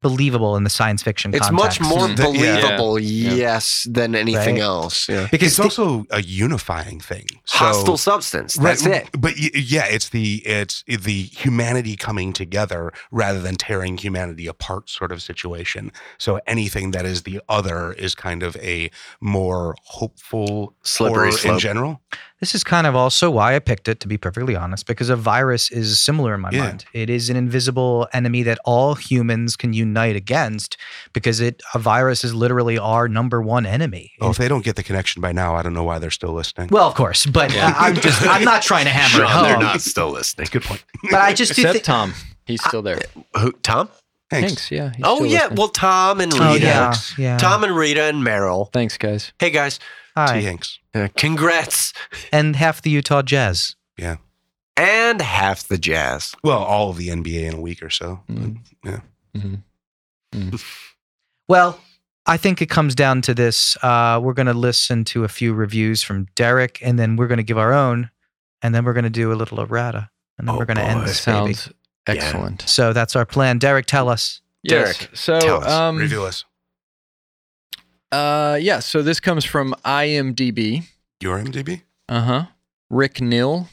S1: believable in the science fiction
S3: It's
S1: context.
S3: much more
S4: Mm. Th- yeah.
S3: believable,
S2: Yeah.
S3: yes, than anything
S1: Right.
S3: else. Yeah.
S1: because
S4: It's
S1: the-
S4: also a unifying thing. So-
S3: Hostile substance. That's
S4: Right,
S3: it.
S4: But y- yeah, it's the it's the humanity coming together rather than tearing humanity apart sort of situation. So anything that is the other is kind of a more hopeful
S3: Slippery
S4: horror in
S3: slope.
S4: general.
S1: This is kind of also why I picked it, to be perfectly honest, because a virus is similar in my
S4: Yeah.
S1: mind. It is an invisible enemy that all humans can unite against because it a virus is literally our number one enemy.
S4: Oh, if they don't get the connection by now, I don't know why they're still listening.
S1: well, of course, but
S2: Yeah.
S1: I- I'm just I'm not trying to hammer
S3: Sean,
S1: it
S3: they're
S1: home.
S3: not still listening.
S4: Good point.
S1: But I just do
S2: Except
S1: think
S2: Tom. He's still there.
S3: Who, Tom?
S4: Thanks.
S2: Thanks. Yeah. he's
S3: Uh, Oh
S2: still
S3: yeah,
S2: listening.
S3: well Tom and Rita,
S1: Oh,
S4: Rita.
S1: yeah. yeah.
S3: Tom and Rita and Meryl.
S2: Thanks, guys.
S3: Hey guys,
S4: T.
S1: Hi.
S4: Hanks.
S3: uh, congrats
S1: And half the Utah Jazz.
S3: and half the jazz.
S4: Well, all of the NBA in a week or so.
S2: Mm.
S4: Yeah.
S2: hmm
S1: Well, I think it comes down to this. Uh, we're going to listen to a few reviews from Derek, and then we're going to give our own, and then we're going to do a little errata, and then
S3: Oh,
S1: we're going to
S3: boy.
S1: end this baby.
S2: Sounds
S3: Yeah.
S2: excellent.
S1: So that's our plan. Derek, tell us.
S2: Yes.
S3: Derek,
S2: so
S3: tell us.
S2: um,
S4: Reveal us.
S2: Uh, yeah. So this comes from IMDb.
S4: Your MDB?
S2: Uh huh. Rick Neal,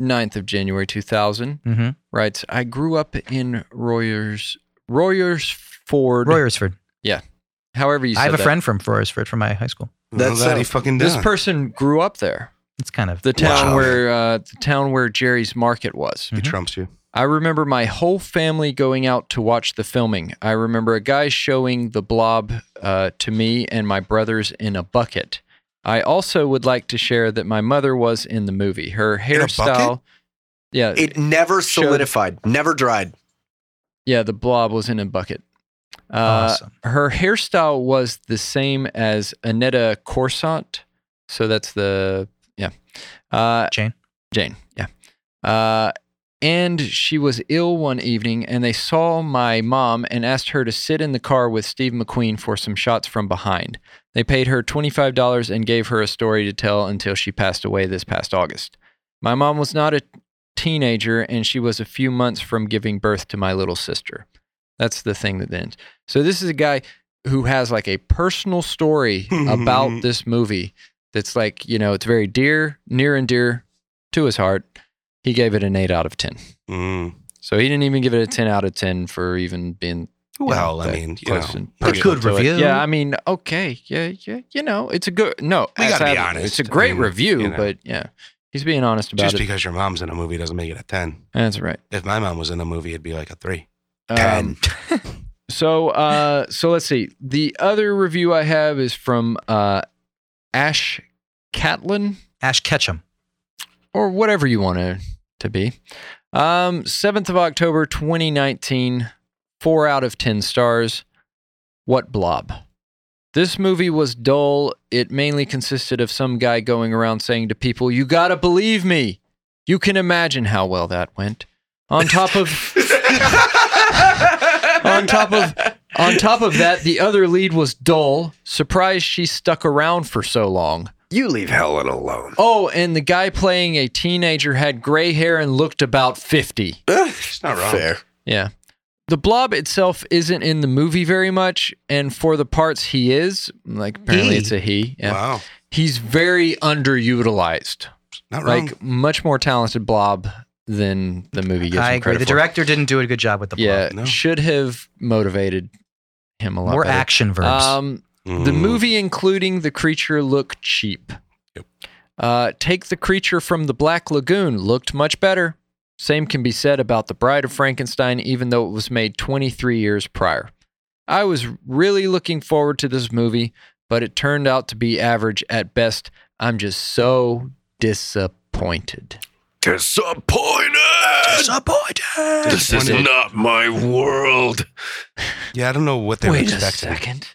S2: 9th of January 2000,
S1: hmm
S2: writes I grew up in Royers, Royers Ford.
S1: Royersford.
S2: However, you said
S1: I have a
S2: that.
S1: friend from Royersford from my high school.
S4: That's
S3: That's
S4: glad
S3: a-
S4: he fucking
S2: This
S4: does.
S2: person grew up there,
S1: It's kind of
S2: the town
S4: Wow.
S2: where uh, the town where Jerry's Market was.
S4: he
S1: Mhm.
S4: trumps you.
S2: I remember my whole family going out to watch the filming. I remember a guy showing the blob uh, to me and my brothers in a bucket. I also would like to share that my mother was in the movie. Her
S4: a
S2: hairstyle, yeah,
S3: It never
S2: Showed-
S3: solidified, never dried.
S2: yeah, the blob was in a bucket. Uh,
S1: awesome.
S2: Her hairstyle was the same as Aneta Corsant, so that's the yeah, uh,
S1: Jane.
S2: Jane, yeah. Uh, and she was ill one evening, and they saw my mom and asked her to sit in the car with Steve McQueen for some shots from behind. They paid her $25 and gave her a story to tell until she passed away this past August. My mom was not a teenager, and she was a few months from giving birth to my little sister. That's the thing that ends. So, this is a guy who has like a personal story about this movie that's like, you know, it's very dear, near and dear to his heart. He gave it an 8 out of 10.
S4: Mm.
S2: So he didn't even give it a 10 out of 10 for even being
S4: Well, I
S2: that
S4: mean, you
S2: close
S4: know,
S2: and
S1: A
S2: personal
S1: good
S2: to it.
S1: review.
S2: Yeah, I mean, okay. Yeah, yeah. You know, it's a good, no,
S4: We gotta be
S2: outside of-
S4: honest.
S2: It's a
S4: I
S2: great
S4: mean,
S2: review,
S4: you know.
S2: but yeah, he's being honest about
S4: just
S2: it.
S4: because your mom's in a movie doesn't make it a 10.
S2: That's right.
S4: If my mom was in a movie, it'd be like a 3.
S2: Um,
S4: 10.
S2: So, uh, so let's see. The other review I have is from uh, Ash Catlin.
S1: Ash Ketchum.
S2: or whatever you want to to be. Um, 7th of October 2019, 4 out of 10 stars. What blob? This movie was dull. It mainly consisted of some guy going around saying to people, "You got to believe me." You can imagine how well that went. On top of on top of on top of that, the other lead was dull. Surprised she stuck around for so long.
S3: You leave Helen alone.
S2: Oh, and the guy playing a teenager had gray hair and looked about 50.
S4: It's Eh, not wrong.
S3: Fair.
S2: Yeah. The blob itself isn't in the movie very much, and for the parts he is, like apparently
S1: He?
S2: it's a he. Yeah.
S4: Wow.
S2: He's very underutilized.
S4: Not wrong.
S1: um,
S2: Like much more talented blob than the movie gives
S1: I
S2: him
S1: agree.
S2: credit
S1: The
S2: for.
S1: director didn't do a good job with the plot.
S2: yeah,
S4: no.
S2: should have motivated him a lot
S1: More
S2: better.
S1: action verbs.
S2: Um, the
S4: Mm.
S2: movie, including the creature, looked cheap.
S4: Yep.
S2: Uh, take the creature from the Black Lagoon looked much better. Same can be said about the Bride of Frankenstein, even though it was made 23 years prior. I was really looking forward to this movie, but it turned out to be average at best. I'm just so disappointed.
S3: Disappointed.
S4: Disappointed.
S3: This is
S4: Disappointed.
S3: not my world.
S4: Yeah, I don't know what they were
S2: Wait a
S4: expecting.
S2: second.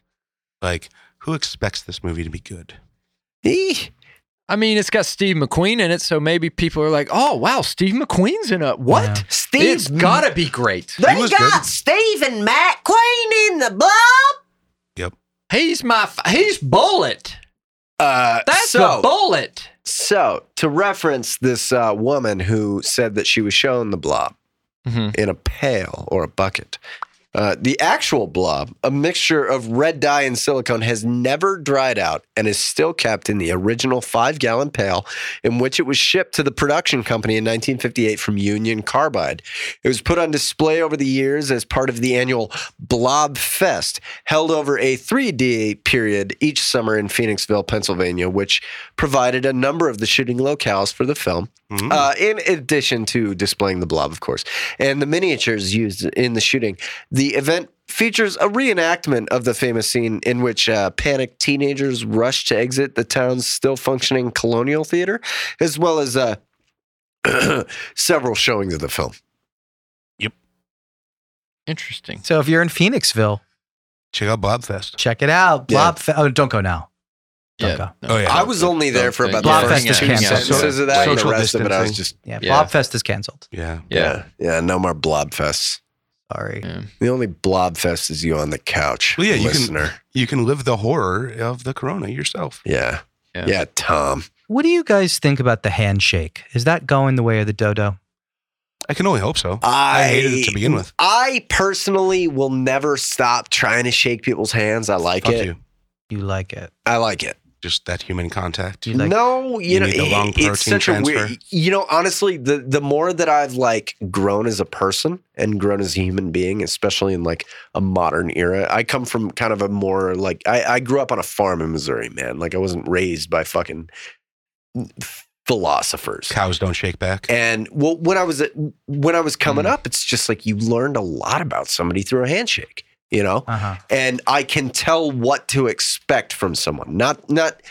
S4: Like, who expects this movie to be good?
S3: Eh.
S2: I mean, it's got Steve McQueen in it, so maybe people are like, "Oh, wow, Steve McQueen's in a what?
S3: Steve,
S2: It's gotta be great."
S4: He was good.
S3: Steve and Matt Queen in the blob.
S2: He's my. F- he's bullet.
S3: Uh,
S2: That's
S3: so,
S2: a bullet.
S3: so to reference this uh, woman who said that she was shown the blob in a pail or a bucket. Uh, the actual blob, a mixture of red dye and silicone, has never dried out and is still kept in the original five gallon pail in which it was shipped to the production company in 1958 from Union Carbide. It was put on display over the years as part of the annual Blob Fest, held over a three day period each summer in Phoenixville, Pennsylvania, which provided a number of the shooting locales for the film.
S4: Mm.
S3: Uh, in addition to displaying the blob, of course, and the miniatures used in the shooting, the event features a reenactment of the famous scene in which uh, panicked teenagers rush to exit the town's still functioning colonial theater, as well as uh, several showings of the film.
S2: Interesting.
S1: So if you're in Phoenixville,
S4: Check out Blobfest.
S1: check it out.
S3: Yeah.
S1: Blob. Fe- oh, don't go now. Don't
S2: Yeah.
S1: go.
S4: Oh, yeah.
S3: I was only there for about the
S1: Blobfest
S3: first two
S1: is canceled.
S3: sentences of that. and the
S4: Social
S3: rest of it, I was
S4: distancing.
S3: just
S1: Yeah,
S2: Yeah.
S1: Blobfest is canceled.
S4: Yeah.
S2: Yeah.
S3: yeah, yeah. No more blob fests.
S1: Sorry.
S2: Yeah.
S3: The only blob fest is you on the couch,
S4: Well, yeah, you can-
S3: listener.
S4: You can live the horror of the corona yourself.
S3: Yeah.
S2: Yeah.
S3: yeah, Tom.
S1: What do you guys think about the handshake? Is that going the way of the dodo?
S4: I can only hope so.
S3: I,
S4: I hated it to begin with.
S3: I personally will never stop trying to shake people's hands. I like
S4: Fuck
S3: it.
S4: you.
S1: You like it?
S3: I like it.
S4: Just that human contact.
S1: You like
S3: no, you,
S4: You
S3: know,
S4: need the long
S3: it- it's
S4: protein
S3: such a
S4: transfer.
S3: weird. You know, honestly, the the more that I've like grown as a person and grown as a human being, especially in like a modern era, I come from kind of a more like I, I grew up on a farm in Missouri, man. Like I wasn't raised by fucking philosophers.
S4: Cows don't shake back.
S3: And well, when I was when I was coming
S2: Mm.
S3: up, it's just like you learned a lot about somebody through a handshake, you know.
S1: Uh huh.
S3: And I can tell what to expect from someone, not not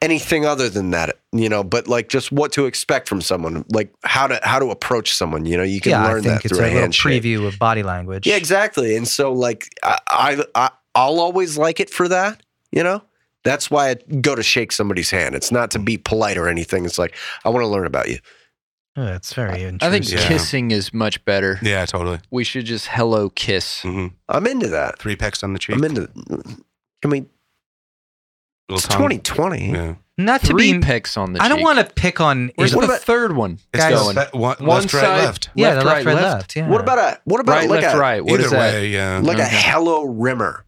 S3: anything other than that, you know. But like just what to expect from someone, like how to how to approach someone, you know. You can
S1: Yeah, I
S3: learn
S1: think
S3: that
S1: it's
S3: through
S1: a
S3: a,
S1: little
S3: handshake.
S1: preview of body language.
S3: Yeah, exactly. And so like I, I I I'll always like it for that, you know? That's why I go to shake somebody's hand. It's not to be polite or anything. It's like I want to learn about you.
S1: Oh, that's very
S2: I think
S1: interesting.
S4: Yeah.
S2: kissing is much better.
S4: Yeah, totally.
S2: We should just hello kiss.
S4: hmm
S3: I'm into that.
S4: Three pecks on the cheek.
S3: I'm into Can we It's
S4: Little tongue.
S3: 2020.
S4: Yeah.
S1: Not to
S2: Three
S1: be.
S2: pecks on the
S1: I don't
S2: cheek.
S1: want to pick on.
S2: Where's
S1: either-
S2: the
S3: What about-
S2: third one?
S4: It's
S1: Guys-
S4: the left, one,
S2: One
S4: left,
S2: side-
S4: right, left.
S1: yeah,
S2: left,
S1: the left,
S2: right,
S1: right,
S2: left.
S1: left. Yeah.
S3: What about a what about
S2: Right,
S3: like
S2: left,
S3: a
S2: right. What
S4: Either
S2: is that?
S4: way, yeah.
S3: like a
S1: Mm-hmm.
S2: Okay.
S3: hello rimmer?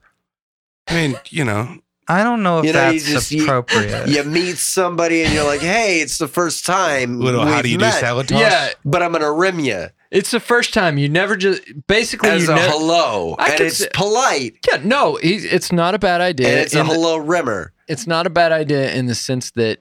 S4: I mean, you know,
S1: I don't know if
S3: You know, you
S1: that's
S3: just- you-
S1: appropriate.
S3: You meet somebody and you're like, "Hey, it's the first time
S4: little how
S3: we've
S4: do you do
S3: met,
S4: salad toss?
S2: Yeah,
S3: but I'm gonna rim you
S2: it's the first time. You never just basically
S3: as
S2: you
S3: a
S2: never.
S3: hello,
S2: I
S3: and
S2: could
S3: it's
S2: say-
S3: polite,
S2: yeah, no, he's, it's not a bad idea.
S3: and it's a
S2: in the-
S3: hello rimmer."
S2: it's not a bad idea in the sense that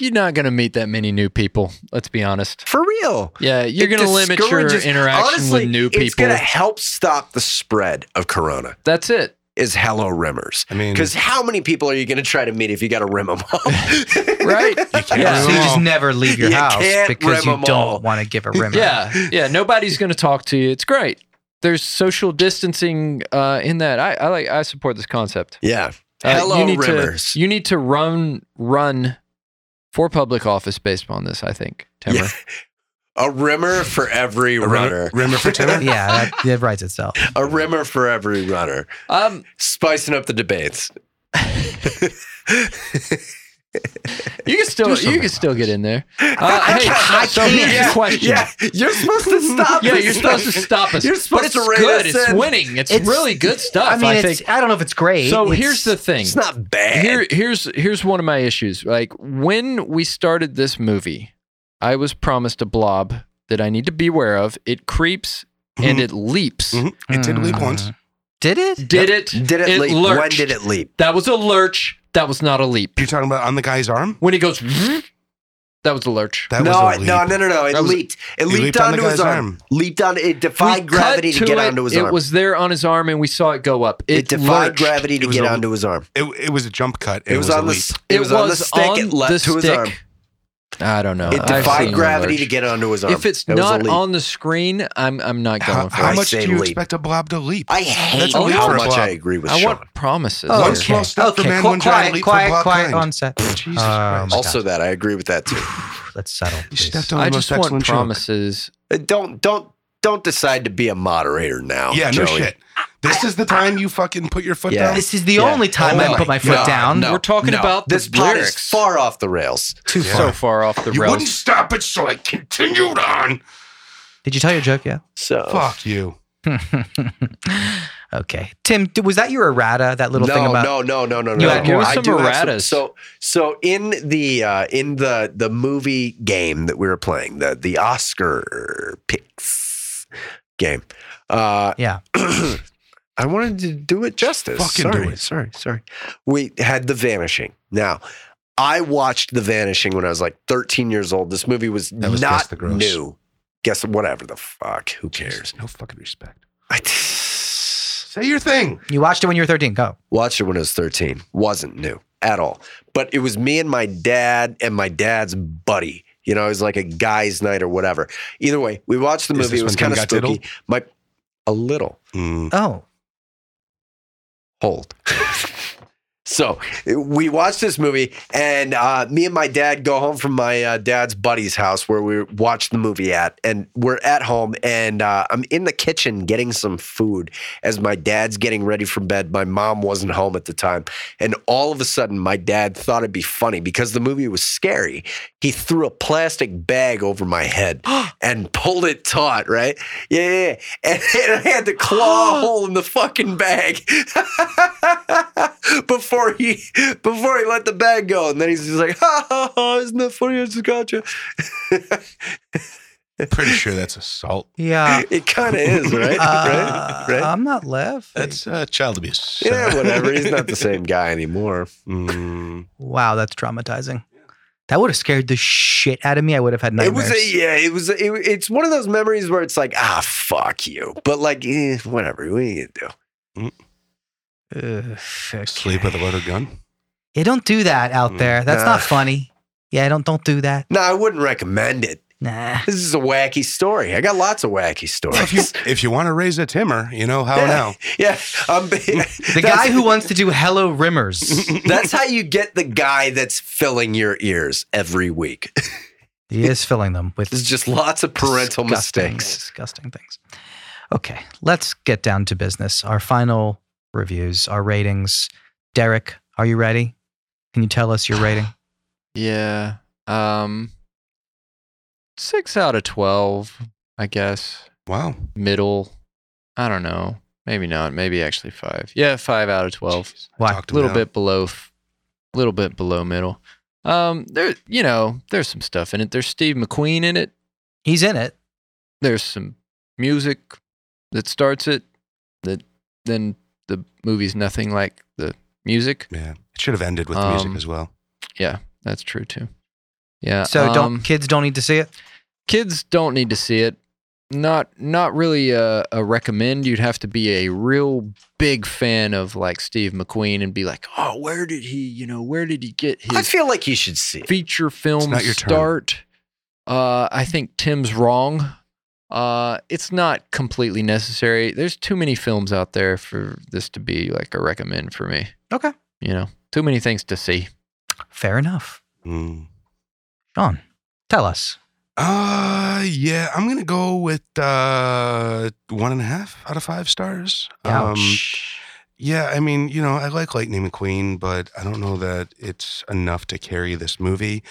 S2: you're not going to meet that many new people. Let's be honest.
S3: For real.
S2: Yeah, you're
S3: It
S2: going to limit your
S3: discourages-
S2: interaction
S3: Honestly,
S2: with new
S3: It's
S2: people.
S3: going to help stop the spread of corona.
S2: That's it.
S3: Is hello rimmers.
S4: I mean,
S3: Because how many people are you going to try to meet if you got to rim them all?
S2: Right?
S4: you can't
S2: Yeah.
S4: really
S1: So you just
S4: know.
S1: never leave your
S3: You
S1: house
S3: can't
S1: because
S3: rim
S1: you
S3: 'em all.
S1: don't want to give a rim.
S2: Yeah, yeah. Nobody's going to talk to you. It's great. There's social distancing uh, in that. I, I like. I support this concept.
S3: yeah.
S2: Uh,
S3: hello
S2: you need
S3: rimmers.
S2: To, you need to run run for public office based on this. I think Timmer.
S3: Yeah. a rimmer for every
S4: A
S3: runner.
S4: rimmer, rimmer for
S1: yeah,
S4: Timmer?
S1: that, that writes itself.
S3: A rimmer for every runner.
S2: Um,
S3: Spicing up the debates.
S2: you can still
S4: something
S2: you can
S4: about
S2: still
S4: this.
S2: get in there. Uh, hey,
S3: I
S2: so here's
S3: can't.
S2: the question.
S3: Yeah, you're supposed to stop.
S2: Yeah,
S3: this
S2: you're supposed to
S3: stuff.
S2: stop us.
S3: You're
S2: but
S3: supposed
S2: it's
S3: to rein
S2: good.
S3: us
S2: It's
S3: in.
S2: winning. It's,
S1: It's-
S2: really good stuff.
S1: I
S2: I,
S1: mean, it's,
S2: think.
S1: I don't know if it's great.
S2: So
S1: It's-
S2: here's the thing.
S3: It's not bad.
S2: Here, here's here's one of my issues. Like when we started this movie, I was promised a blob that I need to beware of. It creeps
S3: Mm-hmm.
S2: and it leaps.
S4: Mhm. It did
S3: Mm.
S4: leap once.
S1: Hmm. Did it?
S2: Did it?
S3: did it, leap?
S2: lurched.
S3: When did it leap?
S2: That was a lurch. That was not a leap.
S4: You're talking about on the guy's arm?
S2: When it goes, that was a lurch.
S4: That
S3: no,
S4: was a leap.
S3: no, no, no, no. It
S2: That was-
S3: leaped. It
S4: He
S3: leaped,
S4: leaped on the
S3: onto his
S4: guy's
S3: arm.
S4: arm.
S3: Leaped on. It
S2: We
S3: defied
S2: cut
S3: gravity to,
S2: it.
S3: get onto his
S2: it
S3: arm.
S2: was there on his arm, and we saw it go up.
S3: it,
S2: It,
S3: defied
S2: lurched.
S3: gravity to
S4: It was
S3: get
S4: a-
S3: onto his arm.
S4: It, it was a jump cut.
S3: It, was,
S4: a
S3: on the
S4: leap.
S3: s- it was on the stick.
S2: on
S3: It leapt
S2: the
S3: to his
S2: stick.
S3: arm.
S2: I don't know.
S3: It
S2: I've seen
S3: defied
S2: a
S3: gravity to
S2: lurch.
S3: get onto his arm.
S2: If it's
S3: It was a
S2: not
S3: leap.
S2: on the screen, I'm I'm not
S4: How,
S2: going
S4: how
S2: for it.
S4: much do
S3: say
S4: you
S3: leap.
S4: expect a blob to leap?
S3: I hate
S2: a leap
S3: how
S2: for a
S3: much
S4: blob.
S3: I agree with
S2: I
S3: Sean.
S2: want promises.
S1: Oh,
S4: One
S2: here.
S1: okay.
S4: small step for man,
S1: qu-
S4: one
S1: quiet,
S4: giant leap for
S1: quiet,
S4: blob
S1: quiet
S4: kind.
S1: on set.
S4: Jesus
S1: Um, oh,
S4: Christ.
S3: Also, that I agree with that too.
S1: Let's settle.
S4: You
S1: please.
S4: stepped on
S2: I
S4: the
S2: just
S4: most
S2: want
S4: excellent joke.
S2: promises.
S3: Uh, Don't don't don't decide to be a moderator now.
S4: Yeah, no
S3: Joey.
S4: shit. This is the time you fucking put your foot
S3: Yeah.
S4: down.
S1: This is the
S3: Yeah.
S1: only time
S3: Oh
S1: I put my foot
S3: God,
S1: down.
S3: no,
S2: We're talking
S3: no.
S2: about
S3: this
S2: the
S3: pod
S2: lyrics.
S3: is far off the rails.
S1: Too
S4: Yeah.
S1: far.
S2: So far off the
S4: You wouldn't
S2: rails.
S4: stop it, so I continued on.
S1: Did you tell your joke yet?
S3: So
S4: Fuck you.
S1: okay, Tim, d- was that your errata? That little
S3: no,
S1: thing about
S3: no, no, no, no,
S1: You
S3: no.
S1: had more.
S3: I
S2: Some
S3: do have
S2: erratas.
S3: so, so in the uh, in the the movie game that we were playing, the the Oscar picks game. Uh,
S1: Yeah.
S3: I wanted to do it justice.
S4: Fucking
S3: Uh, sorry,
S4: do it.
S3: sorry, sorry. We had The Vanishing. Now, I watched The Vanishing when I was like 13 years old. This movie was,
S4: That was Guess
S3: not
S4: the Gross.
S3: new. Guess whatever the fuck. Who cares?
S4: No fucking respect.
S3: I
S4: Say your thing.
S1: you watched it when you were thirteen? Go.
S3: watched it when I was 13. Wasn't new at all. But it was me and my dad and my dad's buddy. You know, it was like a guy's night or whatever. Either way, we watched the
S4: Is
S3: movie.
S4: this
S3: It was
S4: when Tim
S3: kind of
S4: got
S3: spooky.
S4: diddled?
S3: My a little
S4: Mm.
S1: Oh,
S3: hold. so we watched this movie, and uh, me and my dad go home from my uh, dad's buddy's house where we watched the movie at, and we're at home, and uh, I'm in the kitchen getting some food as my dad's getting ready for bed. My mom wasn't home at the time, and all of a sudden, my dad thought it'd be funny because the movie was scary. He threw a plastic bag over my head and pulled it taut, right? Yeah, yeah, yeah. And, and I had to claw a hole in the fucking bag before he before he let the bag go. And then he's just like, ha ha ha, isn't that funny? I just got you.
S4: Pretty sure that's assault.
S1: yeah.
S3: It kind of is, right?
S1: Uh,
S3: right? Right?
S1: I'm not left.
S4: That's uh, child abuse.
S3: Yeah, whatever. He's not the same guy anymore.
S4: Mm.
S1: Wow, that's traumatizing. That would have scared the shit out of me. I would have had nightmares.
S3: It was a, yeah, it was a, it, it's one of those memories where it's like, ah, fuck you. But like, eh, whatever. What are you gonna do?
S1: Ugh, okay.
S4: Sleep with a loaded gun.
S1: Yeah, don't do that out
S4: Mm.
S1: there. That's
S3: Nah.
S1: not funny. Yeah, don't don't do that.
S3: No, I wouldn't recommend it.
S1: Nah.
S3: This is a wacky story. I got lots of wacky
S4: If you
S3: stories.
S4: if you want to raise a timmer, you know how now.
S3: yeah, I'm,
S1: The guy who wants to do Hello Rimmers.
S3: That's how you get the guy that's filling your ears every week.
S1: he is filling them with
S3: There's just lots of parental
S1: disgusting-
S3: mistakes.
S1: Disgusting things. Okay, let's get down to business. Our final reviews, our ratings. Derek, are you ready? Can you tell us your rating?
S2: Yeah. Um six out of twelve, I guess.
S4: Wow.
S2: Middle. I don't know. Maybe not. Maybe actually five. Yeah, five out of twelve.
S1: Why?
S4: Talked
S2: A
S4: him
S2: little
S4: down.
S2: bit below f- little bit below middle. Um there you know, there's some stuff in it. There's Steve McQueen in it.
S1: He's in it.
S2: There's some music that starts it that then the movie's nothing like the music.
S4: Yeah. It should have ended with the music
S2: Um,
S4: as well.
S2: Yeah, that's true too.
S3: Uh,
S2: Yeah.
S1: So
S2: um,
S1: don't kids don't need to see it.
S2: kids don't need to see it. Not not really a, a recommend. You'd have to be a real big fan of like Steve McQueen and be like, oh, where did he? You know, where did he get
S3: I
S2: his
S3: feel like you should see. it.
S2: feature film
S4: not your turn.
S2: start? Uh, I think Tim's wrong. Uh, it's not completely necessary. There's too many films out there for this to be like a recommend for me.
S1: Okay.
S2: You know, too many things to see.
S1: Fair enough.
S4: Mm.
S1: Sean, tell us.
S4: Uh yeah, I'm gonna go with uh one and a half out of five stars.
S3: Um,
S4: Um,
S1: Ouch.
S4: yeah, I mean, you know, I like Lightning McQueen, but I don't know that it's enough to carry this movie.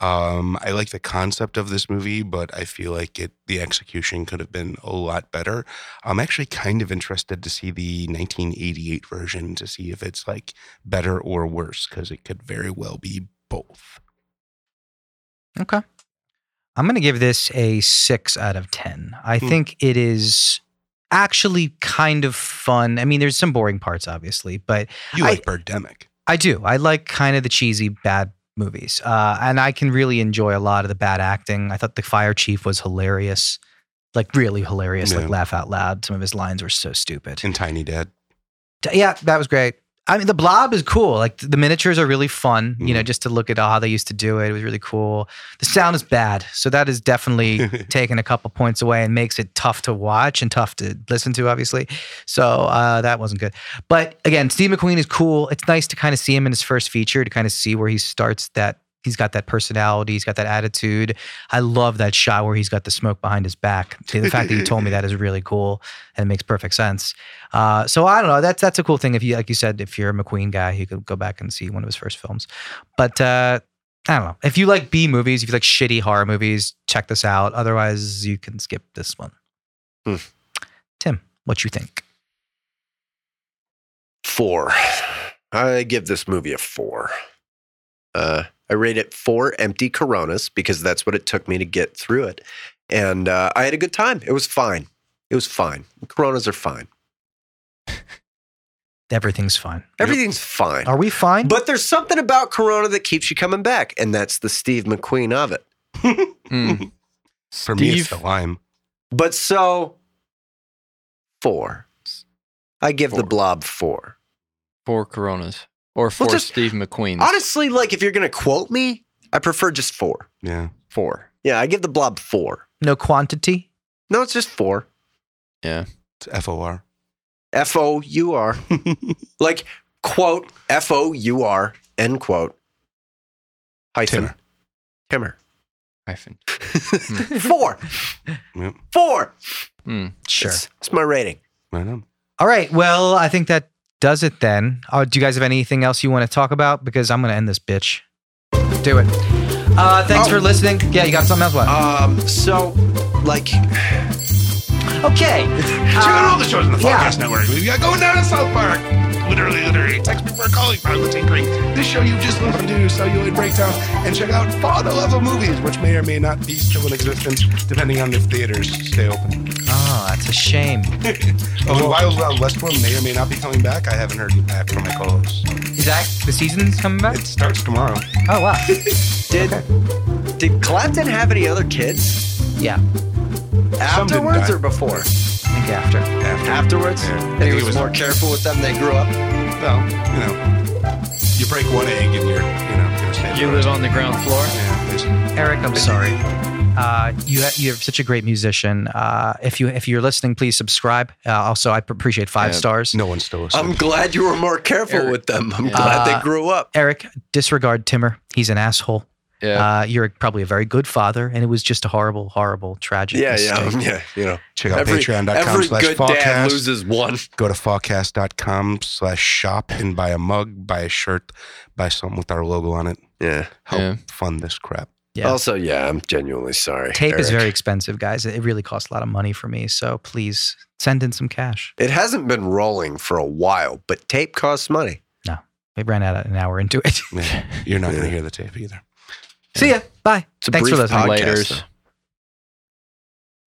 S4: Um, I like the concept of this movie, but I feel like it the execution could have been a lot better. I'm actually kind of interested to see the 1988 version to see if it's like better or worse because it could very well be both.
S1: Okay. I'm going to give this a six out of 10. I
S4: Hmm.
S1: think it is actually kind of fun. I mean, there's some boring parts, obviously, but
S4: You
S1: I-
S4: like Birdemic.
S1: I do. I like kind of the cheesy bad movies. Uh, and I can really enjoy a lot of the bad acting. I thought the fire chief was hilarious, like really hilarious,
S4: Yeah.
S1: like laugh out loud. Some of his lines were so stupid.
S4: and Tiny Dad.
S1: D- yeah, that was great. I mean, the blob is cool. Like th- the miniatures are really fun. You know,
S4: Mhm.
S1: just to look at how they used to do it, it was really cool. The sound is bad, so that is definitely taking a couple points away and makes it tough to watch and tough to listen to, obviously. So uh, that wasn't good. But again, Steve McQueen is cool. It's nice to kind of see him in his first feature to kind of see where he starts that. He's got that personality. He's got that attitude. I love that shot where he's got the smoke behind his back. The fact that you told me that is really cool and it makes perfect sense. Uh, so I don't know. That's that's a cool thing. If you like you said, if you're a McQueen guy, you could go back and see one of his first films. But uh, I don't know. If you like B movies, if you like shitty horror movies, check this out. Otherwise, you can skip this one.
S3: Hmm.
S1: Tim, what you think?
S3: four. I give this movie a four. Uh, I rate it four empty Coronas because that's what it took me to get through it, and uh, I had a good time. It was fine. It was fine. Coronas are fine.
S1: Everything's fine.
S3: Everything's fine.
S1: Are we fine?
S3: But there's something about Corona that keeps you coming back, and that's the Steve McQueen of it.
S2: Mm.
S4: For me, it's
S2: Steve-
S4: the lime.
S3: But so four. I give the
S2: Four.
S3: blob four.
S2: Four Coronas or four
S3: just-
S2: Steve McQueens.
S3: Honestly, like if you're gonna quote me, I prefer just four.
S4: Yeah.
S2: four.
S3: Yeah, I give the blob four.
S1: no quantity.
S3: No, it's just four.
S4: It's F O R.
S3: F O U R. Like, quote, F O U R, end quote. Hyphen.
S4: Timmer.
S3: Timmer.
S2: Hyphen.
S3: Four.
S4: Yep.
S3: Four.
S2: Hmm.
S1: Sure.
S3: It's, it's my rating.
S4: I know.
S1: All right. Well, I think that does it then. Uh, do you guys have anything else you want to talk about? Because I'm going to end this bitch. Do it. Uh, thanks
S3: Oh.
S1: for listening. Yeah, you got something else? What?
S3: Um, so, like, Uh,
S1: okay.
S4: Check out all
S1: Uh,
S4: the shows on the
S1: yeah.
S4: Podcast Network. We've got Going Down to South Park, Literally Literary, Text Me for a Calling, Power the Tinkering, this show you just listened to, Celluloid Breakdown, and check out Fall to Love of Movies, which may or may not be still in existence, depending on if theaters stay open.
S1: oh, that's a shame.
S4: Oh, and Wild Wild Westworld may or may not be coming back. I haven't heard back from my co-hosts.
S1: Is that the season's coming back?
S4: It starts tomorrow.
S1: Oh, wow.
S3: did did Clapton have any other kids
S1: Yeah.
S4: didn't
S3: afterwards
S4: die.
S3: or before?
S1: I think after.
S4: After.
S3: Afterwards,
S4: Yeah.
S3: and he
S4: He
S3: was,
S4: was-
S3: more careful with them. They grew up.
S4: Well, you know, you break one egg and you're, you know, you're safe.
S2: You live on the ground floor.
S4: Yeah, it's-
S1: Eric, I'm sorry. Uh, you ha- you're such a great musician. Uh, if you if you're listening, please subscribe. Uh, also, I appreciate five
S2: Yeah.
S1: stars.
S4: no one's still asleep.
S3: I'm glad you were more careful
S2: Eric.
S3: with them. I'm
S2: Yeah.
S3: glad
S1: Uh,
S3: they grew up.
S1: Eric, disregard Timmer. He's an asshole.
S2: Yeah.
S1: Uh, you're probably a very good father, and it was just a horrible, horrible, tragic
S3: Yeah,
S1: mistake.
S3: yeah, yeah. You know,
S4: Check out
S3: every,
S4: patreon.com
S3: every
S4: slash
S3: good dad
S4: Fallcast.
S3: loses one.
S4: go to fallcast.com slash shop and buy a mug, buy a shirt, buy something with our logo on it.
S3: Yeah.
S4: Help
S2: Yeah.
S4: fund this crap.
S1: Yeah.
S3: Also, yeah, I'm genuinely sorry.
S1: Tape is
S3: Eric.
S1: very expensive, guys. It really costs a lot of money for me. So please send in some cash.
S3: It hasn't been rolling for a while, but tape costs money.
S1: We ran out an hour into it.
S4: Yeah. You're not going
S3: Yeah.
S4: to hear the tape either.
S1: See ya. Bye.
S3: It's a
S1: Thanks for
S3: brief
S1: listening.
S3: podcast,
S4: Uh,
S2: Lighters.
S3: though.